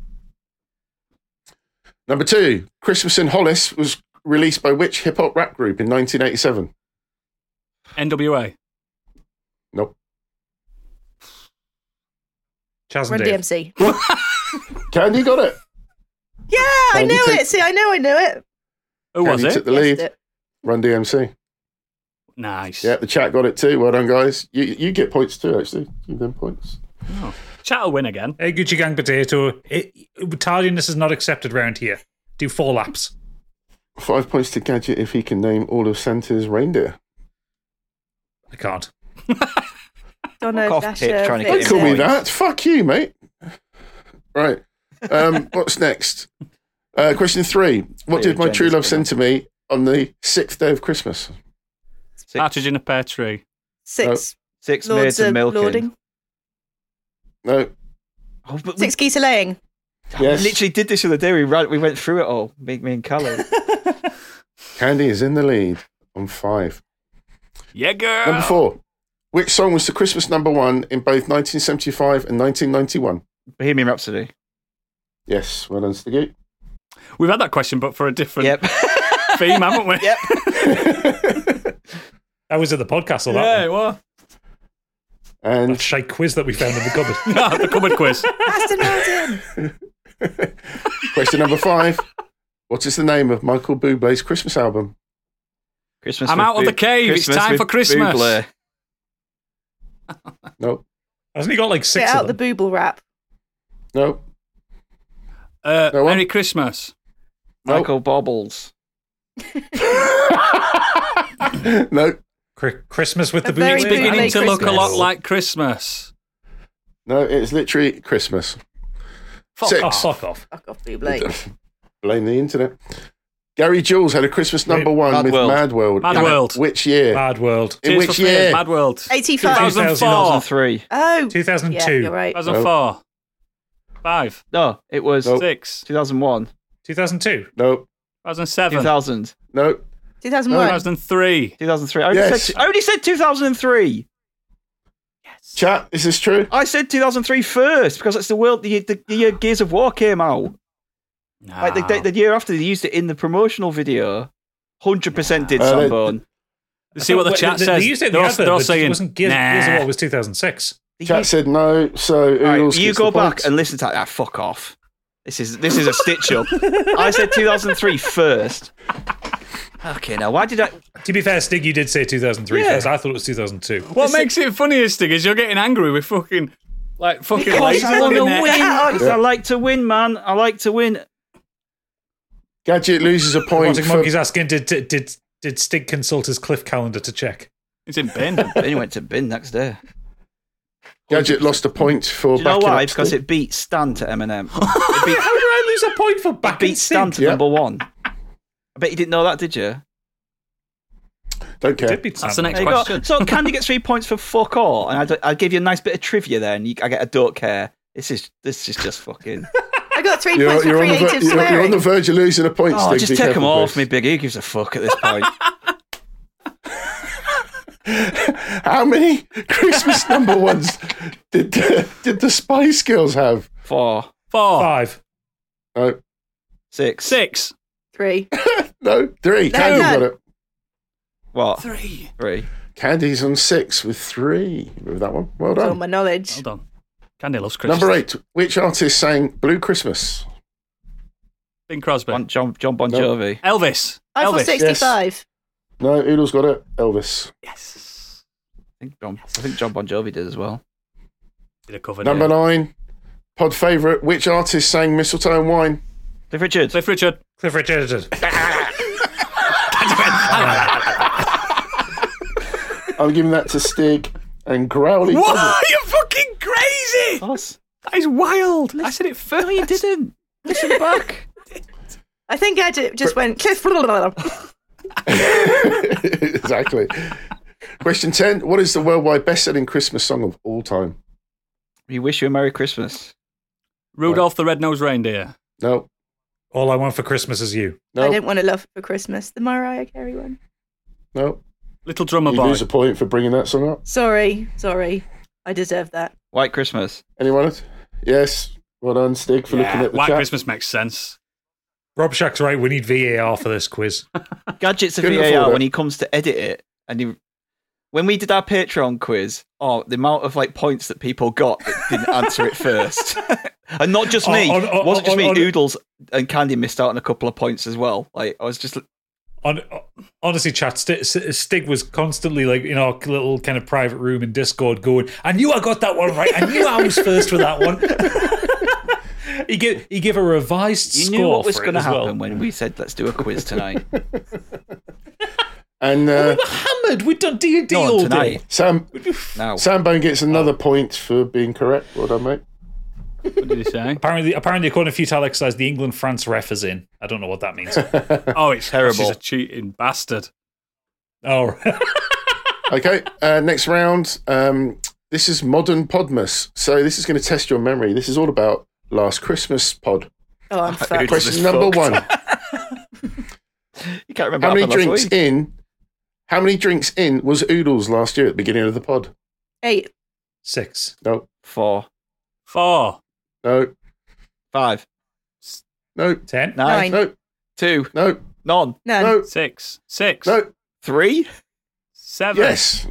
Number two, Christmas in Hollis was released by which hip hop rap group in 1987?
NWA.
Nope.
Chaz
Run
and Dave.
DMC.
Candy got it.
Yeah, I
Can you
knew
take-
it. See, I know I knew it.
Who
Candy
was
took
it?
the
Guessed
lead.
it.
Run DMC.
Nice.
Yeah, the chat got it too. Well done, guys. You, you get points too, actually. Give them points.
Chat will win again.
Hey, Gucci Gang Potato. It, tardiness is not accepted round here. Do four laps.
Five points to Gadget if he can name all of Santa's reindeer.
I can't.
Donna
Fuck off,
Dasher.
Pip, trying to get
Don't
him
call me
points.
that. Fuck you, mate. Right. Um, what's next? Uh, question three.
Clear
What did my true
agenda's
love
been
send to me on the sixth day of Christmas?
Six,
Partridge in a pear tree.
Uh,
Six
six
lords
maids
of
and milking.
lording.
No.
Oh, but we
Six geese a laying.
Yes.
literally did this the other day. We ran, we went through it all. Me, me and Callum.
Candy is in the lead on five.
Yeah, girl.
Number four. Which song was the Christmas number one in both 1975 and 1991?
Bohemian Rhapsody.
Yes. Well done, Stiggy.
We've had that question, but for a different
Yep.
theme, haven't we?
yep.
That was at the podcast all
Yeah,
that.
it
one.
was.
And
That shite quiz that we found in the cupboard.
No, Ah, the cupboard quiz.
Aston Martin.
Question number five. What is the name of Michael Bublé's Christmas album?
Christmas.
I'm
with
out of
Boo-
the cave. It's
Christmas
time
with
for Christmas.
Bublé.
No,
Hasn't he got like
Get
six
out
of
the
them?
booble wrap.
no,
Uh,
No one?
Merry Christmas.
Michael Bobbles.
no,
Cri- Christmas with the
A very
boots.
big
Beginning
Merry
to look a
Christmas.
lot like Christmas.
no. It's literally Christmas.
Fuck
Six.
Oh,
off.
fuck off.
Fuck off, booble.
Blame the internet. Gary Jules had a Christmas number one
Mad
with
World.
Mad World.
Mad
In
World. Uh,
Which year?
Mad World.
in
Tears for
which
Fears,
year?
Mad World.
85.
2004.
2003.
Oh, yeah,
2002.
you're right.
2004. Five.
No, it was
Nope.
Six.
2001.
2002.
No,
2007.
2000.
no.
2001.
2003.
2003. I already,
Yes.
said, I already said 2003.
Chat, is this true?
I said 2003 first because it's the world the, the, the year Gears of War came out. Like the, the, the year after they used it in the promotional video. 100% did
Uh,
Sambone.
See what the chat
they,
says.
They used it in the
they're all,
advert,
they're all
but it
saying,
wasn't Gears,
nah.
Gears of War, it was 2006.
Chat said no. So
All right,
Oodles
you
gets
go
the
back
points.
and listen to that. Ah, fuck off. This is this is a stitch up. I said 2003 first. Okay, now why did I?
To be fair, Stig, you did say 2003
Yeah.
first. I thought it was 2002.
What makes it funniest, Stig, is you're getting angry with fucking, like, fucking
Because
lasers
I want
on
to
your
win.
neck.
I like to win, man. I like to win.
Gadget loses a point.
Robotic
For,
Monkey's asking, did, did, did, did Stig consult his cliff calendar to check?
It's in Ben.
Then he went to bin next day.
Gadget lost a point for
Do you know
backing
why?
up
Because
Stig.
it beat Stan to Eminem.
How did I lose a point for
It
back
beat Stan to
Yeah.
number one. I bet you didn't know that, did you?
Don't care.
Did beat Stan.
That's the next
There you go.
question.
So Candy gets three points for fuck all, and I, d- I give you a nice bit of trivia there, and you, I get a don't care. This is this is just fucking.
I got three
You're,
points for
you're on the, ver-
creative
you're, you're on
swearing.
the verge of losing a point,
oh,
Stig.
just
Be
take them
careful,
off me,
please.
Big. E, Who gives a fuck at this point?
How many Christmas number ones did the, did the Spice Girls have?
Four,
Four.
Five.
No,
six,
Six.
Three.
Oh. no, three.
No,
Candy
no.
got it.
what?
Three.
Three.
Candy's on six with three with that one. Well
That's all
done.
my knowledge.
Hold on. Candy loves Christmas.
Number eight. Which artist sang "Blue Christmas"?
Bing Crosby.
Bon, John John Bon
No.
Jovi.
Elvis.
I
Elvis.
thought 65.
No, Oodles got it. Elvis.
Yes.
I think John, I think John Bon Jovi did as well.
Did a cover.
Number
yeah.
nine. Pod favorite. Which artist sang "Mistletoe and Wine"?
Cliff Richard.
Cliff Richard.
Cliff Richard.
I'm giving that to Stig and Growly.
What? You're fucking crazy.
Us.
That is wild. I said it first.
No, you didn't. Listen back.
I think I did, just went Cliff.
exactly. Question ten. What is the worldwide best-selling Christmas song of all time?
We wish you a Merry Christmas.
Rudolph the Red-Nosed Reindeer.
No,
All I want for Christmas is you.
I
no,
don't want to love for Christmas. The Mariah Carey one.
no.
Little Drummer
You
Boy.
lose a point for bringing that song up.
Sorry, sorry. I deserve that.
White Christmas.
Anyone else? Yes. Well done, Stig, for looking
Yeah,
at the
White
chat.
Christmas makes sense.
Rob Shack's right. We need VAR for this quiz.
Gadgets of
Couldn't afford
VAR
it.
when he comes to edit it and he when we did our Patreon quiz, oh, the amount of like points that people got that didn't answer it first, and not just me,
On- on- on-
wasn't just me.
on-
Oodles and Candy missed out on a couple of points as well. Like I was just
On, honestly, chat, Sti- S- Stig was constantly like in our little kind of private room in Discord going, I knew I got that one right. I knew I was first with that one. he, gave, he gave a revised
you
score.
knew what was
for it
going to
as well.
happen when we said let's do a quiz tonight.
And uh,
We're hammered. We've done D and D
No,
all
tonight.
day.
Sam
now
Sambone gets another point for being correct. Well done, mate.
What did he say?
Apparently, apparently, according to Futile Exercise, the England France ref is in. I don't know what that means.
oh, it's
Terrible.
She's a cheating bastard.
oh,
Okay. Uh, next round. Um, this is modern Podmas. So this is going to test your memory. This is all about last Christmas pod.
Oh, I'm fucked.
Question number one.
you can't remember
How
what
many
happened last
drinks
week.
in? How many drinks in was Oodles last year at the beginning of the pod?
Eight.
six.
No,
Four,
Four.
no,
five,
no,
Ten.
nine,
Nine.
no,
two,
no,
none,
None.
no,
Six. Six.
no.
three.
Seven.
Yes,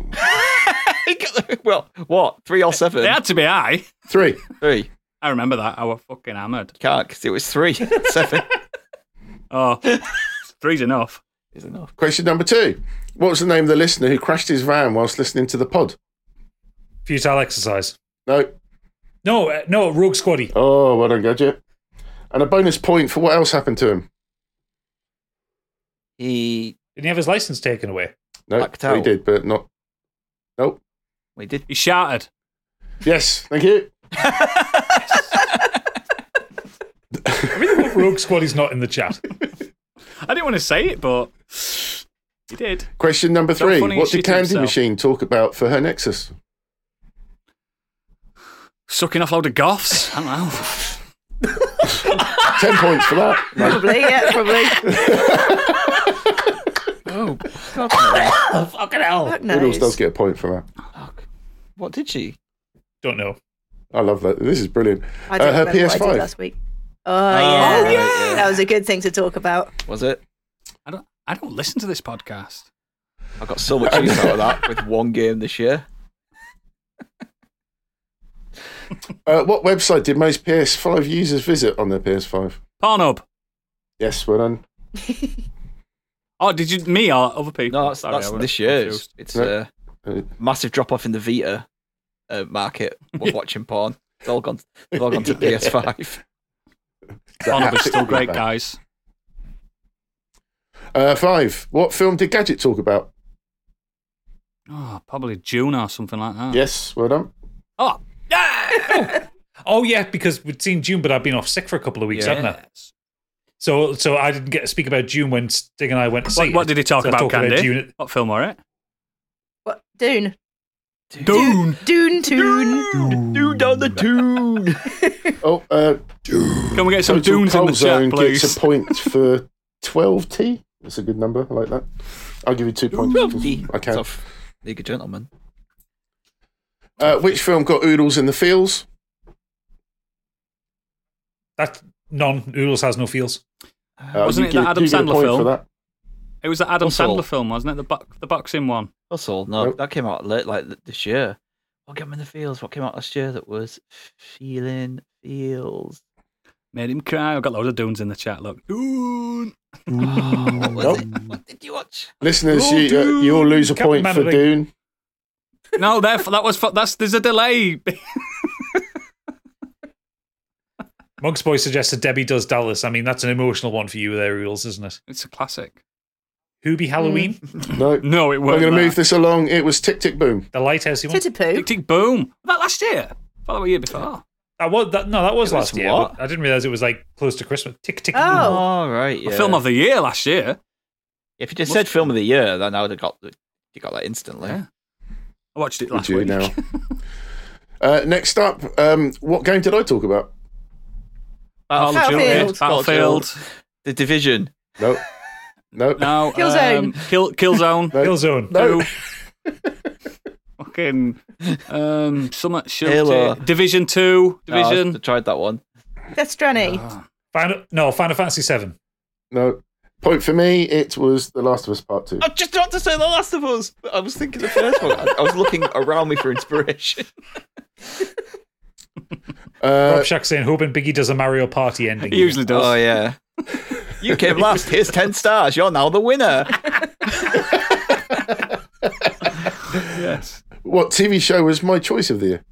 well, what? Three or seven?
They had to be high.
three.
Three.
I remember that. I was fucking hammered.
Can't because it was three. seven
Oh, three's enough.
is enough.
Question number two. What was the name of the listener who crashed his van whilst listening to the pod?
Futile Exercise.
No.
No, uh, no, Rogue Squaddy.
Oh, well done, Gadget. And a bonus point for what else happened to him.
He
Didn't he have his license taken away?
No,
Blacked out.
he did, but not. Nope.
we did.
He shouted.
Yes, thank you.
I really hope Rogue Squad is not in the chat.
I didn't want to say it, but he did.
Question number
How
three
funny
What
is
did
shitting
Candy
himself?
Machine talk about for her Nexus?
Sucking off a load of goths. I don't know.
10 points for that. No.
Probably, yeah, probably.
Fucking hell.
Fuck knows.
Widows does get a point for that.
What did she?
Don't know.
I love that. This is brilliant.
I don't
Uh, her
remember what I
PS5.
did last week. Oh, yeah.
right, yeah.
That was a good thing to talk about.
Was it?
I don't. I don't listen to this podcast.
I got so much use out of that with one game this year.
Uh, what website did most PS5 users visit on their PS5?
Pornhub.
Yes, well done.
Oh, did you me or other people?
No, that's,
Sorry, I
that's
was
this year. It's,
confused.
it's
No.
a
Uh,
massive drop off in the Vita uh, market of watching porn. It's all gone. It's all gone to PS5.
Pornhub is still
absolutely
great,
bad.
guys.
Uh, five. What film did Gadget talk about?
Oh, probably June or something like that.
Yes, well done.
Oh,
Oh yeah, because we'd seen June, but I've been off sick for a couple of weeks, hadn't I?
yes.
So, so I didn't get to speak about June when Stig and I went to see.
What, what did he talk
So I
about,
talked
Candy?
June.
What film were it?
What? Dune.
Dune.
Dune, Dune.
Dude on the tune.
Oh, uh,
Can we get some
Total
Dunes in the
Cold Zone
chat, please?
gets a point for 12T. That's a good number. I like that. I'll give you two points. I
Okay.
can.
Tough. League of Gentlemen.
Uh, which film got Oodles in the Fields?
That non Oodles has no feels.
Uh,
Wasn't
you
it that
get-
Adam
you get a
Sandler
point
film?
For that.
It was the Adam
What's all?
Sandler film, wasn't it? The bo- the boxing one.
That's all. No,
Nope.
that came out late, like th- this year. What came in the fields? What came out last year that was feeling feels?
Made him cry. I've got loads of Dunes in the chat. Look, Dune.
Oh, what was
Nope.
it? What did you watch?
Listeners, you, uh, you all lose a
Captain
point for
Manning.
Dune.
No, that that was fu- that's there's a delay.
Monk's boy suggested Debbie does Dallas. I mean, that's an emotional one for you there, Oodles, isn't it?
it's a classic.
Who be Halloween?
Mm.
No, I'm
No, it weren't.
going to
that.
move this along. It was Tick Tick Boom.
The lighthouse you want?
Tittapoo.
Tick tick boom. Was that last year? Follow the year before.
That was that, no, that was
It was
last year.
what?
but I didn't realize it was like close to Christmas. Tick tick.
Oh.
Ah.
All right,
The
yeah.
Film of the year last year.
if you just said film of the year, then I would have got the- you got that instantly.
Yeah. I watched it
Would
last
you
week.
now? Uh, next up, um, what game did I talk about?
Battlefield.
Battlefield.
The division.
No, no, no.
No.
Killzone.
Um, kill Killzone.
Hill zone.
no. Fucking um, Summit
Halo.
Shooter. Division Two.
No, I
Division.
s- tried that one.
Death Stranding.
Ah.
Final, no, Final Fantasy Seven.
Point for me. It was The Last of Us Part Two.
I just about to say The Last of Us. But I was thinking the first one. I, I was looking around me for inspiration.
Uh,
Oh,
Rob Shack saying hoping Biggie does a Mario Party ending.
He usually does.
Oh yeah. You came last. Here's ten stars. You're now the winner.
Yes.
what TV show was my choice of the year?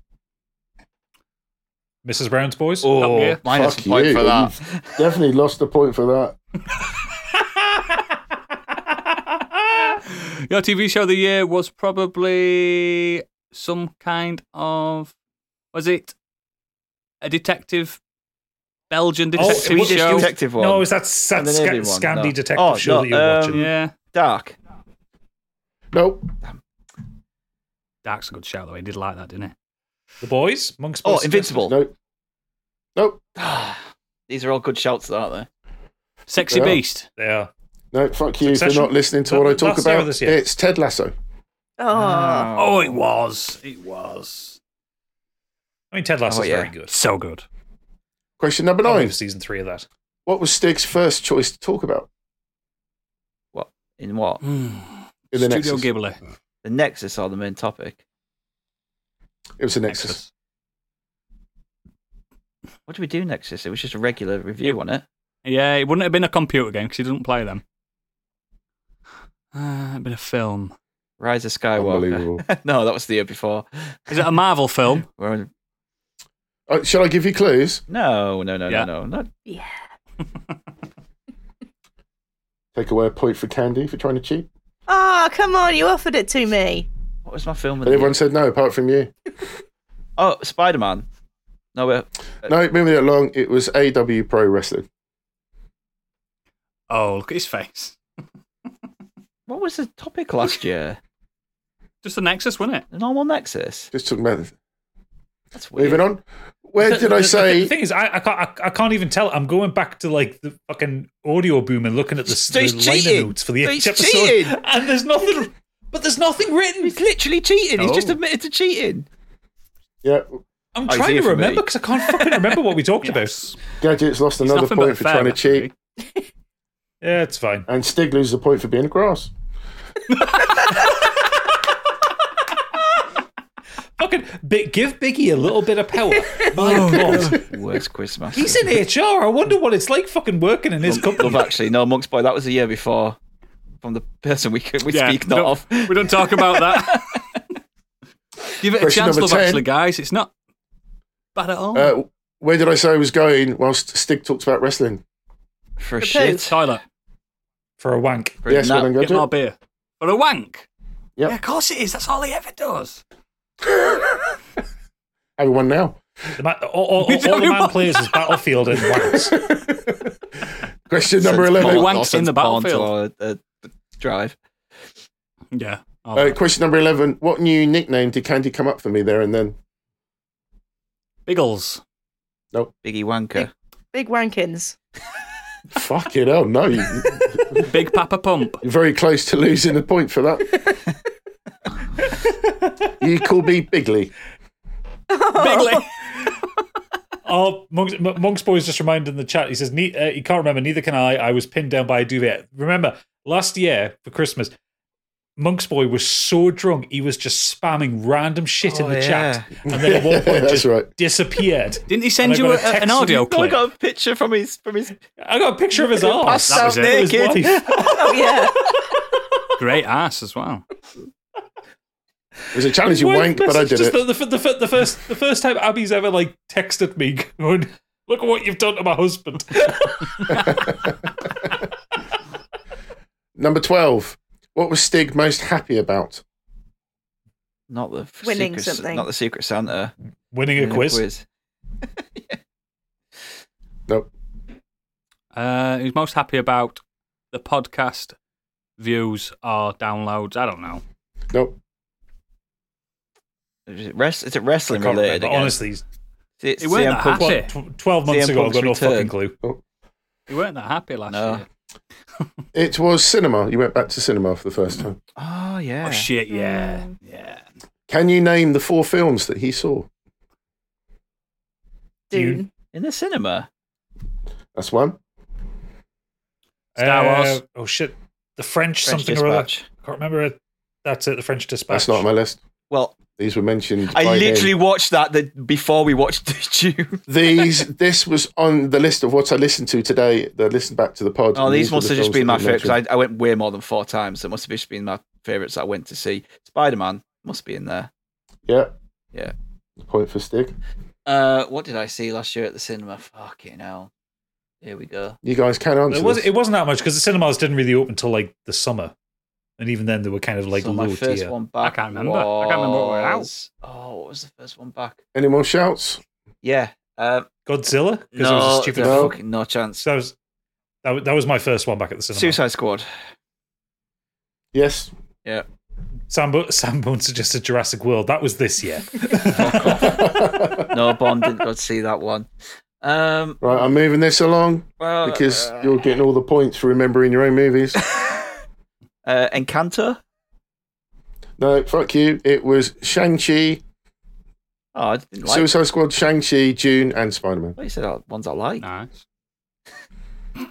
Mrs. Brown's Boys.
Top Gear.
minus
Fuck
a point
you.
for that.
You've definitely lost a point for that.
Your TV show of the year was probably some kind of was it a detective Belgian
Oh,
detective
it was-
show?
it was-
detective one.
No, is that, that
And then
sca-
everyone,
Scandi
no.
detective
Oh, no,
show that you're
um,
watching?
yeah.
Dark.
Nope.
Dark's a good shout though. He did like that, didn't
The Boys, Monk's
Oh,
Boys.
Invincible.
Nope. Nope.
These are all good shouts, aren't they?
he? Sexy
Yeah.
Beast.
They are.
No, fuck you
Succession?
for not listening to
That-
what I talk
that's the
about.
other this year.
It's Ted Lasso. Ah.
Oh.
Oh, it was. It was
I mean, Ted Lasso's
Oh, yeah.
very good.
so good.
Question number
Probably
nine.
for season three of that.
What was Stig's first choice to talk about
What in what?
in the
Studio
Nexus?
Ghibli.
The Nexus are the main topic.
It was the Nexus.
What did we do Nexus? It was just a regular review on it.
Yeah, it wouldn't have been a computer game because he doesn't play them. Uh, a bit of film.
Rise of Skywalker.
Unbelievable.
no, that was the year before.
Is it a Marvel film?
We're on...
Uh, shall I give you clues?
No, no, no,
Yeah.
no, no. Not...
Yeah.
Take away a point for Candy for trying to cheat.
Oh, come on. You offered it to me.
What was my film? of
But
the year?
everyone said no, apart from you.
Oh, Spider Man. No, uh,
No, moving it along, it was AW Pro Wrestling.
Oh, look at his face.
what was the topic last year?
Just a nexus, wasn't it?
The normal Nexus.
Just talking about
That's weird.
moving on. Where
The-
did
the-
I
the
say?
thing is, I, I can't. I, I can't even tell. I'm going back to like the fucking audio boom and looking at the,
He's-
the
he's
liner
cheating.
notes for the
He's
each episode,
cheating.
and there's nothing. But there's nothing written.
He's literally cheating. He's just
Oh.
admitted to cheating.
yeah,
Oh,
I'm
he's
trying
here
to
for me.
remember because I can't fucking remember what we talked
Gadget's lost another
nothing but
point for
fair,
trying to
actually.
cheat,
about. Yeah, it's fine.
and Stig loses a point for being a grass.
Fucking big, give Biggie a little bit of power. My God,
Worst Quizmaster.
he's in HR. I wonder what it's like fucking working in his
Love
company.
actually. No, Monk's Boy. That was the year before. From the person we could, we speak not
we don't-
of.
We don't talk about that. Give it a
Question
chance,
number
love,
10.
actually, guys. It's not bad at all.
Uh, where did I say I was going? Whilst Stig talks about wrestling.
For a
Propose.
shit.
Toilet.
for a wank.
For a
Yes,
nap.
Madam
Get more
Gadget.
beer. For a wank.
Yep.
Yeah, of course it is. That's all he ever does.
Everyone now.
The ma- all, all-
We
all the
don't
man
want-
plays is Battlefield and wanks.
Question number
Sends
eleven.
Paul-
Wanks
or
in
sends
the
Paul
battlefield.
to a- a uh, Drive.
Yeah. Oh, all
Uh,
right.
question number 11. What new nickname did Candy come up for me there and then?
Biggles.
Biggie Wanker.
Big wankins.
Fucking hell, no. You,
Big Papa Pump.
you're very close to losing a point for that. you call me Bigley.
Bigley.
Oh, Monks, M- Monk's boy is just reminded in the chat. He says ne- uh, he can't remember. Neither can I. I was pinned down by a duvet. Remember last year for Christmas, Monk's boy was so drunk he was just spamming random shit in
Oh,
the chat, and then at one point
That's
just
right.
disappeared.
Didn't he send
And I
you a,
got a
an
text-
audio
I
No,
clip?
got a picture from his from his
I got a picture of his arse.
ass
that was
out
it.
His
naked.
wife.
Oh yeah.
Great ass as well.
It was a challenge you
Wife
wank, but I
message.
did
Just
it.
The, the, the, the first the first time Abby's ever like texted me, going, "Look at what you've done to my husband."
Number 12. What was Stig most happy about?
Not the
Winning
secret,
something.
Not the Secret Santa.
Winning a
Winning
quiz.
Nope.
Uh, he's most happy about the podcast views or downloads. I don't know.
Nope.
Is it, rest, is it
I
wrestling
can't
related?
remember.
again?
Honestly,
It's
It weren't
CM
that
Punk-
hard.
Well,
Shit.
tw- 12 months
CM
ago, I've got no
Punk's return.
fucking clue.
You weren't that happy last
No.
year.
It was cinema. You went back to cinema for the first time.
Oh yeah.
Oh shit! Yeah, yeah.
Can you name the four films that he saw?
Dune.
In the cinema.
That's one.
Star Wars.
oh, shit. The
French
French, something
Dispatch.
or other. I can't remember it. That's it, The French Dispatch.
That's not on my list.
Well,
These were mentioned.
I
by him.
literally watched that the, before we watched you.
These, this was on the list of what I listened to today. That I listened back to the pod.
Oh,
and
these
were
must
the
have just
films
been
that
my
we
favourites. I,
mentioned.
I went way more than four times. It must have just been my favourites I went to see. Spider Man must be in there.
Yeah,
Yeah.
point for Stig.
Uh, what did I see last year at the cinema? Fucking hell. Here we go.
You guys can answer.
It, was,
this.
it wasn't that much because the cinemas didn't really open till like the summer. And even then, they were kind of like
so
low
my first
tier.
one back.
can't remember. I can't remember what we're out.
was- Oh, what was the first one back?
Any more shouts?
Yeah. Um,
Godzilla? Because
no,
it was a stupid.
no,
film.
fucking no chance.
So that, was, that, was, that was my first one back at the cinema.
Suicide Squad.
Yes.
Yeah.
Sam, Bo- Sam Bone suggested Jurassic World. That was this year.
right,
No, Bond didn't go to see that one. Um,
I'm moving this along
well,
because
uh,
you're getting all the points for remembering your own movies.
uh, Encanto.
No, fuck you. It was Shang Chi,
Oh, I didn't like.
Suicide Squad, Shang Chi, June, and Spider Man.
Well, you said uh, ones I like.
Nice.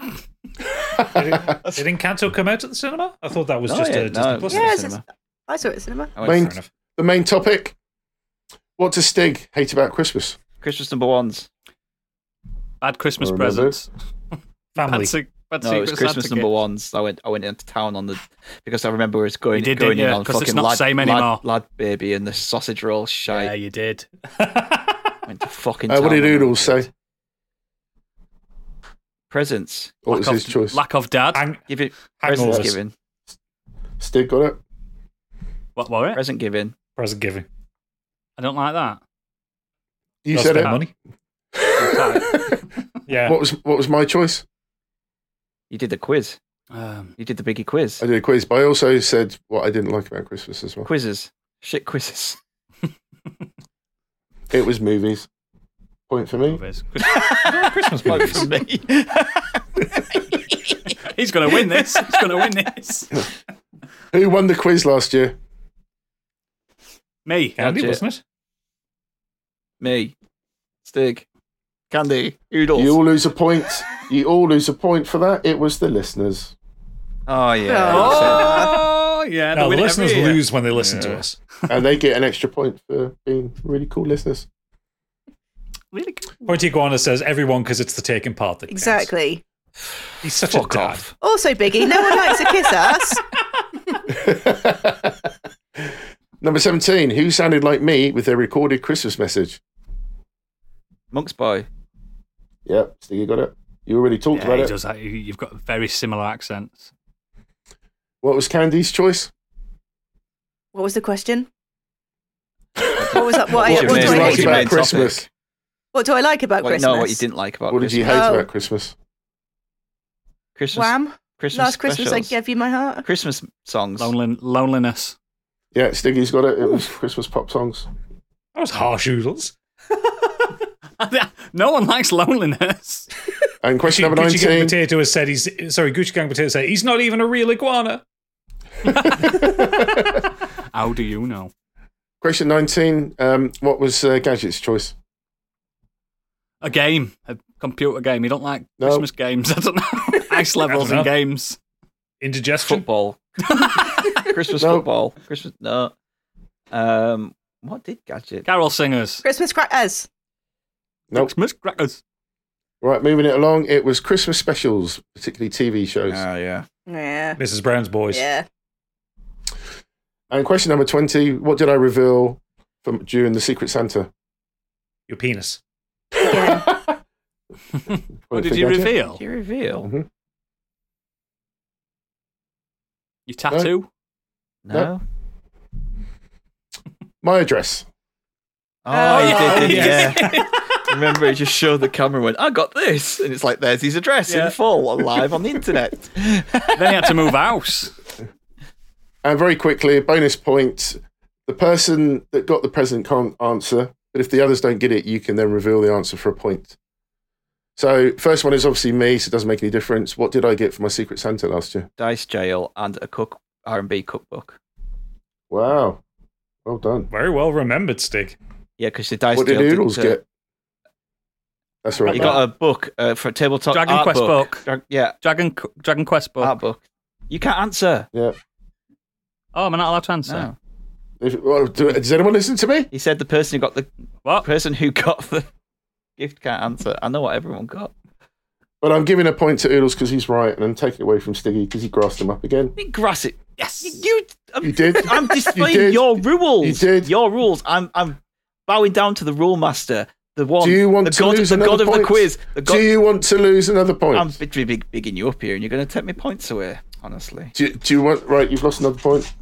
did, did Encanto come out at the cinema? I thought that was
No,
just
yeah,
a Disney
no.
Plus.
Yeah,
Yeah,
Cinema. Oh,
it's- I saw it at cinema.
I went
Main-
fair enough.
The main topic. What does Stig hate about Christmas?
Christmas number ones.
Bad Christmas
Remember?
presents.
Family.
Bad, se- bad
No, it was
Secret
Christmas
Santa
number
gift.
ones. I went I went into town on the because I remember us going
You did,
going
didn't
in
you?
on
'Cause it's
fucking
not
lad,
same
lad-
anymore.
Lad, baby and the sausage roll shite.
Yeah, you did.
Went to fucking.
Uh, what
town
did
on that
Oodles
shit.
say?
Presents.
What was
Lack
his
of-
choice?
Lack of dad.
Hang-
Give it. Presents
hangovers.
given.
Stig got it.
What were it?
Present given.
Present giving.
I don't like that.
You
They'll
said
spend
it.
Money. Yeah.
What was what was my choice?
You did the quiz.
Um,
You did the biggie quiz.
I did a quiz, but I also said what I didn't like about Christmas as well.
Quizzes. Shit quizzes.
It was movies. Point for me.
Chris-
Christmas movies.
For me.
He's going to win this. He's going to win this.
Who won the quiz last year?
Me.
Candy,
Gotcha.
wasn't it?
me. Stig. Candy. Oodles.
You all lose a point. You all lose a point for that. It was the listeners.
Oh, yeah.
Oh, yeah. they
No, the
win it every
listeners
year.
lose when they listen to us.
And they get an extra point for being really cool listeners.
Really cool.
Point Iguana says everyone because it's the taking part
Oh.
that counts.
Exactly.
He's such a
Fuck
dad.
off.
Also, Biggie, no one likes a kiss ass.
Number 17. Who sounded like me with their recorded Christmas message?
Monk's boy.
Yep, so you got it. You already talked
Yeah,
about
he
it.
does that. You- You've got very similar accents.
What was Candy's choice?
What was the question? What was that? What, I,
What
what,
you
do,
mean?
I
What
hate
you
about,
mean? main
Christmas?
what do I like about
Wait,
Christmas?
no, what you didn't like about
What did
Christmas.
you hate
Oh.
about Christmas?
Christmas.
Wham!
Christmas
Last Christmas, I
specials.
gave you my heart.
Christmas songs.
Lonelin- loneliness.
Yeah, Stiggy's got it. It was Christmas pop songs.
That was harsh oodles.
no one likes loneliness.
And question number
Gucci Gang
19.
Potato has said he's sorry. Gucci Gang Potato said he's not even a real iguana.
How do you know?
Question 19. Um, what was uh, Gadget's choice?
A game, a computer game. You don't like
No.
Christmas games. I don't know. Ice levels
know.
and games.
Indigestion.
Football. Christmas
No.
football. Christmas. No. Um, what did Gadget?
Carol singers.
Christmas crackers.
Nope.
Christmas crackers.
Right, moving it along. It was Christmas specials, particularly TV shows.
yeah.
Yeah.
Mrs. Brown's boys.
Yeah.
And question number 20. What did I reveal from during the Secret Santa?
Your penis.
Again.
What
Point
did
for
you
Gadget.
reveal?
you reveal?
Your tattoo?
No.
No. My address.
Oh, you
Oh,
did, didn't you?
yeah.
Yeah. Remember, it just showed the camera and went, I got this. And it's like, there's his address
Yeah.
in full, live on the internet.
then he had to move house.
And very quickly, a bonus point. The person that got the present can't answer, but if the others don't get it, you can then reveal the answer for a point. So, first one is obviously me, so it doesn't make any difference. What did I get for my Secret Santa last year?
Dice Jail and a cook R&B cookbook.
Wow. Well done.
Very well remembered, Stig.
Yeah, because the Dice
what
Jail
did Oodles
uh,
get? That's all right.
You got a book uh, for a tabletop
Dragon
art
Quest
book.
book.
Drag- yeah,
Dragon Qu- Dragon Quest book.
art book. You can't answer.
yeah.
oh, am I not allowed to answer?
No.
If, well, do, does anyone listen to me?
He said the person who got the
What?
person who got the gift can't answer. I know what everyone got.
But I'm giving a point to Oodles because he's right, and I'm taking it away from Stiggy because he grassed him up again.
You grass it.
Yes.
You, you- I'm,
You did.
I'm displaying
You did.
your rules.
You did.
Your rules. I'm I'm bowing down to the rule master. The one.
Do you want
the
to
god,
lose
the
another
god of the
point?
quiz? The god.
Do you want to lose another point?
I'm big, big, big, bigging you up here, and you're going to take my points away. Honestly,
Do you, do you want? Right, you've lost another point.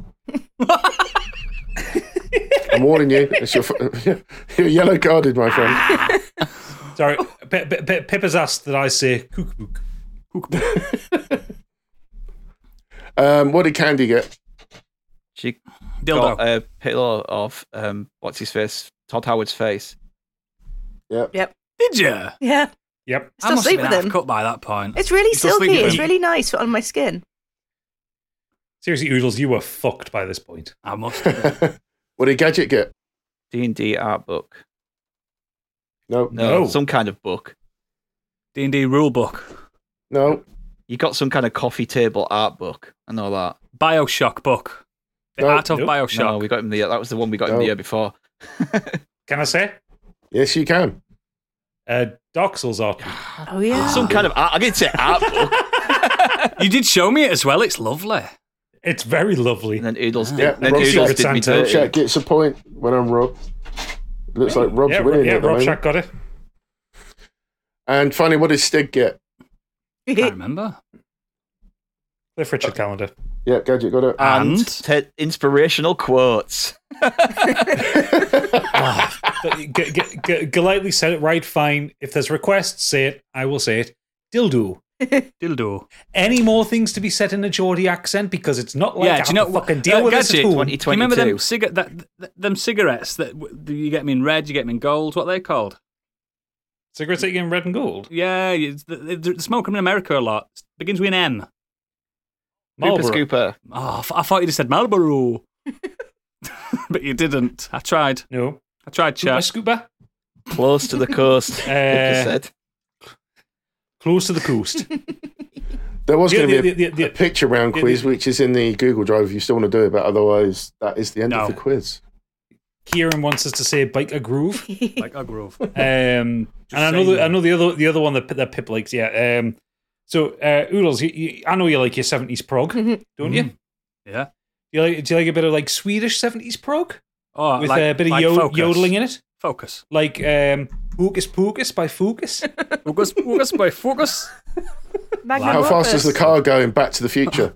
I'm warning you. It's your, f- you're yellow carded, my friend.
Sorry, Pe- Pe- Pe- Pippa's asked that I say cookbook.
Um, what did Candy get?
she
Dildo.
got a pillow of um, what's his face, Todd Howard's face.
Did you?
Yeah.
Yep.
Still
I must
sleep
have
with
been
him.
cut by that point.
It's really
You still sleep
silky.
with
It's
him?
really nice on my skin.
Seriously, Oodles, you were fucked by this point.
I must.
what did Gadget get?
D and D art book.
No, no,
No,
No.
some kind of book.
D and D rule book.
no.
You got some kind of coffee table art book and all that.
Bioshock book. The
No.
art of
Nope.
Bioshock.
No, we got him the. That was the one we got him
No.
the year before.
Can I say?
Yes, you can.
Uh, Dark Souls art. book.
Oh yeah.
Some kind of art. I didn't say art book.
You did show me it as well. It's lovely.
It's very lovely.
And then Oodles did.
Yeah,
then
Rob
Oodles
Secret
did me
Santa.
dirty.
Jack gets a point when I'm Rob. Looks like Rob's
yeah, Ro-
winning
yeah,
at the
Rob
moment.
Shack got it.
And finally, what did Stig get?
I remember.
Cliff Richard calendar.
Yeah, Gadget got it.
And?
Ted- inspirational quotes.
But G- G- G- Golightly said it right. Fine. If there's requests, say it. I will say it. Dildo.
Dildo.
Any more things to be said in a Geordie accent? Because it's not like
yeah,
I
do
have
you know
to
what?
fucking deal
uh,
with this at
Gadget,
home.
do you remember them,
2022.
ciga- that, th- them cigarettes that w- you get them in red, you get them in gold? What are they called?
Cigarettes that you get in red and gold.
Yeah, it's, they, they smoke them in America a lot. begins with an M.
Marlboro.
Marlboro.
Oh, I th- I thought you just said Marlboro. but you didn't. I tried.
No.
I tried,
Scuba,
chat.
scuba. Uh,
Close to the coast. Lucas said.
Close to the coast.
There was
Yeah,
going to be
yeah,
a,
yeah, yeah,
a picture round
Yeah,
quiz,
yeah.
which is in the Google Drive if you still want to do it, but otherwise, that is the end
No.
of the quiz.
Kieran wants us to say bike a groove.
Like a grove.
Um, and I know, the,
say
I
that.
know the other the other one that, that Pip likes. Yeah. Um, so uh, Oodles, you, you, I know you like your seventies prog,
Mm-hmm.
don't
Mm-hmm.
you?
Yeah.
Do you like do you like a bit of like Swedish seventies prog
Oh,
with uh,
like,
a bit of
like
yo-
focus.
yodeling in it,
Focus.
like um, Hocus Pocus by Focus?
Focus, focus, boy, focus.
Magnum
How fast is the
opus.
car going back to the future?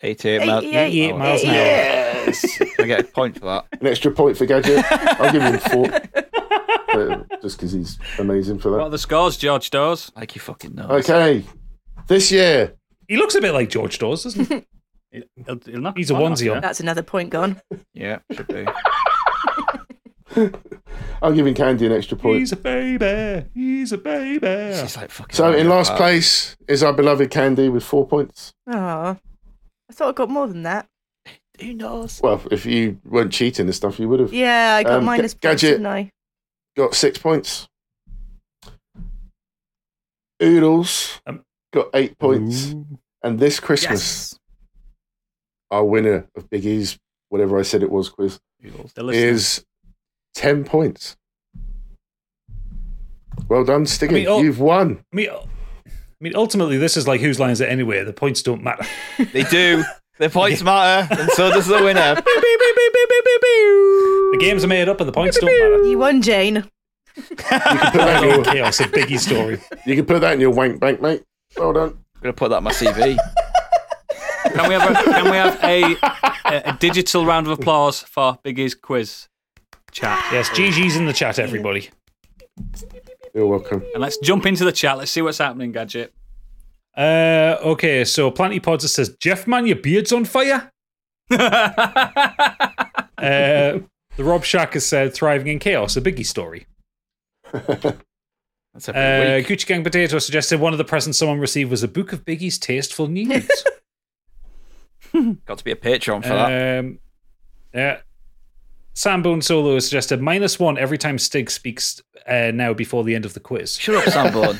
88 miles.
88
88
Oh,
miles an hour.
Yes.
I get a point for that.
An extra point for Gadget. I'll give him four. But just because he's amazing for
What are
that.
the scores, George Dawes?
Like you fucking know.
Okay. This year,
he looks a bit like George Dawes, doesn't he?
He'll- he'll knock-
He's a
why not,
onesie
yeah?
on.
That's another point gone.
Yeah, should be.
I'm giving Candy an extra point.
He's a baby. He's a baby.
She's like fucking.
So in
Mario
last
Kart.
place is our beloved Candy with four points.
Oh, I thought I got more than that.
Who knows?
Well, if you weren't cheating and stuff, you would have
Yeah, I got
Um,
minus
Ga-
points,
Gadget.
didn't I?
got six points. Oodles
Um,
got eight points. And this Christmas,
Yes.
our winner of Big E's, whatever I said it was quiz,
The listener.
is 10 points. Well done, Stiggy.
I mean, oh-
You've won.
I mean, I mean, ultimately, this is like whose line is it anyway? The points don't matter.
They do. Their points matter, and so does the winner.
The games are made up, and the points don't matter.
You won, Jane.
You can, put that in
Oh,
your,
chaos, a biggie story.
you can put that in your wank bank, mate. Well done.
I'm gonna put that on my CV.
Can we have a, can we have a, a, a digital round of applause for Biggie's quiz chat?
Yes, GG's in the chat, everybody.
You're welcome.
And let's jump into the chat. Let's see what's happening, Gadget.
Uh, okay, so Planty Pods says, Jeff, man, your beard's on fire. Uh, the Rob Shack has said, Thriving in Chaos, a biggie story.
That's every
Uh,
week.
Gucci Gang Potato suggested one of the presents someone received was a book of Biggie's tasteful needs.
Got to be a Patreon for that.
um, yeah. Sambone Solo suggested minus one every time Stig speaks uh, now before the end of the quiz.
Shut up, Sanborn.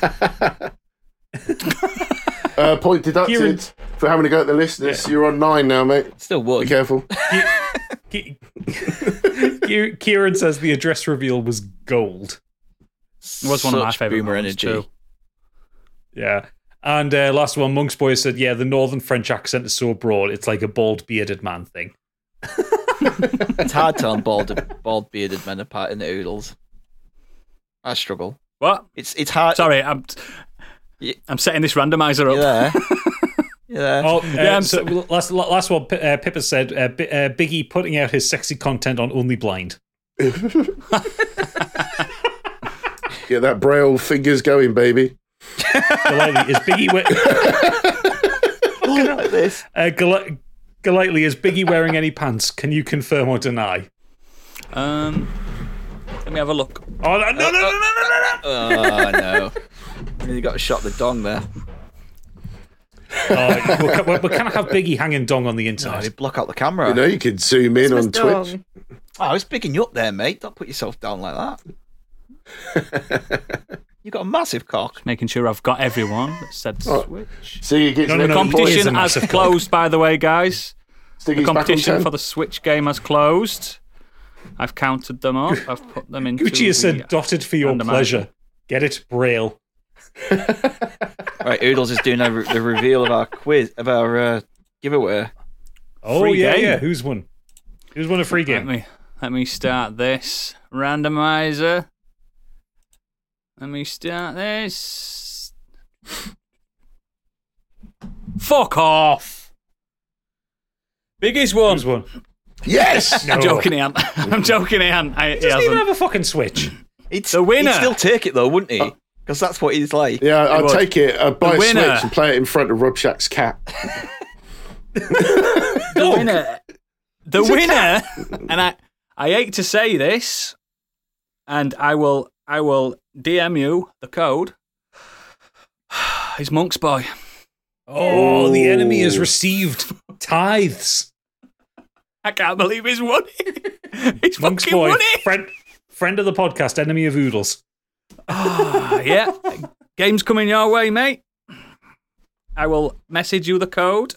Uh, point deducted
Kieran-
for having a go at the listeners. You're on nine now, mate.
Still would.
Be careful.
Ki- Ki- Kieran says the address reveal was gold.
It was one of my
Such
favourite
Boomer
moments,
energy.
too.
Yeah. And uh, last one, Monk's Boy said, yeah, the northern French accent is so broad, it's like a bald bearded man thing.
It's hard telling bald, bald bearded men apart in the oodles. I struggle.
What?
It's it's hard.
Sorry, I'm
Ye-
I'm setting this randomizer up.
You there? You there?
Oh,
Yeah,
yeah,
I'm
so last, la- last one, P- uh, Pippa said, uh, B- uh, Biggie putting out his sexy content on Only Blind.
Get that braille fingers going, baby.
Golightly, is Biggie, we-
like this.
uh, Goli- Golightly, is Biggie wearing any pants? Can you confirm or deny?
Um, let me have a look.
Oh, no, no, no, no, no, no, no.
Oh no. Really got a shot the dong there.
Oh, we'll, ca- we'll, we'll kind of have Biggie hanging dong on the
Oh,
internet.
you block out the camera.
You know, you could zoom in on
Christmas
Twitch.
dong.
Oh, I was picking you up there, mate. Don't put yourself down like that. you got a massive cock.
Making sure I've got everyone that said Switch.
See, you get
No, no, no, boys
Competition
are
has
massive
closed, by the way, guys. The competition for
the-
the Switch game has closed. I've counted them up. I've put them into.
Gucci has
the-
said, dotted for your
randomizer.
pleasure. Get it, Braille.
Right, Oodles is doing a re- the reveal of our quiz, of our uh, giveaway.
Oh,
Free
yeah,
game.
yeah. Who's won? Who's won a free
Let
game?
me let me start this randomizer. Let me start this. Fuck off! Biggest one.
Who's won?
Yes.
No.
I'm joking, Ian. I'm joking, Ian. I, he
He doesn't even
hasn't.
have a fucking switch.
It's
The winner-
He'd still take it though, wouldn't he? Because that's what he's like.
Yeah, I'll
was.
take it. I'll buy
The
a switch
winner.
and play it in front of Rob Shack's cat.
The winner. The winner. And I, I hate to say this, and I will, I will DM you the code. He's Monk's Boy.
Oh, the enemy has received tithes.
I can't believe he's won it. He's
Monk's
fucking
boy,
won it.
friend, friend of the podcast, enemy of oodles.
Ah, yeah. Game's coming your way, mate. I will message you the code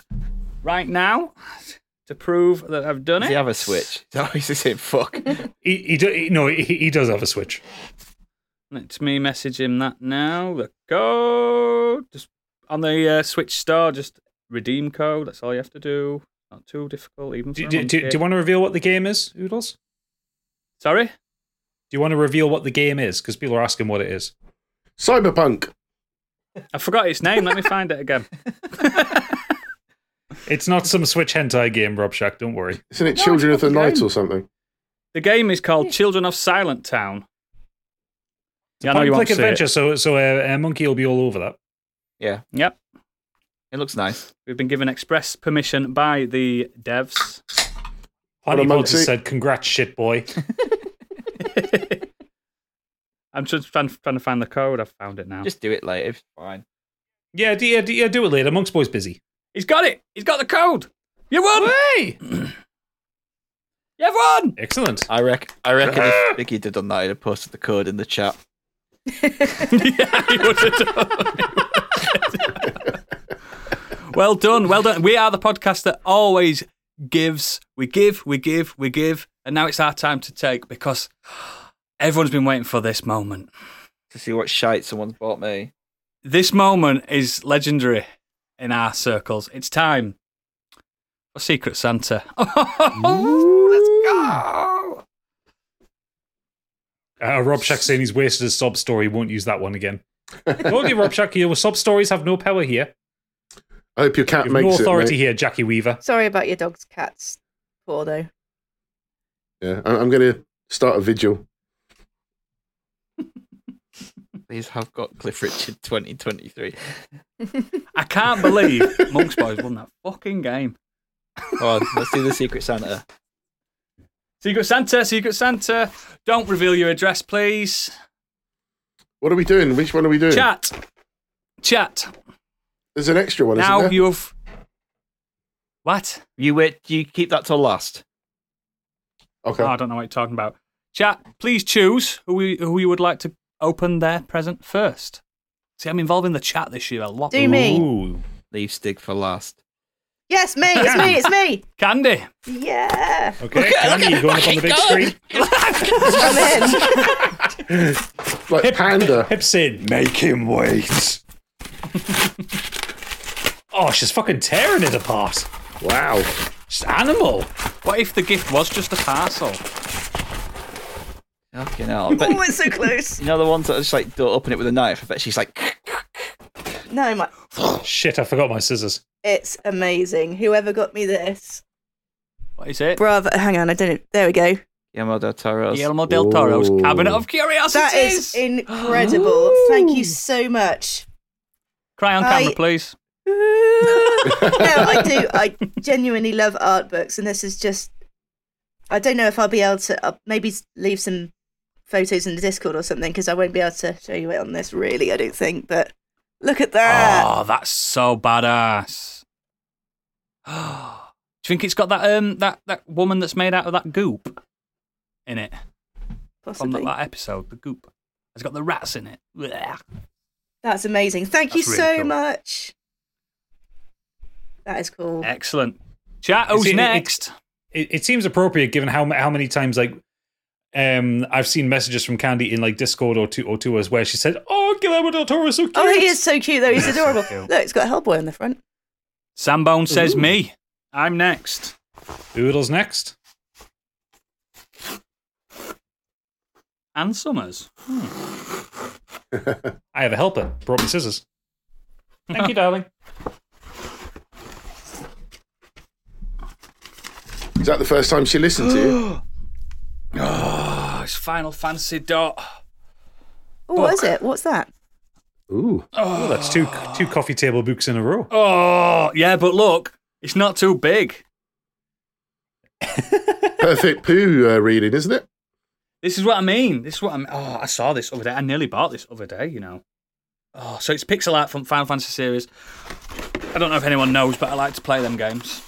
right now to prove that I've done
Does
it.
he have a switch? No, he's just saying fuck.
He, he, do, he- no, he, he does have a switch.
Let me message him that now. The code. Just on the uh, Switch Store, just redeem code. That's all you have to do. Not too difficult, even for
Do,
a
do, do,
monkey.
do you want to reveal what the game is, oodles?
Sorry?
Do you want to reveal what the game is? Because people are asking what it is.
Cyberpunk.
I forgot its name. Let me find it again.
It's not some Switch hentai game, Rob Shack. Don't worry.
Isn't it
No,
Children of
it's
the
not the
Night
game.
or something?
The game is called Children of Silent Town.
It's
Yeah,
a
I know you
point-and-click
won't see
adventure, so
it.
so a, a monkey will be all over that.
Yeah,
Yep.
it looks nice.
We've been given express permission by the devs.
What a
Planty Pods has
monkey.
said, "Congrats, shit boy."
I'm just trying, trying to find the code. I've found it now.
Just do it later. It's fine.
yeah, do, yeah, do, yeah, do it later. Monk's boy's busy.
He's got it. He's got the code. You won.
Way!
You've won.
Excellent.
I reckon. I reckon if Biggie had done that, he'd have posted the code in the chat.
yeah, he would have done. well done. Well done. We are the podcast that always gives. We give, we give, we give. And now it's our time to take because everyone's been waiting for this moment.
to see what shite someone's bought me.
This moment is legendary in our circles. It's time for Secret Santa. Let's go.
Uh, Rob Shack saying he's wasted his sob story. Won't use that one again. Told you, Rob Shack. Your sob stories have no power here.
I hope your cat
You've no
makes
authority
it.
here, Jackie Weaver.
Sorry about your dog's cat's paw, though.
mate. Yeah, I- I'm going to start a vigil.
These have got Cliff Richard 2023.
I can't believe Monk's Boys won that fucking game.
Come on, let's do the Secret Santa.
Secret Santa, Secret Santa, don't reveal your address, please.
What are we doing? Which one are we doing?
Chat. Chat.
There's an extra one,
now
isn't there?
you've. What?
You wait. You keep that till last.
okay.
Oh, I don't know what you're talking about. Chat, please choose who, we, who you would like to open their present first. See, I'm involved in the chat this year a lot.
Do me.
Ooh.
Leave Stig for last.
Yes, me. It's me. It's me.
Candy.
Yeah.
Okay, Candy, you going up on the big screen?
I'm in.
like Panda.
Hips in.
Make him wait.
Oh, she's fucking tearing it apart.
Wow.
She's animal.
What if the gift was just a parcel?
Fucking hell. I bet-
Oh, it's so close.
you know the ones that are just like don't open it with a knife. I bet she's like.
No, my,
Shit, I forgot my scissors.
it's amazing. Whoever got me this.
What is it?
Bravo. Hang on. I didn't. There we go.
Guillermo del Toro's.
Guillermo del Toro's
Ooh.
Cabinet of Curiosities.
That is incredible. Thank you so much.
Cry on
I-
camera, please.
No, I do. I genuinely love art books, and this is just. I don't know if I'll be able to. I'll maybe s- leave some photos in the Discord or something because I won't be able to show you it on this. Really, I don't think. But look at that.
Oh, that's so badass. Do you think it's got that um that, that woman that's made out of that goop in it from
Possibly.
that, that episode? The goop. It's got the rats in it. Blech.
That's amazing. Thank you
That's
so
really cool.
much. That is cool.
Excellent. Chat.
Is
Who's
it- it-
next?
It, it seems appropriate given how ma- how many times like um I've seen messages from Candy in like Discord or to or to us where she said, "Oh, Guillermo del Toro is so cute."
Oh, he is so cute though. He's
Yes,
adorable.
so cute.
Look, it's got Hellboy on the front.
Sambone says me. I'm next.
Oodles next.
Anne Summers.
I have a helper. Brought me scissors. Thank you, darling.
Is that the first time she listened to you?
Oh, it's Final Fantasy Dot.
Oh, what is it? What's that?
Ooh.
Oh, that's two two coffee table books in a row.
Oh, yeah, but look, it's not too big.
Perfect poo uh, reading, isn't it?
This is what I mean. This is what I'm. Oh, I saw this other day. I nearly bought this other day, you know. Oh, so it's pixel art from Final Fantasy series. I don't know if anyone knows, but I like to play them games.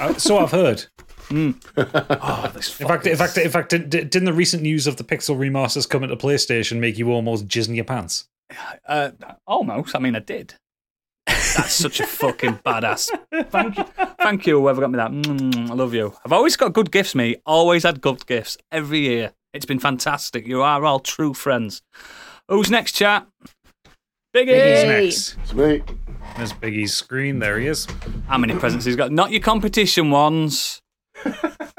Uh, so I've heard.
Oh, this
In fact, in fact, in fact, did- did- didn't the recent news of the Pixel remasters coming to PlayStation make you almost jizz in your pants?
Uh, almost. I mean, I did. That's such a fucking badass. Thank you, thank you, whoever got me that. Mm, I love you. I've always got good gifts, me. Always had good gifts every year. It's been fantastic. You are all true friends. Who's next, chat?
Biggie's
Hey.
Biggie.
next.
It's me.
There's Biggie's screen. There he is.
How many presents he's got? Not your competition ones.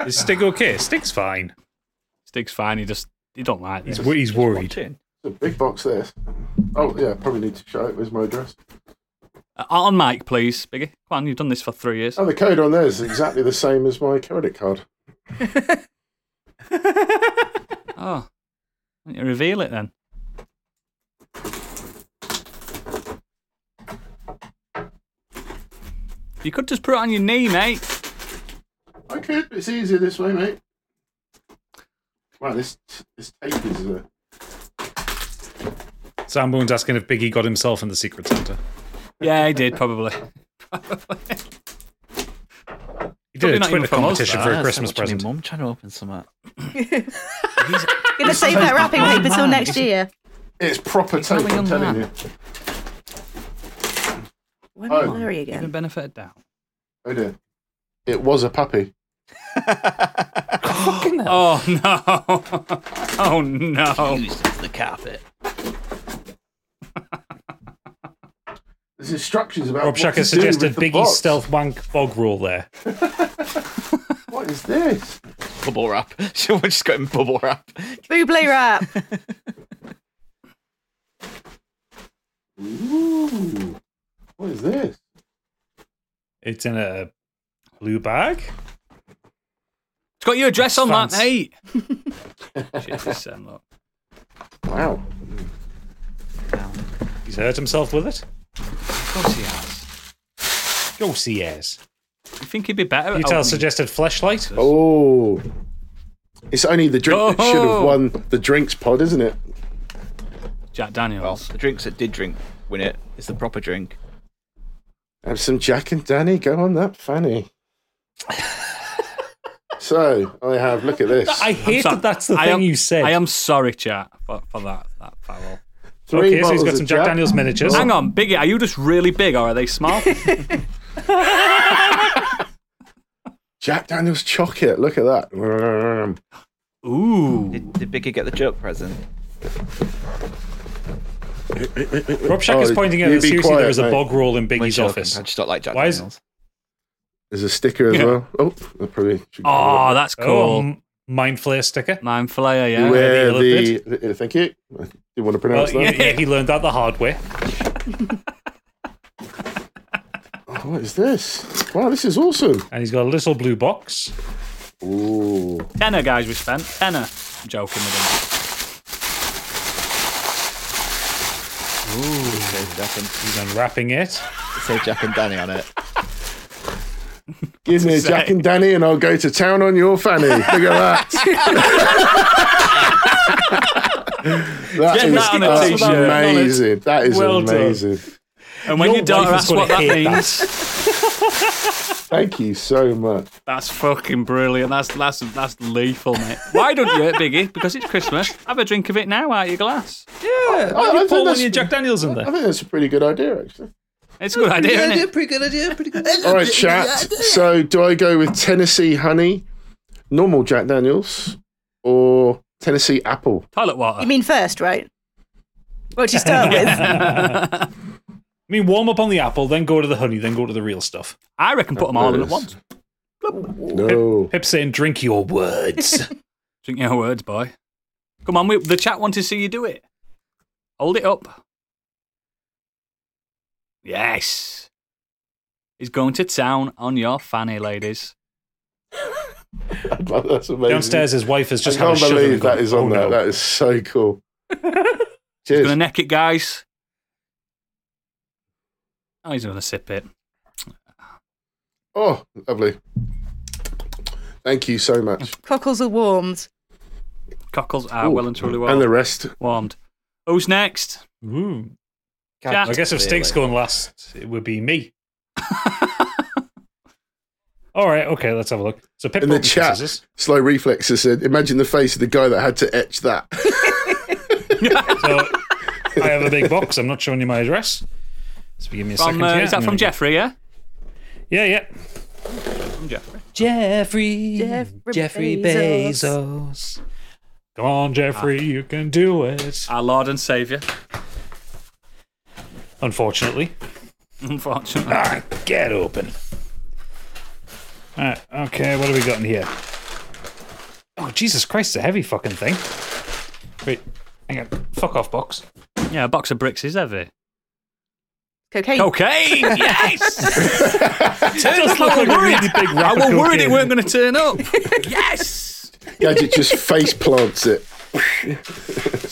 Is Stig okay? Stig's fine.
Stig's fine. He just he don't like this.
He's, wo- he's worried.
It's a big box, this. Oh, yeah, probably need to show it. Where's my address?
Uh, on mic, please, Biggie. Come on, you've done this for three years.
Oh, the code on there is exactly the same as my credit card.
Oh, why don't you reveal it then? You could just put it on your knee, mate.
I could. It's easier this way, mate. Wow, this this tape is uh,
Sambone's asking if Biggie got himself in the Secret Santa.
Yeah, I did probably.
He did
Probably
a
not even
Twitter
from us,
competition for
Ah,
a
so
Christmas
much of me
present.
Mum trying to open some up.
Gonna save that wrapping paper till next year.
it's proper tape.
Exactly
I'm
on
telling you.
that.
Where
Oh.
am I Larry
Even
again?
benefit of doubt.
Oh dear, it was a puppy.
Oh no! oh no!
Used into the carpet.
There's instructions about.
Rob
what to
Shacker
do
suggested
with the
Biggie's
box.
stealth wank bog roll there.
What is this?
Bubble wrap. Someone just got him bubble wrap.
Buble wrap.
Ooh, what is this?
It's in a blue bag.
It's got your address on that,
Fancy.
mate. Jesus, um, look.
Wow.
He's hurt himself with it.
Of course he has.
Go see yes.
You think he'd be better? at
Utel
opening-
suggested fleshlight.
Uh, Oh, it's only the drink that should have
Oh.
won the drinks pod, isn't it?
Jack
Well,
Daniels.
the drinks that did drink win it. It's the proper drink.
Have some Jack and Danny. Go on that fanny. so I have. Look at this.
I hate
So-
that that's the
I
thing
am-
you said.
I am sorry, chat, for, for that that foul.
Three
okay, so he's
bottles
got
of
some Jack, Daniels miniatures.
Hang on, Biggie, are you just really big or are they small?
Jack Daniels chocolate. Look at that. Mm.
Ooh.
Did, did Biggie get the joke present?
Rob Shack is
Oh,
pointing out
you
that
be
seriously
quiet,
there is a
mate.
bog roll in
I'm
Biggie's
joking.
office.
I just don't like Jack
Why is-
Daniels.
There's a sticker as
Yeah.
well. Oh, I probably. Should
Oh, that's
Oh,
cool.
m- mind flare sticker.
Nine flare, yeah.
where
the
the, uh, thank you. I didn't want to
Well,
pronounce
yeah,
that.
yeah, he learned that the hard way.
Oh, what is this? Wow, this is awesome.
And he's got a little blue box.
Ooh,
Tenner, guys, we spent. Tenner. I'm joking with him.
Say Jack and-
He's unwrapping it.
say Jack and Danny on it.
give me a
say?
Jack and Danny, and I'll go to town on your fanny. Look at that. that
Get
is
that on a t-shirt.
amazing. That is
Well done.
amazing.
And when
Your
your daughter
wife is
asks what
gonna
that
hate that.
means,
Thank you so much.
that's fucking brilliant. That's, that's, that's lethal, mate. Why don't you, Biggie? Because it's Christmas. Have a drink of it now out of your glass.
Yeah,
I
you
think
pour one
that's-
of your Jack Daniels in
I
there.
think that's a pretty good idea, actually.
It's a good idea, isn't it?
pretty good idea. Pretty good.
All right, chat. So, do I go with Tennessee honey, normal Jack Daniels, or Tennessee apple?
Toilet water.
You mean first, right? What do you start with?
I mean, warm up on the apple, then go to the honey, then go to the real stuff.
I reckon put them all in at
Yes.
once.
No.
Pip's saying, drink your words.
Drink your words, boy. Come on, we, the chat want to see you do it. Hold it up. Yes. He's going to town on your fanny, ladies.
That's amazing.
Downstairs, his wife has just
I
had a
can't
shiver and
believe
gone,
that is on
"Oh,
there.
no."
That is so cool.
He's
Cheers.
gonna neck it, guys. Oh, he's gonna sip it.
Oh, lovely. Thank you so much.
Cockles are warmed.
Cockles are Ah, well and truly
And
warmed.
the rest.
warmed. Who's next?
Ooh.
Jack.
I guess if Stinks going last, it would be me. All right, okay, let's have a look. So Pip
In the
Rock, paper,
chat,
scissors.
Slow Reflexes said, imagine the face of the guy that had to etch that.
So I have a big box. I'm not showing you my address. So give me a
From,
second.
uh,
yeah,
is that
I'm
from
gonna-
Jeffrey? Yeah,
Yeah, yeah.
from Jeffrey.
Jeffrey.
Jeffrey Jeffrey Bezos.
Come on, Jeffrey,
Ah.
you can do it.
Our Lord and Savior.
Unfortunately.
Unfortunately,
Ah, get open. Alright, okay, what have we got in here? Oh, Jesus Christ, it's a heavy fucking thing. Wait, hang on. Fuck off, box.
yeah. A box of bricks is heavy.
Cocaine.
Cocaine. yes.
It does look like a really big
I
wrapper
was worried it
cocaine.
weren't going to turn up. yes.
Gadget just face plants it.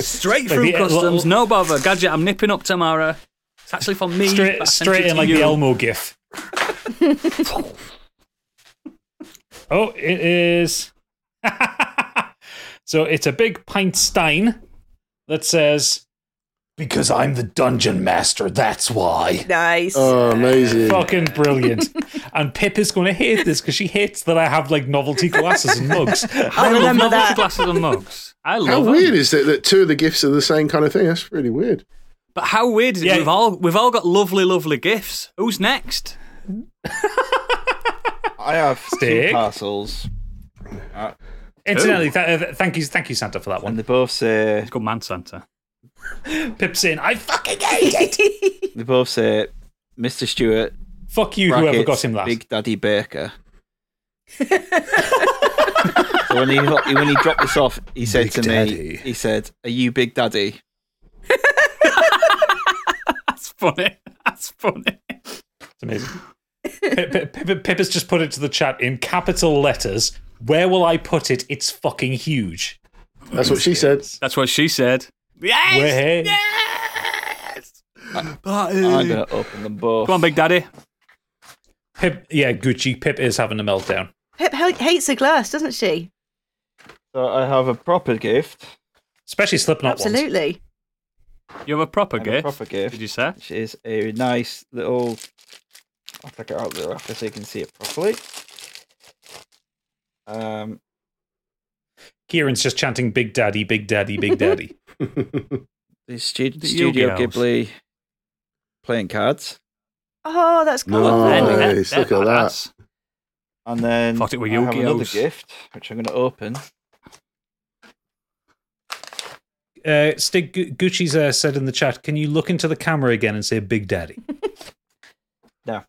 Straight
Like
through
the-
customs.
little-
No bother, gadget. I'm nipping up tomorrow. It's actually for me. but I
Straight,
sent
straight
it
in
to
like
you.
the Elmo gif. oh, it is. so it's a big pint stein that says, Because I'm the dungeon master, that's why.
Nice.
Uh,
Oh, amazing.
Fucking brilliant. and Pip is going to hate this because she hates that I have like novelty glasses and mugs.
I, love
remember
novelty
that.
glasses and mugs. I love
How
them.
weird is it that two of the gifts are the same kind of thing? That's really weird.
But how weird is it?
Yeah.
We've all we've all got lovely, lovely gifts. Who's next?
I have
Steak.
two parcels,
Incidentally, th- uh, thank you, thank you, Santa, for that
and
one.
they both say
Good man, Santa.
Pip's in. I fucking hate it.
they both say, "Mr. Stewart,
Fuck you, whoever
brackets,
got him that.
Big Daddy Baker." so when he when he dropped this off, he said
Big
to
Daddy.
me, "He said, are you Big Daddy?"
That's funny. That's funny.
It's amazing. Pip, Pip, Pip, Pip has just put it to the chat in capital letters. Where will I put it? It's fucking huge.
That's what she said.
That's what she said. Yes.
Where-
Yes. Party.
I'm gonna open them both.
Come on, Big Daddy.
Pip, yeah, Gucci. Pip is having a meltdown.
Pip ha- hates a glass, doesn't she?
So I have a proper gift.
Especially Slipknot ones.
Absolutely.
You have a proper
I have a
gift.
proper gift.
Did you say?
which is a nice little. I'll take it out the wrapper so you can see it properly. Um,
Kieran's just chanting "Big Daddy, Big Daddy, Big Daddy."
the, stu-
The
Studio
Yu-Gi-Ohs.
Ghibli playing cards,
Oh, that's cool.
Nice.
There, there,
Nice,
there,
look at that.
that's-
and then
Thought it were
I have another
Yu-Gi-Ohs.
gift which I'm going to open.
Uh, Stig Gu- Gucci's uh, said in the chat, "Can you look into the camera again and say Big Daddy?"
No,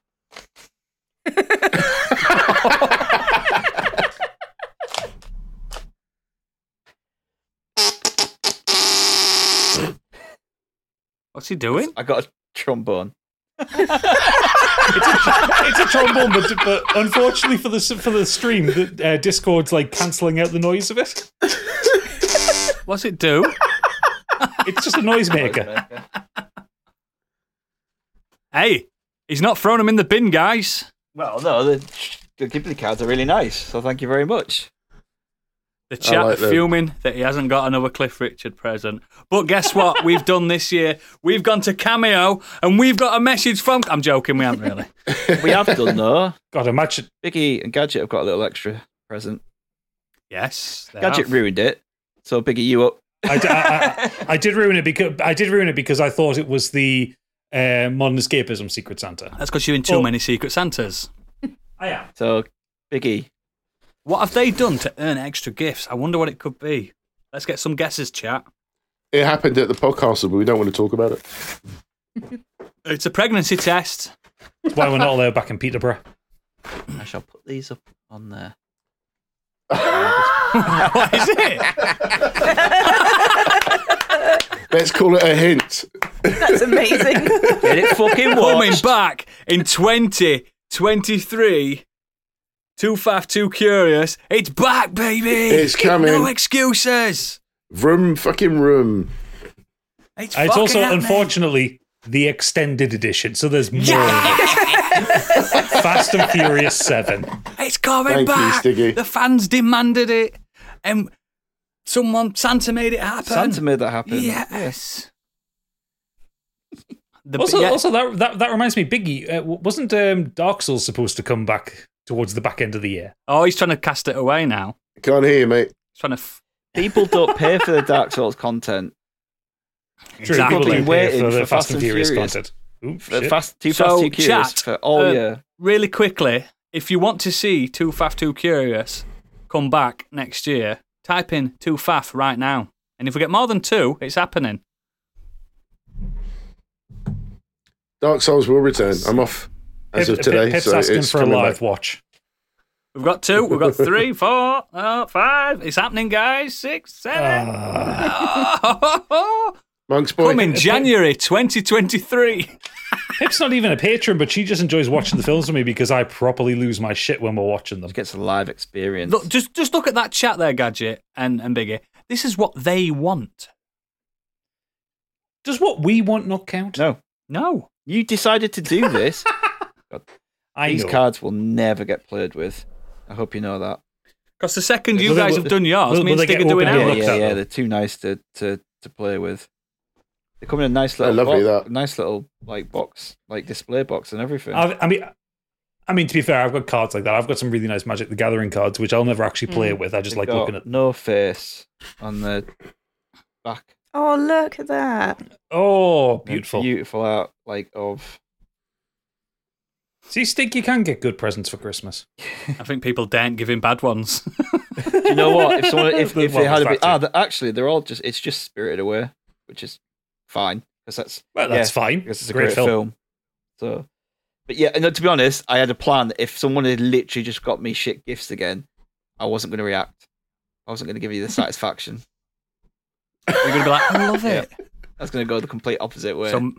What's he doing?
I got a trombone.
it's a trombone, but, but unfortunately for the for the stream, the, uh, Discord's like cancelling out the noise of it.
What's it do?
It's just a noisemaker.
hey, he's not throwing him in the bin, guys.
Well, no, the, the Ghibli cards are really nice, so thank you very much.
The chat
like them.
fuming that he hasn't got another Cliff Richard present. But guess what? we've done this year. We've gone to Cameo and we've got a message from. I'm joking. We haven't really.
We have done though.
God, imagine
Biggie and Gadget have got a little extra present.
yes. they
Gadget
have.
ruined it, so Biggie, you up?
I, d- I- I- I did ruin it because I did ruin it because I thought it was the uh, modern escapism Secret Santa.
That's because you're in too
Oh.
many Secret Santas.
I am.
So Biggie,
What have they done to earn extra gifts? I wonder what it could be. Let's get some guesses, chat.
It happened at the podcast, but we don't want to talk about it.
It's a pregnancy test.
That's why we're not allowed back in Peterborough.
I shall put these up on there.
what is it?
Let's call it a hint.
That's amazing.
Get it fucking
Coming
watched.
back in 2023 Too faff, too curious. It's back, baby.
It's coming.
No excuses.
Vroom, fucking room.
It's
It's, fucking
also,
happening.
unfortunately, the extended edition. So there's more. Fast and Furious 7.
It's coming
Thank you,
back.
Stiggy.
The fans demanded it, and someone Santa made it happen.
Santa made that happen.
Yes. The,
Also,
yeah,
also that, that that reminds me, Biggie, uh, w- wasn't um, Dark Souls supposed to come back towards the back end of the year?
oh, he's trying to cast it away now.
Can't hear you, mate.
He's trying to. F-
People don't pay for the Dark Souls content.
True,
Exactly.
people
Been
don't pay
waiting
for the
for
Fast and Furious content. Oop,
For
shit.
fast, too
So,
fast, too curious
chat,
for all
uh,
year.
really quickly, if you want to see Too Faff Too Curious come back next year, type in Too Faff right now. And if we get more than two, it's happening.
Dark Souls will return. I'm off as
Pip-
of today.
Pip- Pip's
so
asking
it's
for a
coming
live
back.
watch.
We've got two, we've got three, four, uh, five. It's happening, guys. Six, seven.
Ah.
Monk's boy.
Come in January 2023.
Pip's not even a patron, but she just enjoys watching the films with me because I properly lose my shit when we're watching them.
It gets a live experience.
Look, just just look at that chat there, Gadget and, and Biggie. This is what they want.
Does what we want not count?
no,
No.
you decided to do this.
I
These
know.
cards will never get played with. I hope you know that.
Because the second you
Will they-
guys
will-
have done yours,
will-
me and
will they
Stig
get
are doing
open
Yeah,
Look
ours.
at
yeah, yeah.
them.
They're too nice to, to, to play with. They come in a nice
They're
little,
lovely,
box,
that.
nice little like box, like display box and everything.
I, I mean, I mean to be fair, I've got cards like that. I've got some really nice Magic the Gathering cards, which I'll never actually play with. I just
Hmm. They've
like
got
looking at.
no face on the back.
Oh, look at that.
Oh,
They're
beautiful!
beautiful art, like of
See, Stig, you can get good presents for Christmas.
I think people daren't give him bad ones.
you know what? If someone, if,
The-
if
well,
they had a
there's
bit,
that
ah,
too.
the- actually, they're all just it's just Spirited Away, which is fine because that's
Well, that's
yeah,
fine.
because it's a great, film. So, but yeah, no, to be honest, I had a plan. that If someone had literally just got me shit gifts again, I wasn't going to react. I wasn't going to give you the satisfaction.
You're going to be like, I love it.
I was going to go the complete opposite way.
So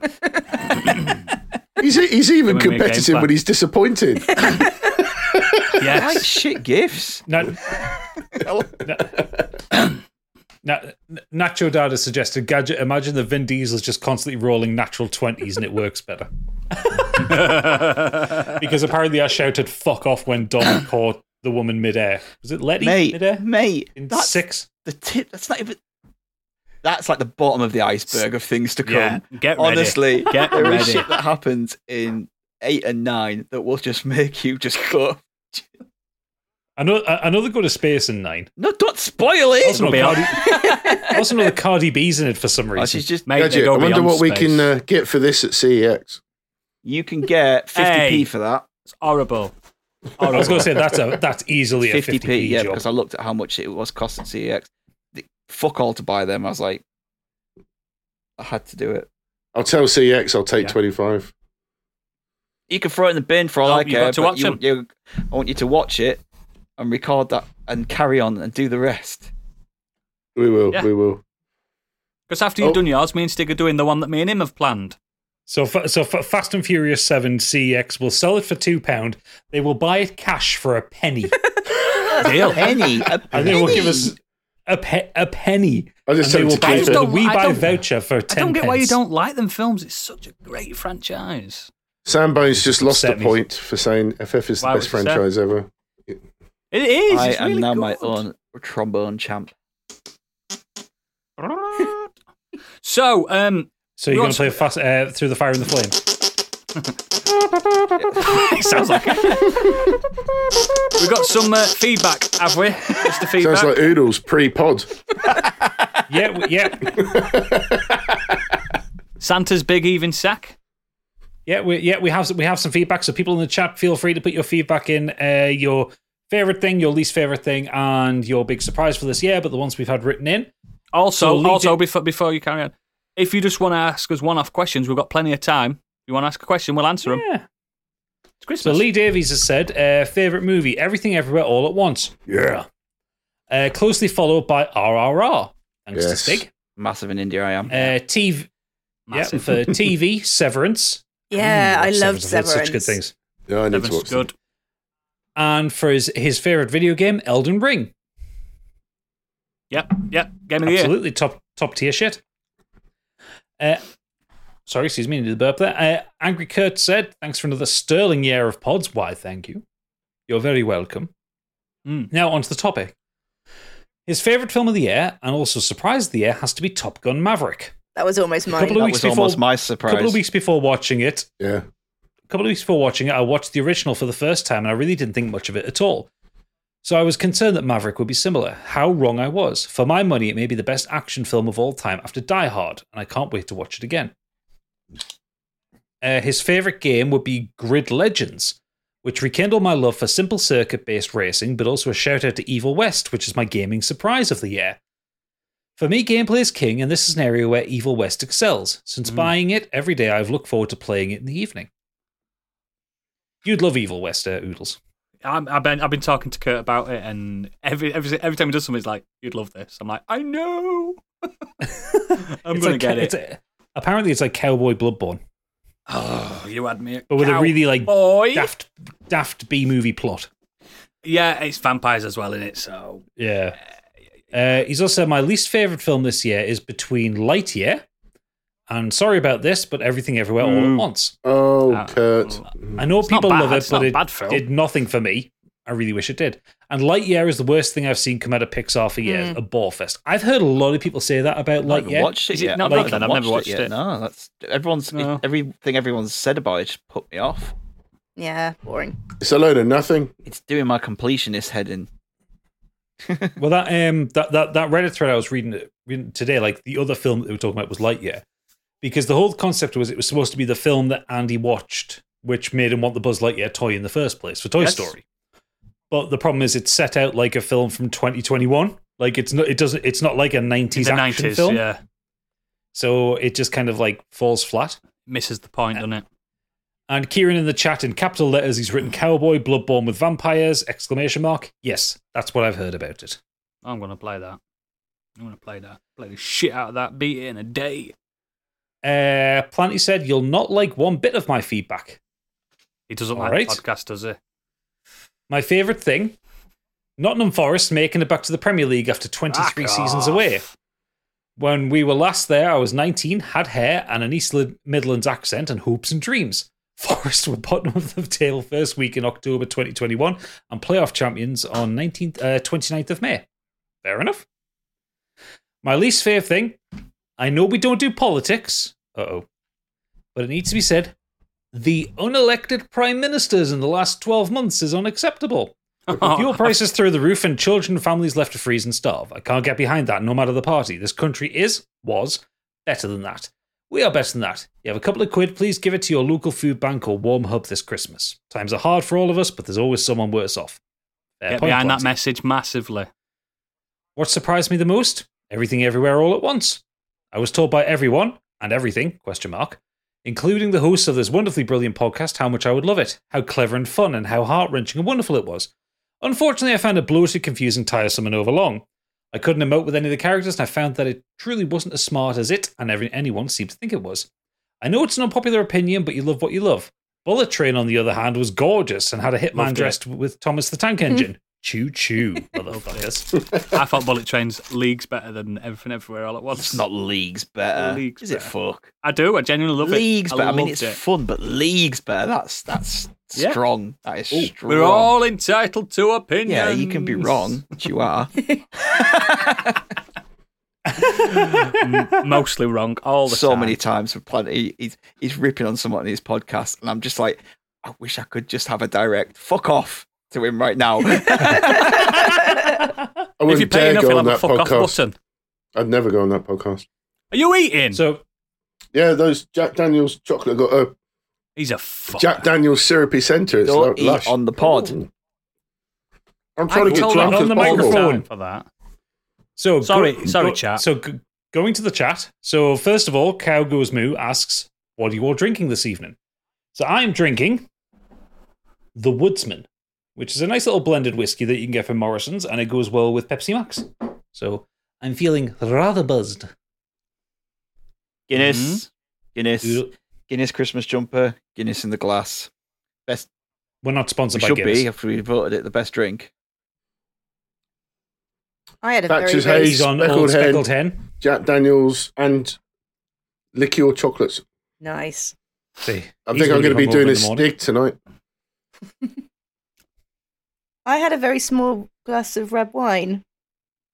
He's, he's even
Coming in game
competitive
plan.
when he's disappointed.
I like
Yes.
shit gifts.
Now, now, Nacho Dad has suggested gadget. Imagine the Vin Diesel's just constantly rolling natural twenties, and it works better. because apparently, I shouted "fuck off" when Don caught the woman midair. Was it Letty
mate,
midair
mate,
in
that's
six?
the tip. That's not even. That's like the bottom of the iceberg of things to come.
Yeah, get ready.
Honestly,
Get
there is
ready.
shit that happens in eight and nine that will just make you just go.
I know. I I know they go to space in nine.
No, don't spoil it.
Also, know
Beyond-
Cardi, I also know the Cardi B's in it for some
Oh,
reason.
she's just
Mate, they
Gadget, I
go
wonder
beyond
what we
space.
can uh, get for this at CEX.
you can get 50p
Hey.
for that.
It's horrible.
I was
Horrible.
going to say that's a that's easily a
50p,
50p,
yeah,
job.
because I looked at how much it was cost at CEX. The- Fuck all to buy them. I was like, I had to do it.
I'll tell CEX I'll take
Yeah.
25.
You can throw it in the bin for all
No,
I
you've
care.
got to
but
watch
you-
them.
you- I want you to watch it and record that and carry on and do the rest.
We will,
Yeah.
we will.
Because after you've
Oh.
done yours, me and Stig are doing the one that me and him have planned.
So, fa- so fa- Fast and Furious Seven CX will sell it for two pound. They will buy it cash for a penny,
Deal.
Penny, a
and they
penny.
will give us a pe- a penny.
I just tell
and they will
them to
buy
keep
it
just
it.
with a
don't-
we
I
buy
don't-
voucher for
I
ten.
don't get why you
pence.
don't like them films. It's such a great franchise.
Sambo's just lost a
upset me.
point for saying FF is the
Why
best
was it said?
franchise ever.
It is.
I
it's
am
really
now
good.
my own trombone champ.
So, um,
So you're going
We want-
to play fast uh, through the fire and the flame.
it sounds like we've got some uh, feedback, have we? Just the
Sounds
feedback.
like Oodles pre-pod.
Yeah, w- yeah,
Santa's big even sack.
yeah, we, yeah. We have some, we have some feedback. So people in the chat, feel free to put your feedback in. Uh, your favorite thing, your least favorite thing, and your big surprise for this year. But the ones we've had written in. So
Also,
lead
also
it-
before before you carry on, if you just want to ask us one-off questions, we've got plenty of time. You want to ask a question, we'll answer them.
Yeah.
It's Christmas.
So Lee Davies has said, uh, favorite movie, Everything Everywhere All at Once.
Yeah.
Uh, closely followed by RRR. Thanks to
Yes.
Stig.
Massive in India, I am.
Uh, TV. Yeah,
Massive.
for TV, Severance.
Yeah,
Ooh,
I
watch
loved
I've heard Such good
Severance.
things.
Yeah, I need to
Seven's
watch
good.
and for his, his favorite video game, Elden Ring.
Yep, yep. Game of the year.
Absolutely top top tier shit. Uh, sorry, excuse me, needed a burp there. Uh, Angry Kurt said, "Thanks for another sterling year of pods." Why, thank you. You're very welcome.
Hmm.
Mm.
Now onto the topic. His favorite film of the year, and also surprise of the year, has to be Top Gun Maverick.
That was almost mine.
Couple of
That
weeks
was almost
before-
my
A
surprise.
couple of weeks before watching it,
Yeah.
a couple of weeks before watching it, I watched the original for the first time and I really didn't think much of it at all. So I was concerned that Maverick would be similar. How wrong I was. For my money, it may be the best action film of all time after Die Hard, and I can't wait to watch it again. Uh, his favorite game would be Grid Legends, which rekindled my love for simple circuit based racing, but also a shout out to Evil West, which is my gaming surprise of the year. For me, gameplay is king, and this is an area where Evil West excels. Since buying it every day, I've looked forward to playing it in the evening. You'd love Evil West, uh, Oodles.
I'm, I've been I've been talking to Kurt about it, and every every every time he does something, he's like, "You'd love this." I'm like, "I know." I'm
It's
gonna
like-
get it.
it's a- apparently, it's like Cowboy Bloodborne,
oh, you had me. at
but with
cow,
a really like
boy.
daft, daft B movie plot.
Yeah, it's vampires as well in it, so
Yeah. Uh, he's also my least favorite film this year is between Lightyear and sorry about this, but Everything Everywhere All
Mm.
at Once.
Oh,
Uh,
Kurt.
I know
not
people
bad,
love it,
it's
but
not a
it
bad film.
did nothing for me. I really wish it did. And Lightyear is the worst thing I've seen come out of Pixar for years.
Mm.
A bore fest. I've heard a lot of people say that about
I haven't
Lightyear.
watched it
Is it
yet.
not
I haven't
good then? I've never watched
yet.
it.
No, that's everyone's
No.
everything everyone's said about it just put me off.
Yeah, boring.
It's a load of nothing.
It's doing my completionist head in.
Well, that um, that that that Reddit thread I was reading, reading today, like the other film that they were talking about was Lightyear, because the whole concept was it was supposed to be the film that Andy watched, which made him want the Buzz Lightyear toy in the first place for Toy
Yes.
Story. But the problem is, it's set out like a film from 2021. Like it's not, it doesn't, it's not like a 90s
it's the
action
nineties.
film.
Yeah,
So it just kind of like falls flat.
misses the point, doesn't it?
And Kieran in the chat in capital letters, he's written "Cowboy Bloodborne with vampires!" exclamation mark. Yes, that's what I've heard about it.
I'm gonna play that. I'm gonna play that. Play the shit out of that. Beat it in a day.
Uh, Planty said, "You'll not like one bit of my feedback.
He doesn't
All
like
right.
the podcast, does he?
My favourite thing: Nottingham Forest making it back to the Premier League after 23
Back
seasons
off.
away. When we were last there, I was 19, had hair and an East Lid- Midlands accent, and hopes and dreams. Forest were bottom of the table first week in October 2021 and playoff champions on 19th, uh, 29th of May. Fair enough. My least favourite thing: I know we don't do politics. Uh oh, but it needs to be said: the unelected prime ministers in the last 12 months is unacceptable. Fuel prices through the roof and children and families left to freeze and starve. I can't get behind that, no matter the party. This country is, was, better than that. We are better than that. You have a couple of quid, please give it to your local food bank or warm hub this Christmas. Times are hard for all of us, but there's always someone worse off. Fair
Get
point,
behind that
Bronte.
message massively.
What surprised me the most? Everything everywhere all at once. I was told by everyone and everything, question mark, including the hosts of this wonderfully brilliant podcast, how much I would love it, how clever and fun, and how heart wrenching and wonderful it was. Unfortunately, I found it bloated, confusing, tiresome, and overlong. I couldn't emote with any of the characters, and I found that it truly wasn't as smart as it and every, anyone seemed to think it was. I know it's an unpopular opinion, but you love what you love. Bullet Train, on the other hand, was gorgeous and had a hitman
Loved it.
dressed with Thomas the Tank Engine. choo choo, motherfuckers.
I thought Bullet Train's leagues better than everything everywhere all at once.
It's not leagues better.
Leagues
is it
better.
fuck?
I do. I genuinely love
leagues
it.
better. I mean,
loved
it's
it.
fun, but leagues better. That's that's
Yeah.
strong. That is strong.
We're all entitled to opinions.
yeah, you can be wrong, which you are.
M- mostly wrong all the
so
time.
many times with plenty. He's he's ripping on someone in his podcast, and I'm just like, I wish I could just have a direct fuck off to him right now.
I
If you
wouldn't
pay
dare
enough,
go
you'll
on
have a
that
fuck off
podcast.
button.
I'd never go on that podcast.
Are you eating?
So
Yeah, those Jack Daniels chocolate got a
He's a fuck.
Jack Daniels syrupy centre. It's
Don't
like
eat
lush.
on the pod.
I'm
I
trying to get
told
drunk as
him
on the
possible.
microphone.
for that.
So go-
Sorry- sorry,
go-
chat.
So g- going to the chat. So first of all, Cow Goes Moo asks, "What are you all drinking this evening?" So I am drinking the Woodsman, which is a nice little blended whiskey that you can get from Morrison's, and it goes well with Pepsi Max. So I'm feeling rather buzzed.
Guinness, Guinness,
Doodle-
Guinness Christmas jumper, Guinness in the glass. Best
We're not
We
sponsored by
should
Guinness.
be after we voted it the best drink.
I had a
Thatcher's
very, very
haze.
He's on
Speckled
old
Hen.
speckled hen.
Jack Daniels and liqueur chocolates.
nice.
See,
I think I'm going to be doing a stig tonight.
I had a very small glass of red wine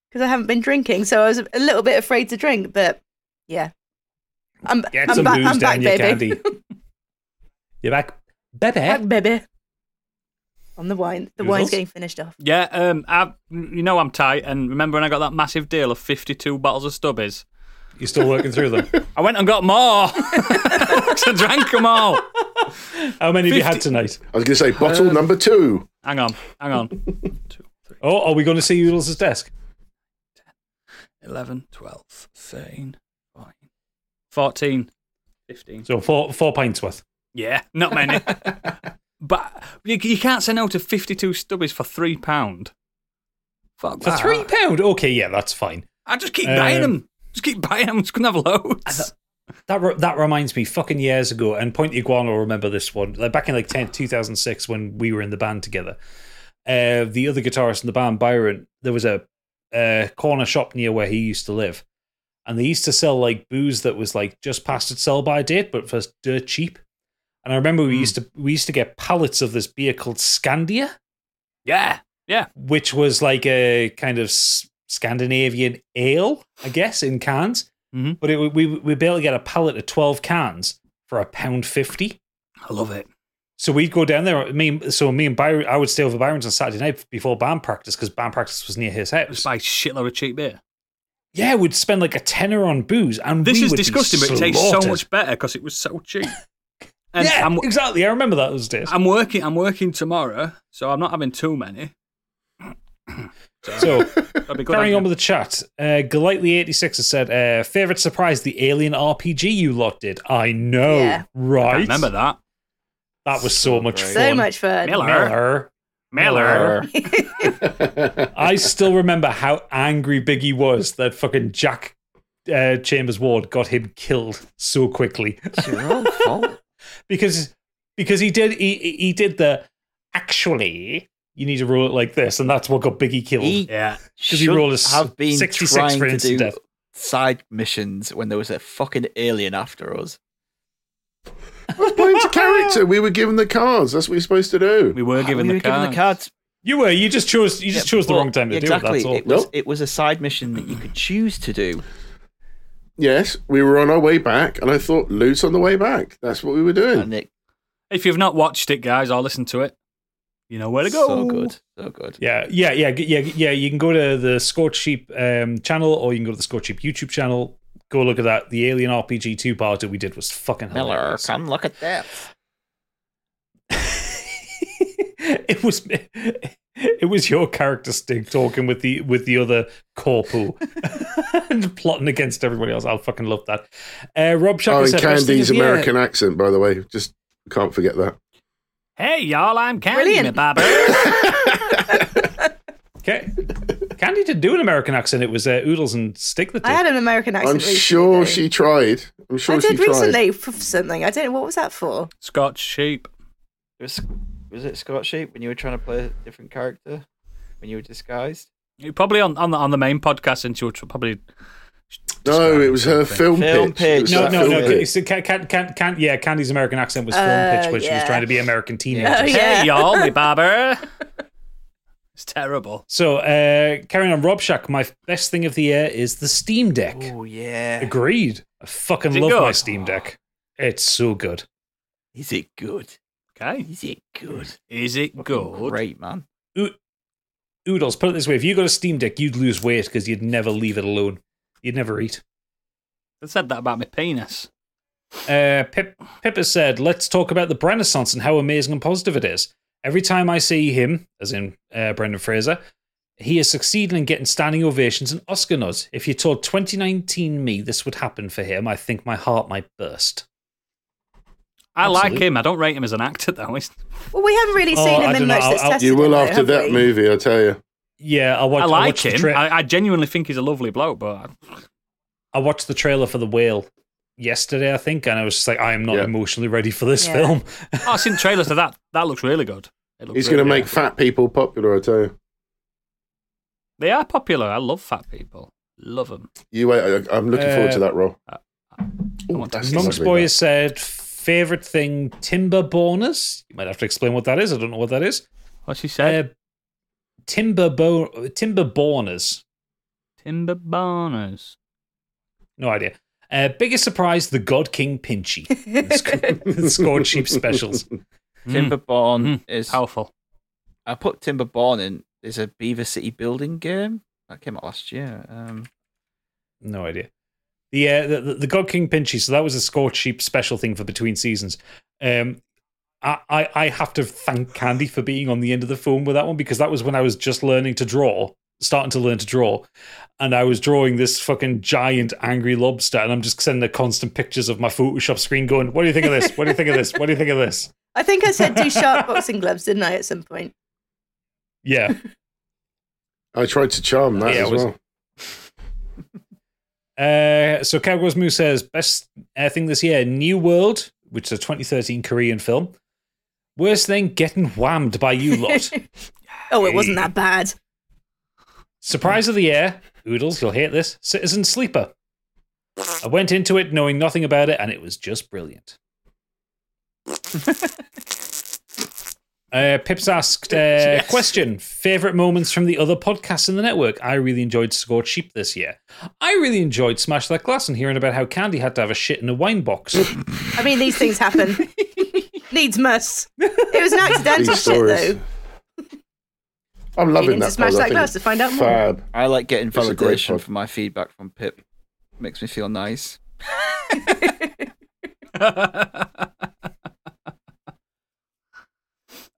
because I haven't been drinking, so I was a little bit afraid to drink. But yeah, I'm,
Get
I'm
some
back.
booze
I'm
down
back,
your
baby.
candy. You're back, baby.
Back, baby. On the wine. The
Noodles?
wine's getting finished off.
Yeah, um, I, you know I'm tight, and remember when I got that massive deal of 52 bottles of stubbies?
You're still working through them.
I went and got more. so I drank them all.
How many have you had tonight?
I was going to say
Um,
bottle number two.
Hang on, hang on.
Oh, are we going to see Oodles' desk?
11, 12, 13, 14, 14, 15.
So four four pints worth.
Yeah, not many. but you, you can't say no to 52 stubbies for £3. Fuck
For
that.
three pound? Okay, yeah, that's fine.
I just keep buying
Um,
them. Just keep buying them. Just couldn't have loads.
That re- that reminds me, fucking years ago, and Point Iguana will remember this one. Like back in like 10, 2006 when we were in the band together, uh, the other guitarist in the band, Byron, there was a uh, corner shop near where he used to live, and they used to sell like booze that was like just past its sell by date, but for dirt cheap. And I remember we used to we used to get pallets of this beer called Scandia,
Yeah, yeah.
which was like a kind of S- Scandinavian ale, I guess, in cans.
Mhm.
But it, we we were able to get a pallet of twelve cans for a pound fifty.
I love it.
So we'd go down there. Me, so me and Byron, I would stay over Byron's on Saturday night before band practice because band practice was near his
Just
house.
buy a shitload of cheap beer.
Yeah, we'd spend like a tenner on booze, and
This
we
is
would be
disgusting, but it tastes so
slaughtered.
much better because it was so cheap. And
Yeah,
I'm,
exactly. I remember that those days.
I'm working. I'm working tomorrow, so I'm not having too many.
so
That'd be good.
Carrying on
idea.
with the chat, uh, Golightly86 has said, uh, favourite surprise, the Alien RPG you lot did. I know,
Yeah.
right?
I remember that.
That was so much
So
fun.
So much fun.
Miller.
Miller.
Miller.
I still remember how angry Biggie was that fucking Jack uh, Chambers Ward got him killed so quickly
It's your own fault.
because because he did he he- he did the actually you need to roll it like this and that's what got Biggie killed.
He
Yeah.
he
should
rolled a s-
have been
66
trying
for
to
instant
do
death.
side missions when there was a fucking alien after us.
I was playing to character. We were given the cards. That's what you're supposed to do.
We were
Ah, We were
given the card.
the cards.
you were you just chose you just
Yeah,
chose the
but-
wrong time to
exactly.
do it. That's all.
was,
Nope.
it was a side mission that you could choose to do.
Yes, we were on our way back, and I thought loot on the way back. That's what we were doing.
And it
If you've not watched it, guys, or listened to it, you know where to
was
go.
so good. So good.
Yeah, yeah, yeah, g- yeah, yeah. You can go to the Scorch Sheep um, channel, or you can go to the Scorch Sheep YouTube channel. Go look at that. The Alien RPG two parter we did was fucking
Miller,
hilarious.
come look at that.
it was it was your character Stig talking with the with the other corpo and plotting against everybody else. I'll fucking love that. Uh, Rob Shacker
Oh, and
said, "Best thing
Candy's
of the year."
American accent, by the way. Just can't forget that.
Hey, y'all, I'm Candy
Brilliant.
McBobber.
Okay. Candy did do an American accent. It was uh, Oodles and Stig that did.
I had an American accent.
I'm
recently,
sure
though.
she tried. I'm sure
I
she
did
tried.
recently for something. I don't know what was that for.
Scotch sheep.
It was, was it Scott Sheep when you were trying to play a different character? When you were disguised?
You probably on, on the on the main podcast, since you were tr- probably
No, it was her film,
Film
pitch.
pitch.
It was
no,
her
no,
film
no.
pitch.
It's, can, can, can, can, yeah, Candy's American accent was
Uh,
film pitch, which she was
yeah.
trying to be American teenager.
Oh, yeah.
hey y'all, me barber. It's terrible.
So, uh, carrying on, Rob Shack, my best thing of the year is the Steam Deck.
Oh, yeah.
Agreed. I fucking
Is it
love
good?
my Steam Deck. It's so good.
Is it good?
Okay.
Is it good?
Is it
Fucking
good?
Great, man.
Oodles, put it this way if you got a Steam Deck, you'd lose weight because you'd never leave it alone. You'd never eat.
I said that about my penis.
Uh, Pip, Pip has said, let's talk about the Renaissance and how amazing and positive it is. Every time I see him, as in uh, Brendan Fraser, he has succeeded in getting standing ovations and Oscar nods. If you told 2019 me this would happen for him, I think my heart might burst.
I like
Absolutely.
him. I don't rate him as an actor though. He's-
Well, we haven't really
Oh,
seen
I
him
don't
in much
know.
that's
I'll-
tested.
You
him,
will
though,
after
have
that
we?
movie, I tell you.
Yeah, I watched.
I like
watched The
him.
tra- I-,
I, I genuinely think he's a lovely bloke, but I-
watched the trailer for The Whale yesterday, I think, and I was just like, I am not
Yeah.
emotionally ready for this
Yeah.
film.
oh, I've seen trailers to that. That looks really good. It looks
He's
really
going to make
good.
fat people popular, I tell you.
They are popular. I love fat people. Love them.
You wait. I, I'm looking forward to
Uh,
that role. Ooh,
want to
that's
Monk's
lovely,
Boy
that.
has said favorite thing timber bonus. You might have to explain what that is. I don't know what that is.
What she
Uh,
said?
timber bo- timber boners.
Timber Barners.
No idea. Uh, biggest surprise: the God King Pinchy. The sc- the scored cheap specials.
Timber Born
Mm.
is.
Powerful.
I put Timber Born in. There's a Beaver City building game that came out last year. Um,
No idea. The, uh, the the God King Pinchy. So that was a scored cheap special thing for between seasons. Um, I, I I have to thank Candy for being on the end of the phone with that one because that was when I was just learning to draw, starting to learn to draw, and I was drawing this fucking giant angry lobster, and I'm just sending her constant pictures of my Photoshop screen going, "What do you think of this? What do you think of this? What do you think of this?"
I think I said do sharp boxing gloves, didn't I, at some point?
Yeah.
I tried to charm that
Yeah,
as
it was-
well.
Uh, so Cowgirls Moo says best uh, thing this year: New World, which is a 2013 Korean film. Worst thing: getting whammed by you lot.
Oh, it wasn't that bad.
Surprise of the year: Oodles, you'll hate this. Citizen Sleeper. I went into it knowing nothing about it, and it was just brilliant. uh, Pips asked uh, question: favorite moments from the other podcasts in the network. I really enjoyed Score Cheap this year. I really enjoyed Smash That Glass and hearing about how Candy had to have a shit in a wine box.
I mean, these things happen. Needs must. It was an accidental
These
shit,
stories.
though.
I'm loving
need
that.
to smash
pod. I
that
think
glass
it's
to find out more.
Fab.
I like getting
It's a great
validation
pod.
for my feedback from Pip. Makes me feel nice.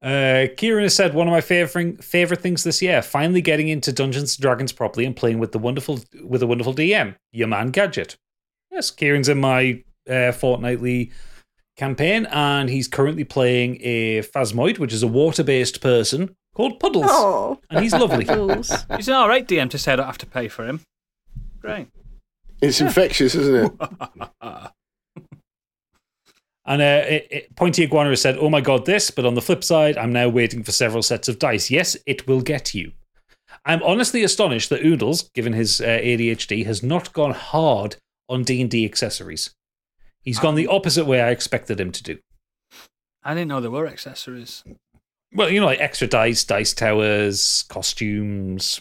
Uh, Kieran has said one of my favorite favorite things this year: finally getting into Dungeons and Dragons properly and playing with the wonderful with a wonderful DM, your man Gadget. Yes, Kieran's in my uh, fortnightly campaign, and he's currently playing a Phasmoid, which is a water based person called Puddles,
Oh,
and he's lovely.
rules.
He's an alright DM to say I don't have to pay for him. Great.
It's infectious, isn't it?
And uh, it, it, Pointy Iguana has said, "Oh my god, this!" But on the flip side, I'm now waiting for several sets of dice. Yes, it will get you. I'm honestly astonished that Oodles, given his uh, ADHD, has not gone hard on D and D accessories. He's gone the opposite way I expected him to do.
I didn't know there were accessories.
Well, you know, like extra dice, dice towers, costumes,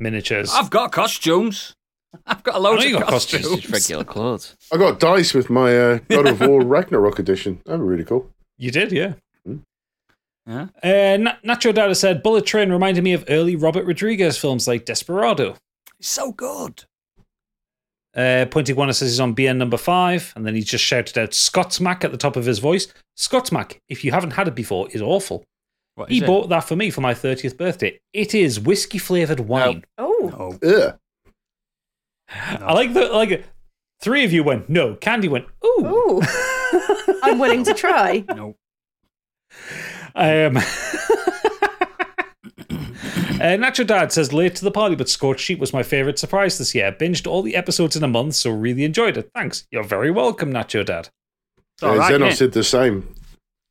miniatures.
I've got costumes. I've got
I
loads
know
of
Oh, you got costumes.
costumes.
It's just regular clothes.
I got dice with my uh, God of War Ragnarok edition. That'd be really cool.
you did, yeah.
Yeah.
Uh, Na- Nacho Dada said, "Bullet Train reminded me of early Robert Rodriguez films like Desperado."
It's so good.
Uh, Pointy Guana says he's on BN number five, and then he's just shouted out Scotsmack at the top of his voice. Scotsmack, if you haven't had it before, is awful.
What
he
is it?
bought that for me for my 30th birthday. It is whiskey flavored wine.
Oh,
No.
Ugh.
I like the like it. three of you went no. Candy went ooh.
ooh.
Oh.
I'm willing to try.
No.
Um, uh, Nacho Dad says late to the party, but Scorched Sheep was my favorite surprise this year. Binged all the episodes in a month, so really enjoyed it. Thanks. You're very welcome, Nacho Dad.
It's all
Uh,
right,
Xenos
innit?
did the same.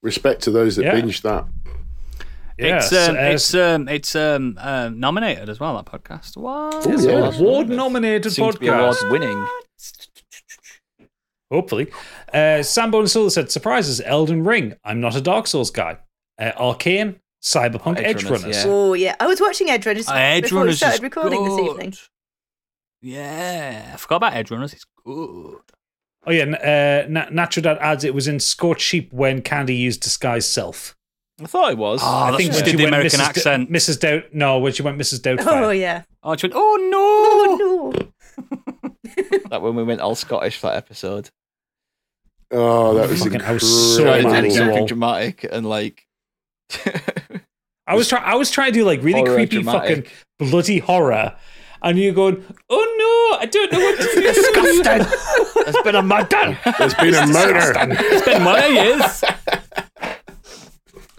Respect to those that
Yeah.
binged that.
It's
Yes,
um,
uh,
it's um, it's um, um, nominated as well. That podcast. What?
Ooh,
It's
yeah.
an award nominated
Soon to be
podcast.
award winning.
Hopefully. Uh, Sambo and Soul said, surprises, Elden Ring. I'm not a Dark Souls guy. Uh, Arcane, Cyberpunk,
Oh,
Edge
Edge
Runners.
Runners, yeah.
Oh, yeah. I was watching Edge Runners
Uh, Edge
before we
Runners
started
is
recording this
good.
evening.
Yeah, I forgot about Edge Runners. It's good.
Oh, yeah. n- Uh, Na- Natural Dad adds it was in Scorched Sheep when Candy used Disguise Self.
I thought it was.
Oh, that's
I think
when
when
she did the
went
American
Mrs. D-
accent.
Mrs. Doubt. No, when she went Mrs. Doubtfire.
Oh, yeah.
oh, she went, oh no!
Oh, no.
that when we went all Scottish that episode.
Oh, that was
Fucking- I
incredible.
was so
I
mad at
did
that.
something
Cool.
dramatic and like.
I was trying. I was trying to do like really
Horror,
creepy,
dramatic.
fucking bloody horror, and you're going, "Oh no, I don't know what to do."
There's been a murder.
There's been a murder.
It's been one of years.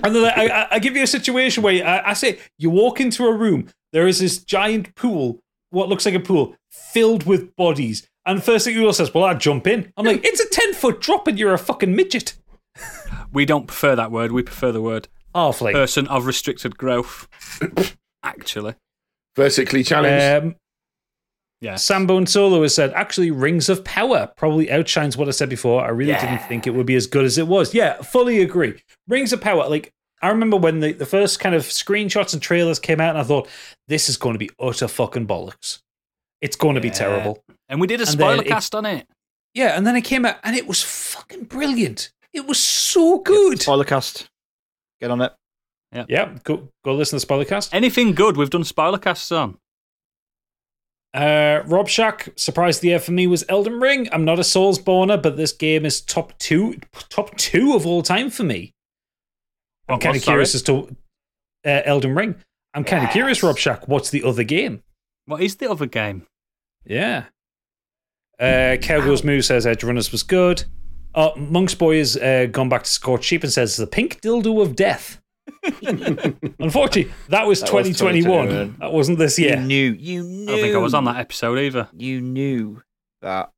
And then I, I, I give you a situation where uh, I, I say you walk into a room. There is this giant pool, what looks like a pool, filled with bodies. And first thing Udo says, "Well, I jump in." I'm like, "It's a ten foot drop, and you're a fucking midget."
We don't prefer that word. We prefer the word
halfling.
person of restricted growth. Actually,
Vertically challenged.
Um,
yeah.
Sambo and Solo has said, actually, Rings of Power probably outshines what I said before. I really didn't think it would be as good as it was. Yeah, fully agree. Rings of Power, like, I remember when the, the first kind of screenshots and trailers came out, and I thought, this is going to be utter fucking bollocks. It's going to be
Yeah.
terrible.
and we did a
And
spoiler
then it-
cast on it.
Yeah, and then it came out, and it was fucking brilliant. It was so good.
Spoiler cast. Get on it.
Yeah, go, go listen to the Spoilercast.
Anything good? We've done spoiler casts on.
Uh, Rob Shack, surprise of the year for me was Elden Ring. I'm not a Soulsborner, but this game is top two, top two of all time for me. I'm
What
kind
was,
of curious
Oh, sorry?
as to uh, Elden Ring. I'm kind of curious, Rob Shack. What's the other game?
What is the other game?
Yeah. Uh, Cowgirls Moo says Edge Runners was good. Uh, Monk's Boy has uh, gone back to Scorched Sheep and says the pink dildo of death. Unfortunately, that was
That was
2021.
2021.
that wasn't this
You
year.
knew. You knew.
I don't think I was on that episode either.
You knew that.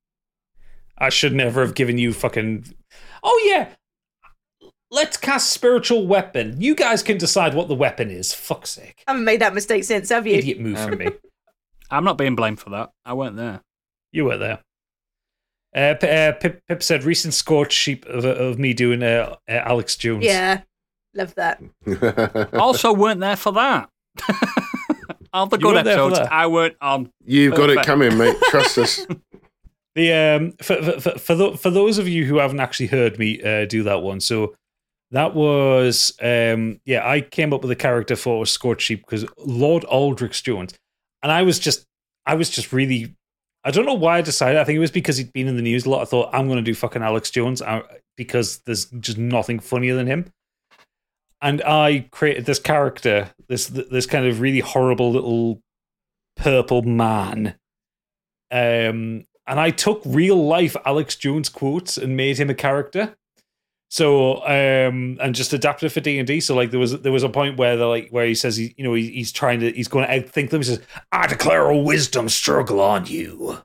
I should never have given you fucking. Oh yeah, let's cast spiritual weapon. You guys can decide what the weapon is. Fuck's sake,
haven't made that mistake since, have you?
idiot move from me.
I'm not being blamed for that. I weren't there.
You were there. Uh, P- uh, Pip, Pip said recent scorched sheep of, of me doing uh, uh, Alex Jones.
Yeah, love that.
Also, weren't there for that. All the
You
good
weren't there for
episodes,
that.
I weren't um, on.
You've got it
Perfect.
coming, mate. Trust us.
The um for for for, for, tho- for those of you who haven't actually heard me uh, do that one, so that was um yeah I came up with a character for Scorched Sheep because Lord Aldrich Jones, and I was just I was just really I don't know why I decided I think it was because he'd been in the news a lot. I thought I'm going to do fucking Alex Jones uh, because there's just nothing funnier than him. And I created this character, this this kind of really horrible little purple man um, and I took real life Alex Jones quotes and made him a character. So um, and just adapted it for D and D. So like there was there was a point where they're like where he says he you know he, he's trying to he's going to outthink them. He says, "I declare a wisdom struggle on you,"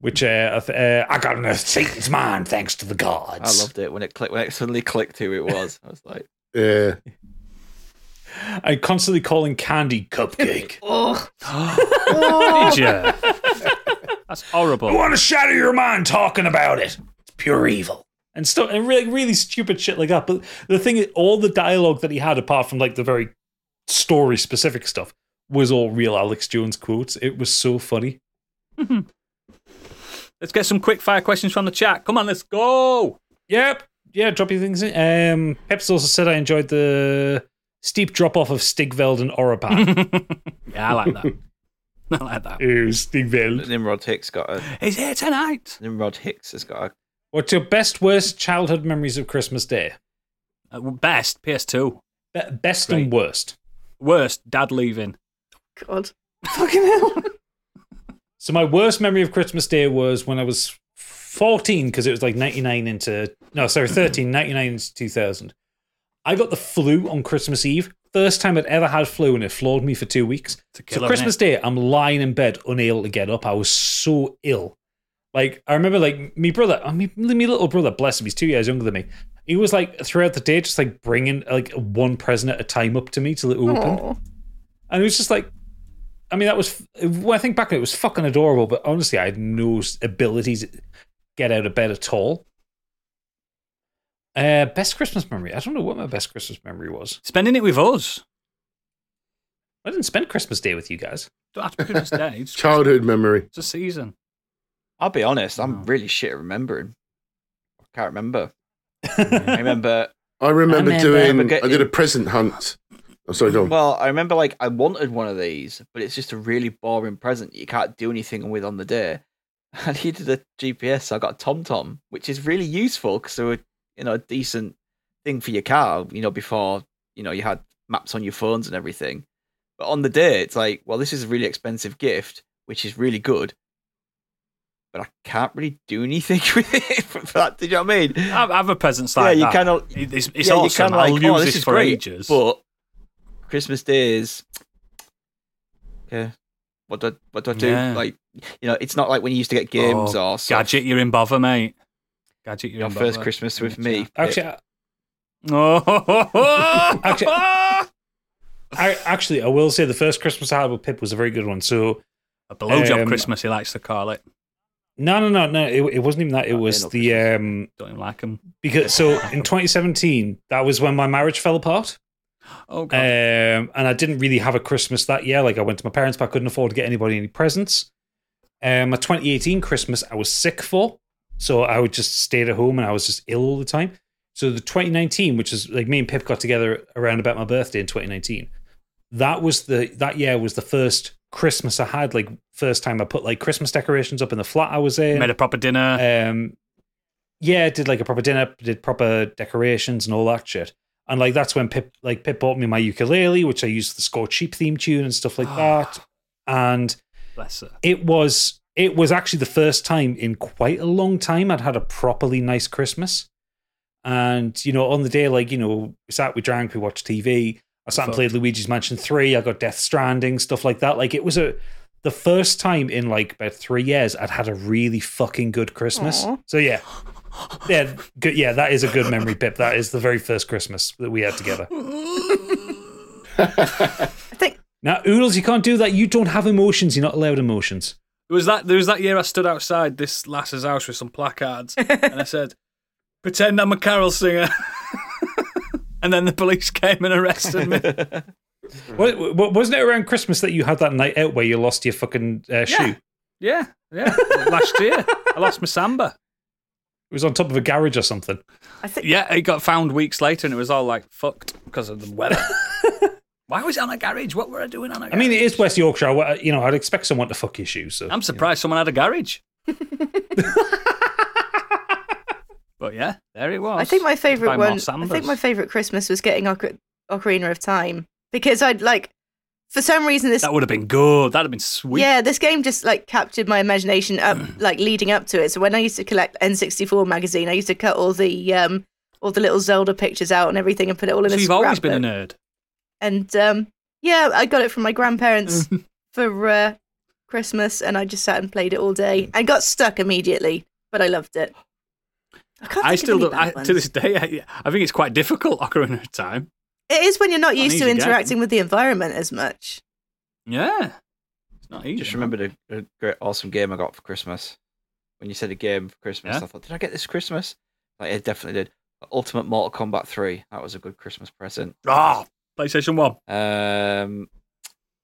which uh, I th- uh, I got in a Satan's mind thanks to the
I
gods.
loved it when it clicked. When it suddenly clicked who it was, I was like,
Yeah.
I'm constantly calling candy cupcake.
Oh,
Did you? That's
I
horrible.
want to shatter your mind talking about it. It's pure evil. And stuff and really really stupid shit like that. But the thing is all the dialogue that he had, apart from like the very story specific stuff, was all real Alex Jones quotes. It was so funny.
Let's get some quick fire questions from the chat. Come on, let's go.
Yep. Yeah, drop your things in. Um Peps also said I enjoyed the steep drop off of Stigveld and Orapan.
Yeah, I like that. I like that.
Ew, Stigveld.
Nimrod Hicks got a
He's here tonight.
Nimrod Hicks has got a
What's your best worst childhood memories of Christmas Day?
At best, PS2.
Be- best
Great.
and worst.
Worst, dad leaving.
God.
So my worst memory of Christmas Day was when I was 14 because it was like 99 into no sorry 13 99 into 2000. I got the flu on Christmas Eve. First time I'd ever had flu and it floored me for 2 weeks.
It's a killer,
So
innit?
Christmas Day I'm lying in bed unable to get up. I was so ill. Like I remember like me brother, I mean me little brother, bless him, he's 2 years younger than me. He was like throughout the day just like bringing like one present at a time up to me till it opened.
Oh.
And it was just like, I mean, that was, when I think back, it was fucking adorable, but honestly, I had no s- ability to get out of bed at all. Uh, best Christmas memory. I don't know what my best Christmas memory was.
Spending it with us.
I didn't spend Christmas Day with you guys.
Don't have to be Christmas Day. It's,
Childhood memory.
it's a season.
I'll be honest, I'm
No.
really shit at remembering. I can't remember. I remember.
I remember
Remember.
doing.
Remember
I did a present hunt. I'm sorry, John.
Well, I remember like I wanted one of these, but it's just a really boring present you can't do anything with on the day. I needed a GPS, so I got a TomTom, which is really useful because they were, you know, a decent thing for your car. You know, before you know you had maps on your phones and everything. But on the day, it's like, well, this is a really expensive gift, which is really good. But I can't really do anything with it for for that. Did you know what I mean?
I have- I have a presents
yeah,
like
you
that.
cannot.
It- It's, it's
yeah, you
awesome.
kinda
I'll
like,
use
oh,
this,
this is
for
great,
ages.
But Christmas Day is yeah. What do I, what do I do?
Yeah.
Like you know, it's not like when you used to get games
Oh,
or stuff.
Gadget, you're in bother, mate. Gadget, you're
Your
in
first
bother.
Christmas with
Yeah.
me.
Actually, I,
Oh.
Actually-
a
I actually, I will say the first Christmas I had with Pip was a very good one. So
blowjob
Um,
Christmas, he likes to call it.
no, no, no, no. It, it wasn't even that. It
Oh,
was
anal
the um
Don't even like him.
because so in 2017 that was when my marriage fell apart.
Oh god.
Um, and I didn't really have a Christmas that year. Like I went to my parents, but I couldn't afford to get anybody any presents. Um, my 2018 Christmas, I was sick for, so I would just stayed at home and I was just ill all the time. So the 2019, which is like me and Pip got together around about my birthday in 2019. That was the that year was the first Christmas I had. Like first time I put like Christmas decorations up in the flat I was in
Made a proper dinner.
um yeah did like a proper dinner did proper decorations and all that shit and like that's when pip like pip bought me my ukulele which i used to score cheap theme tune and stuff like that and
Bless her.
it was it was actually the first time in quite a long time i'd had a properly nice christmas and you know on the day like you know we sat we drank we watched tv i sat and played luigi's mansion 3 i got death stranding stuff like that like it was a the first time in like about three years i'd had a really fucking good christmas
Aw.
so yeah yeah good yeah that is a good memory pip that is the very first christmas that we had together
I think
now oodles you can't do that you don't have emotions you're not allowed emotions
It was that there was that year I stood outside this lass's house with some placards and I said, Pretend I'm a carol singer And then the police came and arrested me.
Wa- wa- Wasn't it around Christmas that you had that night out where you lost your fucking uh, shoe? It
yeah, yeah. Last year. I lost my samba.
was on top of a garage or something.
I think
Yeah, it got found weeks later and it was all like fucked because of the weather. Why was it on a garage? What were I doing on a garage?
I mean, it is West Yorkshire. wha- You know, I'd expect someone to fuck your shoe. So
I'm surprised someone had a garage. but yeah, there it was.
I think my favourite
By Mark
one. I
Sanders.
think my favourite Christmas was getting Oca- Ocarina of Time because I'd like, for some reason, this
that would have been good. That'd have been sweet.
yeah, this game just like captured my imagination up like leading up to it. So when I used to collect N64 magazine, I used to cut all the um all the little Zelda pictures out and everything and put it all in
so
a
you've always
scrapbook.
been a nerd.
And um yeah, I got it from my grandparents for uh, Christmas and I just sat and played it all day and got stuck immediately, but I loved it. I can't
I
think
still
of
don't.
any
I,
bad
to this
ones.
day, I, I think it's quite difficult Ocarina of Time.
It is when you're not used to
easy game.
interacting with the environment as much.
Yeah, it's not easy.
Just remembered a, a great, awesome game I got for Christmas. When you said a game for Christmas,
Yeah?
I thought, did I get this Christmas? Like, I definitely did. Ultimate Mortal Kombat 3. That was a good Christmas present.
Ah, PlayStation One.
Um,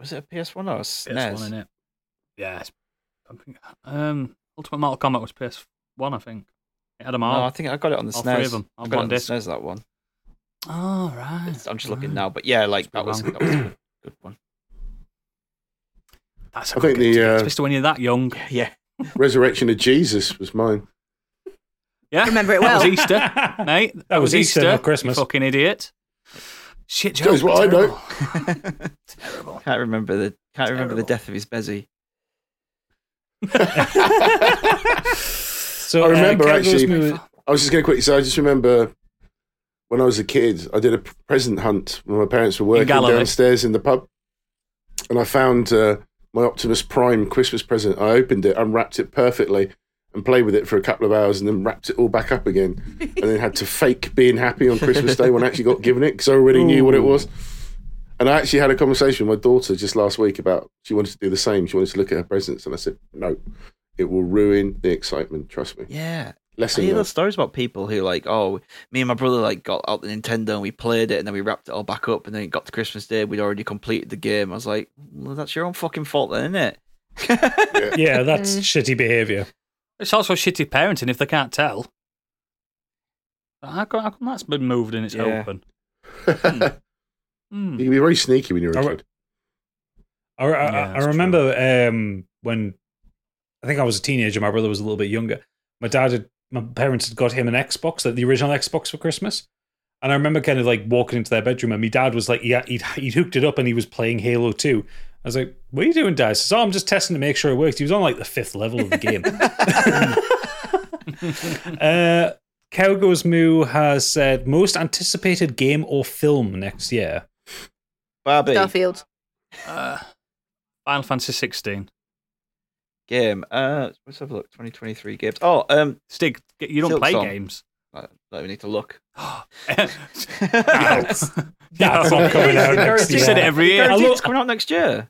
was it a PS1 or a E SNES?
PS One in it. Yeah, it's- I think um, Ultimate Mortal Kombat was PS One. I think it had them all.
No, I think I got it on the
all
SNES.
three of them
I
on
got it
one
on the
disc.
SNES, that one.
oh, right.
It's- I'm just looking
right.
now, but yeah, like
Must be
that was,
wrong.
that was a good one.
That's
I think
good
the,
to be-
uh,
especially when you're that young.
Yeah,
Resurrection of Jesus was mine.
Yeah,
Remember it
that was
well.
Easter, mate. That,
was Easter, not Christmas.
You fucking idiot. Shit, Joe.
Shows what I know.
Terrible.
can't remember the can't remember the
Terrible.
death of his bezzy.
So uh,
I remember,
Kel
actually-
goes me-
I was just going to quickly say, I just remember when I was a kid, I did a present hunt when my parents were working
Galilee.
downstairs in the pub, and I found uh, my Optimus Prime Christmas present. I opened it, unwrapped it perfectly, and played with it for a couple of hours, and then wrapped it all back up again, and then had to fake being happy on Christmas Day when I actually got given it because I already knew what it was. And I actually had a conversation with my daughter just last week about she wanted to do the same. She wanted to look at her presents, and I said, "No, it will ruin the excitement. Trust me."
Yeah, I
Lesson
hear
learned.
those stories about people who like, oh, me and my brother like got out the Nintendo and we played it and then we wrapped it all back up and then it got to Christmas Day we'd already completed the game. I was like, well, that's your own fucking fault then, isn't it?
yeah,
Mm.
that's shitty behaviour.
It's also shitty parenting if they can't tell. But How come, how come that's been moved and it's
Yeah.
open? Hmm.
You can be very sneaky when you're a
I re-
kid.
I, I,
Yeah,
I
that's
remember um, when I think I was a teenager, my brother was a little bit younger. My dad had, my parents had got him an Xbox, like the original Xbox for Christmas. And I remember kind of like walking into their bedroom, and my dad was like, yeah, he'd, he'd hooked it up and he was playing Halo 2. I was like, what are you doing, dad? He says, oh, I'm just testing to make sure it works. He was on like the fifth level of the game. uh, Cow Goes Moo has said, most anticipated game or film next year.
Barbie
Starfield.
Uh, Final Fantasy 16.
game. Uh, let's have a look. 2023 games. Oh, um,
Stig, you don't
Silk
play
Song.
games.
I don't even need to look.
That's, that's not coming out next
You
year.
said it every year.
I
I
look,
love-
it's coming out next year.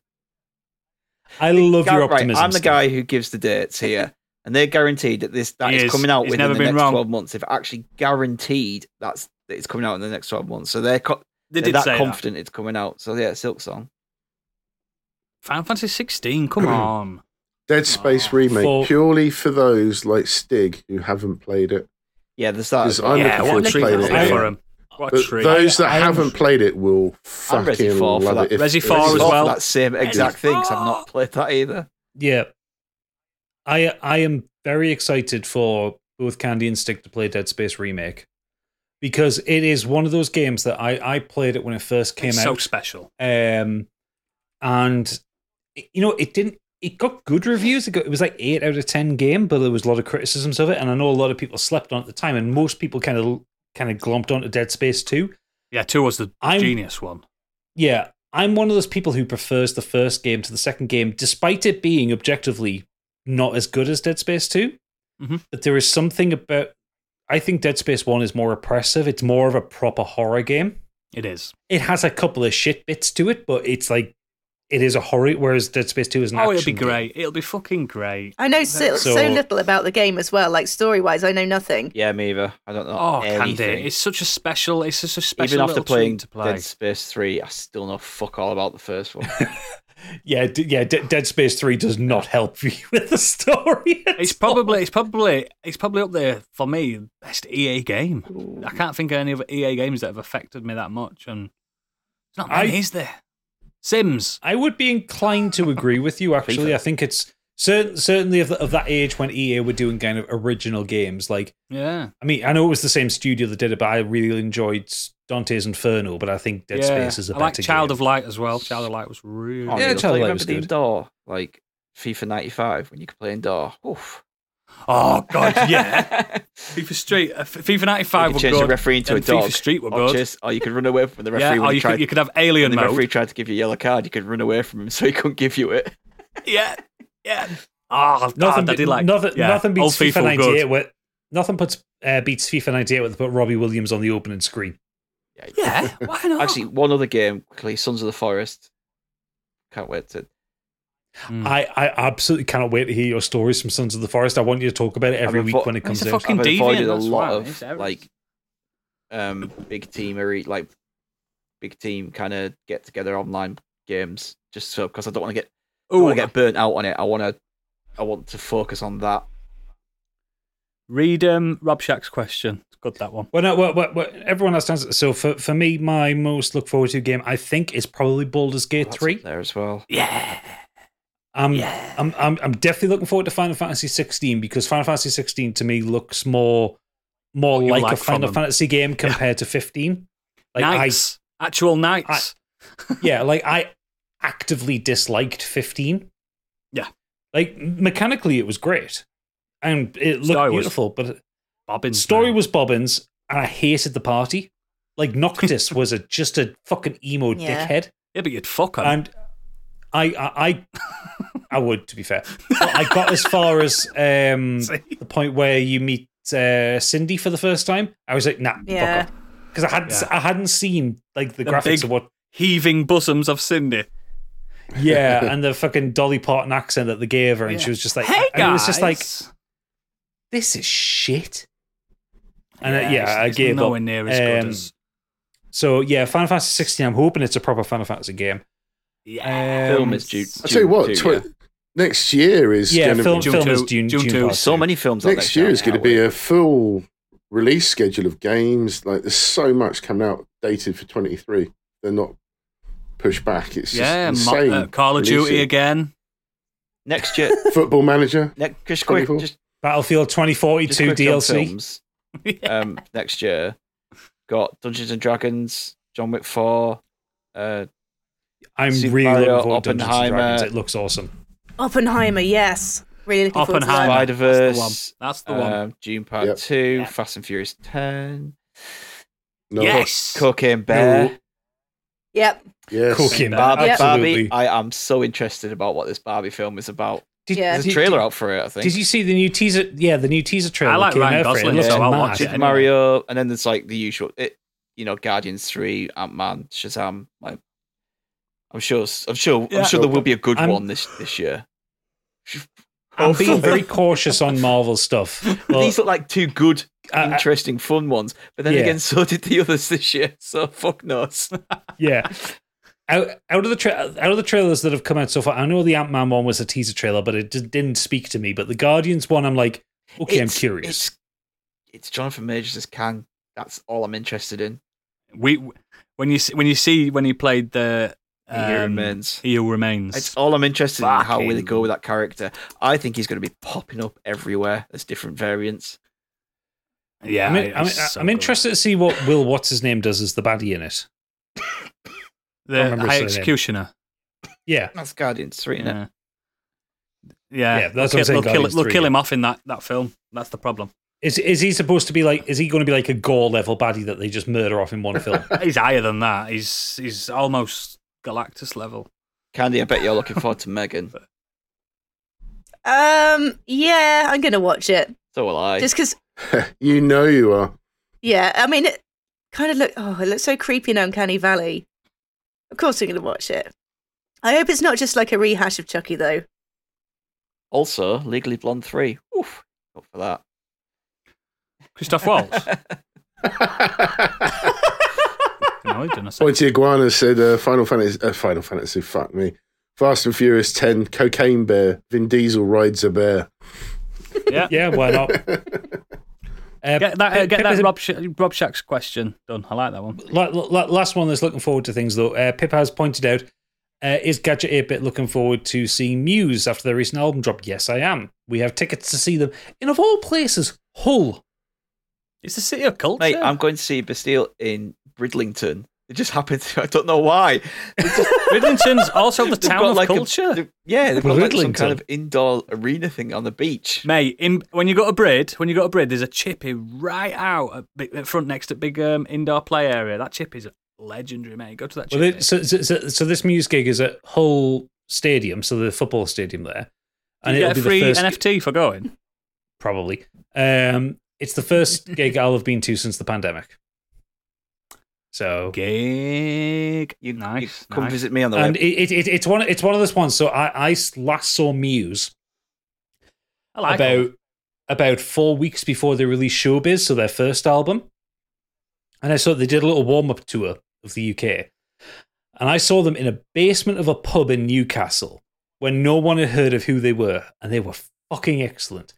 I love your
Gar- right,
optimism.
I'm the
Steve.
guy who gives the dates here, and they're guaranteed that this that
He
is
is.
coming out
He's
within
never
the
been
next
wrong.
12 months. They've actually guaranteed that's that it's coming out in the next 12 months. So they're, co-
They
they're
did
that
say that.
confident it's coming out. So yeah, Silk Song.
Final Fantasy 16. Come on.
Dead Space remake
Full-
purely for those like Stig who haven't played it.
Yeah, there's that. as
'Cause
well.
I'm looking
yeah, what
forward
a
to
treat
playing
that'll
it,
be for
yeah.
him. What a
But
treat.
those that
I- I am-
haven't played it will
I'm Resi
fucking
four for
love
that.
it. If-
Resi
if
four
it's
as
Oh,
not-
well.
That same exact thing. Cause I've not played that either.
Yeah. I I am very excited for both Candy and Stick to play Dead Space Remake because it is one of those games that I, I played it when it first came
It's so
out.
special.
um, and it- you know it didn't it got good reviews it, got, it was like 8 out of 10 game but there was a lot of criticisms of it and i know a lot of people slept on it at the time and most people kind of kind of glomped onto dead space 2
Yeah, 2 was the
I'm-
genius one.
yeah i'm one of those people who prefers the first game to the second game despite it being objectively not as good as dead space 2
Mhm.
but there is something about i think dead space 1 is more oppressive it's more of a proper horror game
It is.
it has a couple of shit bits to it, but it's like it is a horror. Whereas Dead Space Two is an
Oh, it'll
action
be
game.
great. It'll be fucking great.
I know so, so,
So-
little about the game as well. Like story wise, I know nothing.
Yeah, me either. I don't know.
Oh, Candy.
anything.
It's such a special, it's such a special
Even after
little treat
playing
to play.
Dead Space 3, I still know fuck all about the first one.
Yeah, d- yeah. D- Dead Space Three does not help you with the story. at
It's
all.
probably it's probably it's probably up there for me best EA game. I can't think of any other EA games that have affected me that much, and it's not many,
I-
is there? Sims.
I would be inclined to agree with you. Actually, I think it's certain certainly of, the, of that age when EA were doing kind of original games. Like,
Yeah,
I mean, I know it was the same studio that did it, but I really enjoyed Dante's Inferno. But I think Dead
yeah.
Space is a
I like
better
Child
game.
of Light as well. Child of Light was really.
Oh,
Yeah,
yeah,
Child
play,
Light
remember
was
the
good.
indoor, like FIFA 95, when you could play indoor. Oof.
Oh God, yeah. FIFA Street, uh, F- FIFA
you
'95
could
were
change the
good.
referee into
and
a dog.
FIFA Street were
or,
good.
just- or you could run away from the referee
Yeah,
when
or
he
you
tried
could, you could have
when
Alien
the referee
mode.
tried to give you a yellow card, you could run away from him so he couldn't give you it.
Yeah, yeah. Oh,
Nothing,
God, I did like
nothing,
yeah.
nothing
Old
beats
FIFA,
FIFA
were
ninety eight.
good.
With nothing puts uh, beats FIFA ninety eight with put Robbie Williams on the opening screen.
Yeah, why not?
Actually, one other game, quickly, Sons of the Forest. Can't wait to.
Mm.
I, I absolutely cannot wait to hear your stories from Sons of the Forest. I want you to talk about it every
I've
week
invo-
when it
It's
comes
a
out.
fucking
I've avoided
deviant.
a
that's
lot
right.
of,
It's everything.
like, um, big team or like big team kind of get together online games just so because I don't want to get I
Ooh,
want to get burnt out on it. I want to I want to focus on that.
Read um, Rob Shack's question. It's good that one.
Well, no, well, well, well, everyone else stands. So for, for me, my most look forward to game, I think, is probably Baldur's Gate
That's up
three.
there as well.
Yeah.
I'm,
Yeah.
I'm, I'm, I'm definitely looking forward to Final Fantasy 16 because Final Fantasy 16 to me looks more, more
What you
like,
like
a
from
Final
them.
Fantasy game compared to 15. Like
knights. Actual knights.
I, yeah, like I actively disliked 15.
Yeah.
like mechanically it was great, and it looked
Story was-
beautiful, but
Bobbin's
story
name.
was Bobbins, and I hated the party. Like Noctis was a just a fucking emo
Yeah.
dickhead,
Yeah, but you'd fuck on.
and I I I, I would to be fair. But I got as far as um the point where you meet uh, Cindy for the first time. I was like, nah,
Yeah.
fuck off. Because I hadn't,
Yeah.
I hadn't seen like the,
The
graphics
big-
of what,
Heaving bosoms of Cindy.
yeah, and the fucking Dolly Parton accent that they gave her, and she was just like,
hey, guys.
and it was just like, this is shit. And uh, yeah, yeah
it's,
I
it's
gave
nowhere
up.
near as good
Um,
as.
So yeah, Final Fantasy 16. I'm hoping it's a proper Final Fantasy game.
Yeah.
film is due.
I'll tell you what,
due,
twi-
yeah.
next year is
yeah,
going to
film,
be,
June
film
two-
is June,
June
June,
two.
part
so
two.
many films. out
next year
I
is going to
can't
be
wait.
a full release schedule of games. Like there's so much coming out dated for 23. They're not pushed back. It's
Yeah,
just
mo-
insane.
uh, Call of
releasing.
Duty again.
next year.
Football Manager.
ne- just quick,
24.
just,
Battlefield
just
2042
quickly on
DLC.
films. um, next year. Got Dungeons and Dragons, John Wick Four, uh,
I'm
Super
really
Mario,
looking forward to Dungeons and
Oppenheimer.
Dragons. It looks awesome.
Oppenheimer, yes. Really looking forward to that.
Oppenheimer.
Spider-Verse,
That's the one. That's
um, June Part
Yep.
Two, Fast and Furious Ten,
the
No.
one. Yes.
Cocaine Bear,
No.
Yep.
Yes.
Cooking,
Barbie.
Yep.
Barbie.
absolutely.
I am so interested about what this Barbie film is about.
Did,
Yeah.
There's a trailer out for it, I think.
Did you see the new teaser? Yeah, the new teaser trailer.
I
that
like
came
Ryan
out for it.
Gosling,
It
so
looks
I'll
mad.
watch it.
Super Mario, and then there's like the usual, it, you know, Guardians Three, Ant Man, Shazam. Like, I'm sure, I'm sure,
Yeah.
I'm sure there will be a good
I'm-
one this this year.
I'm being very cautious on Marvel stuff. Well, uh,
These look like two good,
I- I-
interesting, fun ones, but then
Yeah.
again, so did the others this year. So fuck knows.
yeah. Out, out of the tra- out of the trailers that have come out so far, I know the Ant Man one was a teaser trailer, but it just didn't speak to me. But the Guardians one, I'm like, okay, I'm
It's-
curious.
It's, it's Jonathan Majors as Kang. That's all I'm interested in.
We when you s- when you see when he played the
He
um,
remains.
He Who remains.
It's all I'm interested in how we
Fucking-
go with that character. I think he's going to be popping up everywhere as different variants.
yeah,
I'm, in-
it's
I'm,
so
I'm
good.
interested to see what Will what's his name does as the baddie in it. can't
The
remember his
High
surname.
Executioner.
Yeah,
That's Guardians Three, isn't it?
Yeah. Yeah,
Yeah, that's what
they'll
I'm saying,
kill- They'll, kill,
Guardians
they'll
three,
kill
yeah.
him off in that, that film. That's the problem.
is is he supposed to be like? Is he going to be like a gore level baddie that they just murder off in one film?
he's higher than that. He's he's almost Galactus level.
Candy, I bet you're looking forward to Megan.
Um, yeah, I'm gonna watch it
So will I.
just because.
you know you are.
Yeah, I mean, it kind of look. Oh, it looks so creepy in Uncanny Valley. Of course, I'm gonna watch it. I hope it's not just like a rehash of Chucky though.
Also, Legally Blonde Three. Oof, up for that.
Christoph Waltz.
Pointy
no, he's done a second.
Iguana said uh, Final Fantasy, uh, Final Fantasy, fuck me. Fast and Furious 10, Cocaine Bear, Vin Diesel rides a bear.
Yeah.
yeah, why not? Uh,
Get that, uh,
Pe-
get
Pippa's
that
a-
Rob, Sh- Rob Shack's question done. I like that one.
La- la- last one that's looking forward to things though. Uh, Pip has pointed out, uh, is Gadget 8-Bit looking forward to seeing Muse after their recent album drop? Yes, I am. We have tickets to see them in of all places, Hull.
It's the city of culture.
Mate, I'm going to see Bastille in Bridlington. It just happened. To, I don't know why. It's just-
Midlandton's also the
they've
town
got
of
like a-
culture.
they've- yeah, they've got like some
Bridlington.
kind of indoor arena thing on the beach.
Mate, in, when you got a brid, when you got a brid, there's a chippy right out at, big, at front next to big um, indoor play area. That chippy's legendary, mate. Go to that
Well,
chippy.
they- so, so, so, so this Muse gig is at Hull Stadium, so the football stadium there,
and you get a
it'll be
free
the first
NFT for going.
probably. Um, it's the first gig I'll have been to since the pandemic. So
Gig.
You, you
nice.
come
nice.
visit me on the
and
way.
it, it, it, it's one it's one of those ones. So I, I s- last saw Muse
I like
about
it.
about four weeks before they released Showbiz, so their first album. And I saw they did a little warm up tour of the UK, and I saw them in a basement of a pub in Newcastle when no one had heard of who they were, and they were fucking excellent.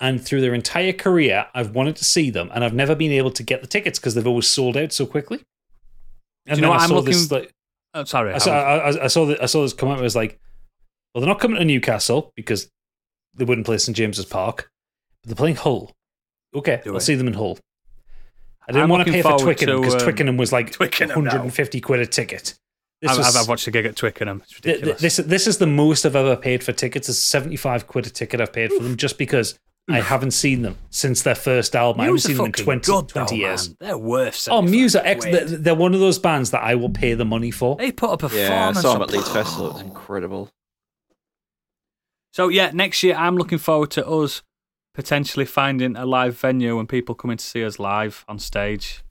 And through their entire career, I've wanted to see them, and I've never been able to get the tickets because they've always sold out so quickly. And
you know
then
what
I
I'm
saw this
looking-
like,
Oh, sorry.
I saw,
Howard.
I, I- I saw that I saw this comment. It was like, well, they're not coming to Newcastle because they wouldn't play St James's Park, but they're playing Hull. Okay,
Do
I'll
it.
see them in Hull. I didn't
I'm
want to pay
looking
for
forward
Twickenham
to,
because
um,
Twickenham was like
Twickenham now.
150 quid a ticket. This
I've,
was-
I've, I've watched a gig at Twickenham. It's
th- th-
ridiculous.
this this is the most I've ever paid for tickets. It's 75 quid a ticket I've paid for them just because I haven't seen them since their first album. I haven't
Muse are
seen them in
fucking
20,
good,
20
though,
years.
man. They're worth.
Oh, Muse are
75
ex-
quid.
they're, they're one of those bands that I will pay the money for.
They put up a
Yeah, I
performance.
saw him
of-
at Leeds Festival. It was incredible.
So yeah, next year I'm looking forward to us potentially finding a live venue and people coming to see us live on stage.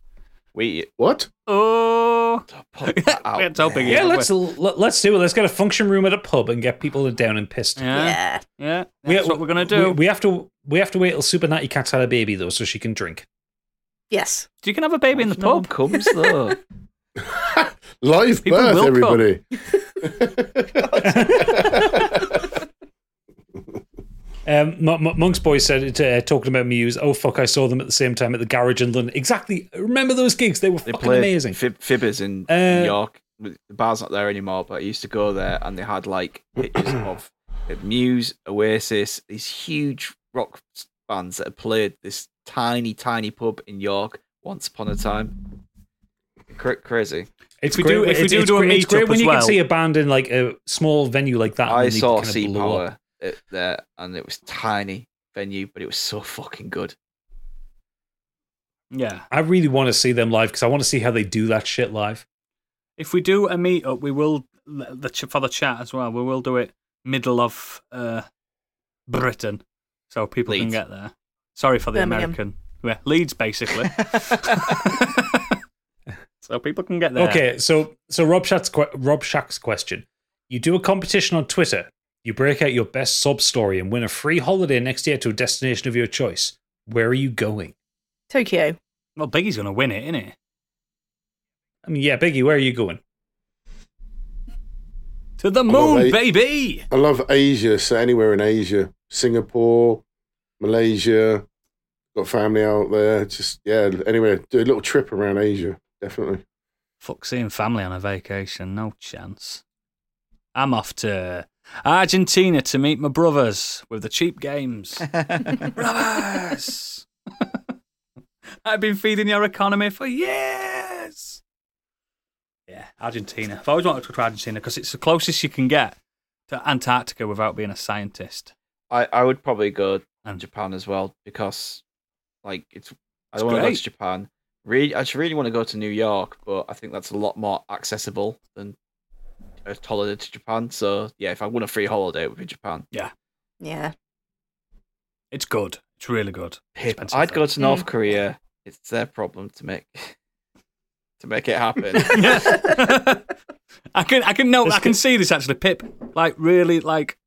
We
What?
Oh,
pop that out.
We had Topig
there.
Yeah,
Yeah,
let's let, let's do it. Let's get a function room at a pub and get people down and pissed.
yeah, yeah.
Yeah,
That's what we're gonna do.
We, we have to we have to wait till Super Natty Cat's had a baby though, so she can drink.
yes.
you can have a baby in the
No one
pub.
comes though.
Live
People
birth,
will come.
everybody.
Um, Mon- Mon- Monk's boy said uh, talking about Muse. Oh fuck! I saw them at the same time at the Garage in London. Exactly. Remember those gigs? They were
They
fucking
played
amazing.
Fib- Fibbers in
Uh,
New York. The bar's not there anymore, but I used to go there, and they had like pictures of Muse, Oasis, these huge rock bands that had played this tiny, tiny pub in York once upon a time. Cra- crazy.
It's
If we do-
great-
if we
it's-
do
it's
do a
great- it's
meetup
great when
as
you
well.
can see a band in like a small venue like that. and
I
then they
saw
kind of
Sea
blow up.
Power at- there, and it was tiny venue, but it was so fucking good.
Yeah.
I really want to see them live because I want to see how they do that shit live.
If we do a meet up, we will the ch- for the chat as well. We will do it middle of uh, Britain, so people can
Leeds.
get there. Sorry for the
Birmingham.
American. Yeah, Leeds, basically. so people can get there.
Okay, so so Rob Shack's que- Rob Shack's question: You do a competition on Twitter. You break out your best sub story and win a free holiday next year to a destination of your choice. Where are you going?
Tokyo.
Well, Biggie's going to win it, isn't it?
I mean, yeah, Biggie, where are you going?
To the
on,
moon,
mate.
baby!
I love Asia, so anywhere in Asia, Singapore, Malaysia, got family out there. Just yeah, anywhere, do a little trip around Asia, definitely.
Fuck, seeing family on a vacation, no chance. I'm off to Argentina to meet my brothers with the cheap games. brothers! I've been feeding your economy for years! Yeah, Argentina. I've always wanted to go to Argentina because it's the closest you can get to Antarctica without being a scientist.
I, I would probably go
And-
Japan as well because, like, it's I
It's
don't want to go
great.
to Japan. Really, I just really want to go to New York, but I think that's a lot more accessible than a holiday to Japan. So yeah, if I won a free holiday, it would be Japan.
Yeah.
It's good. It's really good.
If
Expensive
I'd go
though.
to
Mm.
North Korea. It's their problem to make to make it happen.
I can, I can, no,
Just
I can
get-
see this actually. Pip, like, really, like,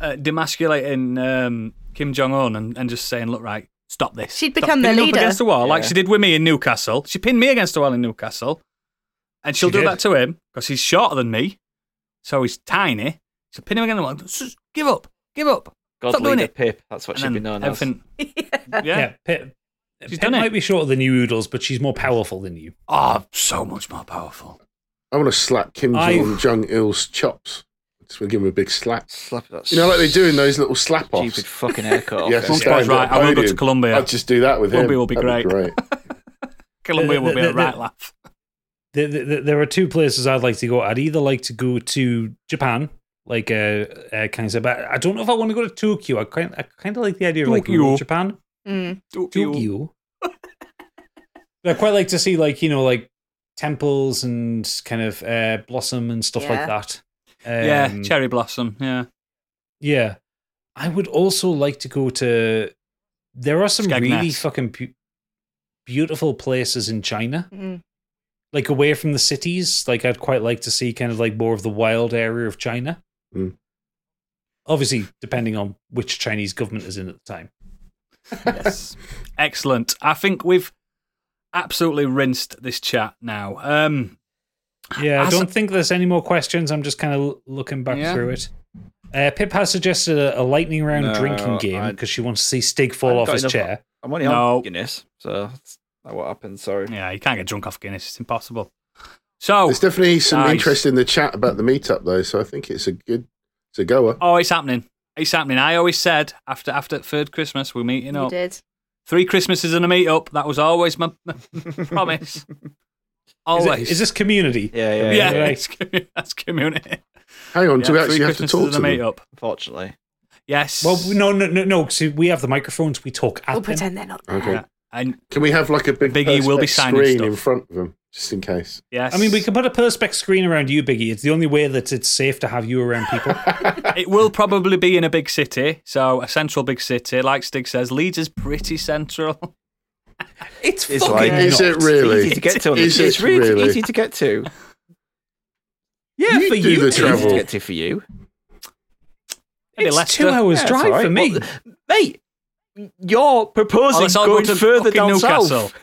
uh, demasculating um, Kim Jong Un and, and just saying, "Look, right, stop this."
She'd
Stop
become their
pinning up
leader.
against the wall, like
Yeah.
she did with me in Newcastle. She pinned me against the wall in Newcastle, and she'll
She
do
did.
that to him because he's shorter than me, so he's tiny. She'll pin him against the wall. Just give up, give up.
God
Stop doing
leader
it.
Pip. That's what she'd be known
everything-
Yeah,
yeah.
Pip,
She's
Pip
done it.
might be shorter than you, Oodles, but she's more powerful than you.
Oh, so much more powerful.
I want to slap Kim
I-
Jong Jong Il's chops. Just want to give him a big slap.
as. Slap that
You know, like they do in those little slap offs.
stupid fucking haircut.
Yeah,
off
just
him.
guy's
find a
right, I wanna go to
podium.
Colombia.
I'd just do that with
Colombia
him.
will be
That'd
great. Colombia will be a right laugh.
There, there, there are two places I'd like to go. I'd either like to go to Japan, like uh, uh Kang said, but I don't know if I want to go to Tokyo. I kind, I kind of like the idea of like
Tokyo.
rural Japan.
Mm.
Tokyo. I quite like to see like you know like temples and kind of uh, blossom and stuff
Yeah.
like that. Um,
yeah, cherry blossom. Yeah,
yeah. I would also like to go to. There are some really
Skegness.
fucking bu- beautiful places in China,
Mm.
like away from the cities. Like I'd quite like to see kind of like more of the wild area of China.
Mm.
Obviously, depending on which Chinese government is in at the time.
yes. Excellent. I think we've absolutely rinsed this chat now. Um,
Yeah, I
As-
don't think there's any more questions. I'm just kind of looking back
Yeah.
through it. Uh, Pip has suggested a, a lightning round
No,
drinking game
I-
because she wants to see Stig fall
I've
off
got
his
enough-
chair.
I'm only
No.
on Guinness, so that's not what happened. Sorry.
yeah, you can't get drunk off Guinness. It's impossible.
Great.
So,
There's definitely some
Oh. Nice.
interest in the chat about the meetup, though. So I think it's a good, it's a goer.
oh, it's happening. It's happening. I always said after after third Christmas we're meeting
You
up.
did.
Three Christmases and a meet up. That was always my, my promise.
Is, it-
Always.
is this community?
Yeah, yeah,
yeah,
right.
it's commu- that's community.
Hang on,
Yeah,
do we actually
three
have to
Christmases
talk
and
to
a
them?
meet up.
Unfortunately,
Yes.
Well, no, no, no, no. See, we have the microphones. We talk at
We'll
them.
Oh, pretend they're not there.
Okay.
Yeah. And
Can we have like a big
Biggie will be
Perspex
signing
screen
stuff.
in front of them, just in case?
yes,
I mean, we can put a perspex screen around you, Biggie. It's the only way that it's safe to have you around people.
it will probably be in a big city, so a central big city, like Stig says. Leeds is pretty central.
it's,
It's
fucking
like-
not.
Is it
easy
really?
to get to. on
Is
this-
it
It's really,
really?
easy to get to.
Yeah,
You
for
do
you.
the
two.
It's easy
Travel.
to get to for you.
Maybe
It's
Leicester.
two hours
Yeah, it's
drive
alright.
for me.
Well, mate. You're
Oh,
proposing
let's all go
going
to
further
fucking
down
Newcastle.
south.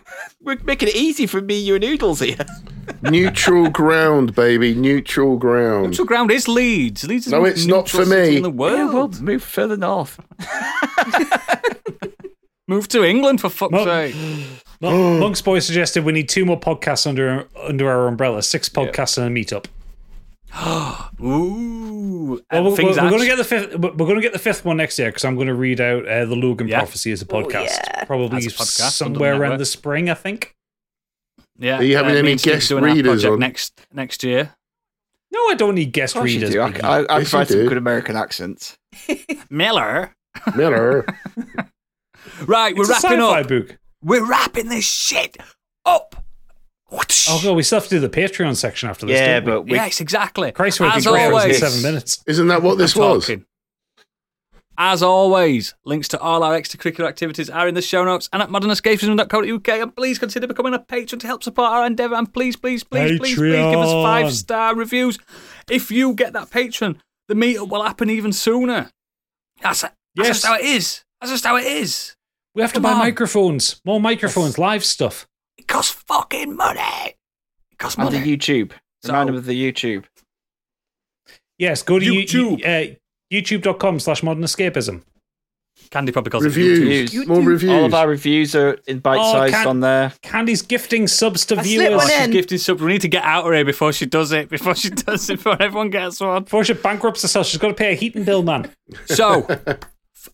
We're making it easy for me, you and Noodles here.
Neutral ground, baby. Neutral ground.
Neutral ground is Leeds. Leeds is
No,
the
it's not
neutral
for
city
me.
In the world.
Yeah, well, move further north.
Move to England for fuck's
Well-
sake.
Mon- Monk's boy suggested we need two more podcasts under under our umbrella. Six
Yeah.
podcasts and a meetup.
Ooh,
Well,
And
we're, going
things
to
actually-
get the fifth. We're going to get the fifth one next year because I'm going to read out uh, the Logan
Yeah.
prophecy as a podcast,
yeah.
probably
As a podcast under the
somewhere around
network.
the spring, I think.
Yeah,
Are you having
uh, me
any
and Steve's
guest
doing our
readers
project
on?
next next year?
No, I don't need guest
Of course you
readers.
do. I,
Biggie.
I, I
Yes, you
provide some
do.
good American accents.
Miller.
Miller.
Right, we're
it's a
wrapping
sci-fi
up.
book.
We're wrapping this shit up.
Oh god, we still have to do the Patreon section after this.
Yeah,
don't we?
but we,
yes, exactly.
Christ, we're
As
three hours and
always,
seven minutes.
Isn't that what this
I'm
was?
talking. As always, links to all our extracurricular activities are in the show notes and at modernescapism.co.uk. And please consider becoming a patron to help support our endeavour. And please, please, please, please, please give us
Patreon.
five star reviews. If you get that patron, the meetup will happen even sooner. That's, that's
Yes.
just how it is. That's just how it is.
We have to
Come
buy
on.
microphones, more microphones, live stuff.
It costs fucking money. It costs
And the
money.
YouTube. Remind
So-
them of the YouTube.
Yes, go to YouTube.
YouTube.
You, uh, YouTube.com slash modern escapism.
Candy probably costs
Reviews.
Reviews.
More reviews.
All of our reviews are in bite
Oh,
sized
can-
on there.
Candy's gifting subs to
I slipped
viewers.
one in.
She's gifting sub. We need to get out of here before she does it. Before she does it, before everyone gets one.
Before she bankrupts herself, she's got to pay a heating bill, man.
So, f-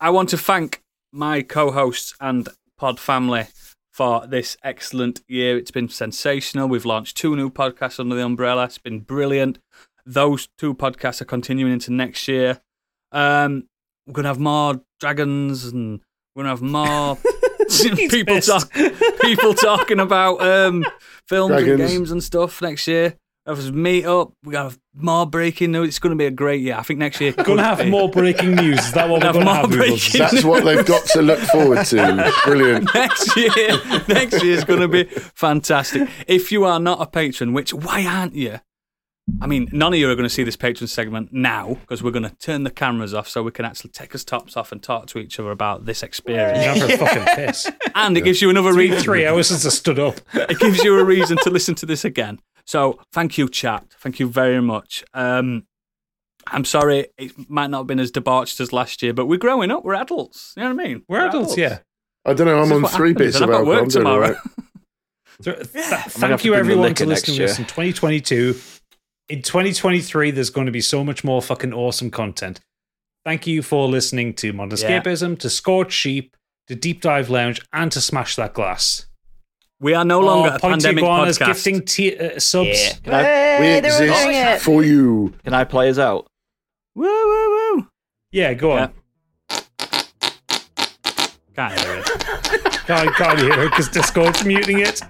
I want to thank my co hosts and pod family for this excellent year. It's been sensational. We've launched two new podcasts under the umbrella, it's been brilliant. Those two podcasts are continuing into next year. Um, we're going to have more dragons and we're going to have more. people
pissed.
talk, people talking about um, films and
Dragons.
games and stuff next year. Have us meet up. We got more breaking news. It's going to be a great year. I think next year
Gonna
could
have
be.
more breaking news. Is that what we're
Have
gonna
more
have? Noodles?
breaking-
That's what they've got to look forward to. Brilliant.
next year next year's going to be fantastic if you are not a patron which why aren't you i mean none of you are going to see this patron segment now because we're going to turn the cameras off so we can actually take us tops off and talk to each other about this experience
You're having a fucking piss.
and it gives you another
Three,
reason
three hours since I stood up.
it gives you a reason to listen to this again so thank you chat thank you very much um I'm sorry, it might not have been as debauched as last year, but we're growing up. We're adults. You know what I mean?
We're adults, yeah.
I don't know.
This
I'm
is
on
what
three
happens,
bits
and
of
I've got
alcohol.
work
I'm doing all
tomorrow.
right.
So, th-
gonna have
thank
to
you,
bring the
everyone,
liquor
to
next
listening to
year.
this in 2022. In 2023, there's going to be so much more fucking awesome content. Thank you for listening to Modern
Yeah.
Escapism, to Scorched Sheep, to Deep Dive Lounge, and to Smash That Glass.
We are no longer a
Pointy
pandemic
Iguanas
podcast.
gifting t- uh, subs.
Yeah. Can I,
We
Hey, they're all doing
exist
it.
for you.
can I play us out?
Woo, woo, woo.
Yeah, go on.
Yeah. Can't hear it.
Can't, can't hear it because Discord's muting it.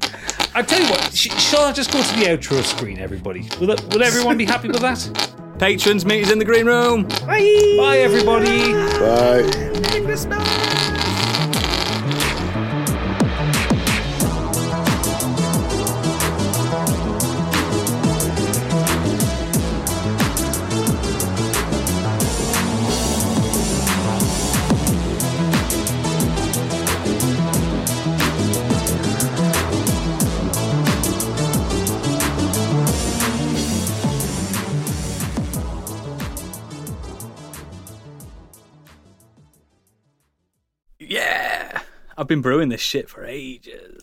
I tell you what, sh- shall I just go to the outro screen, everybody? Will, it- will everyone be happy with that?
Patrons, meet us in the green room.
Bye.
Bye, everybody.
Bye.
Yeah. I've been brewing this shit for ages.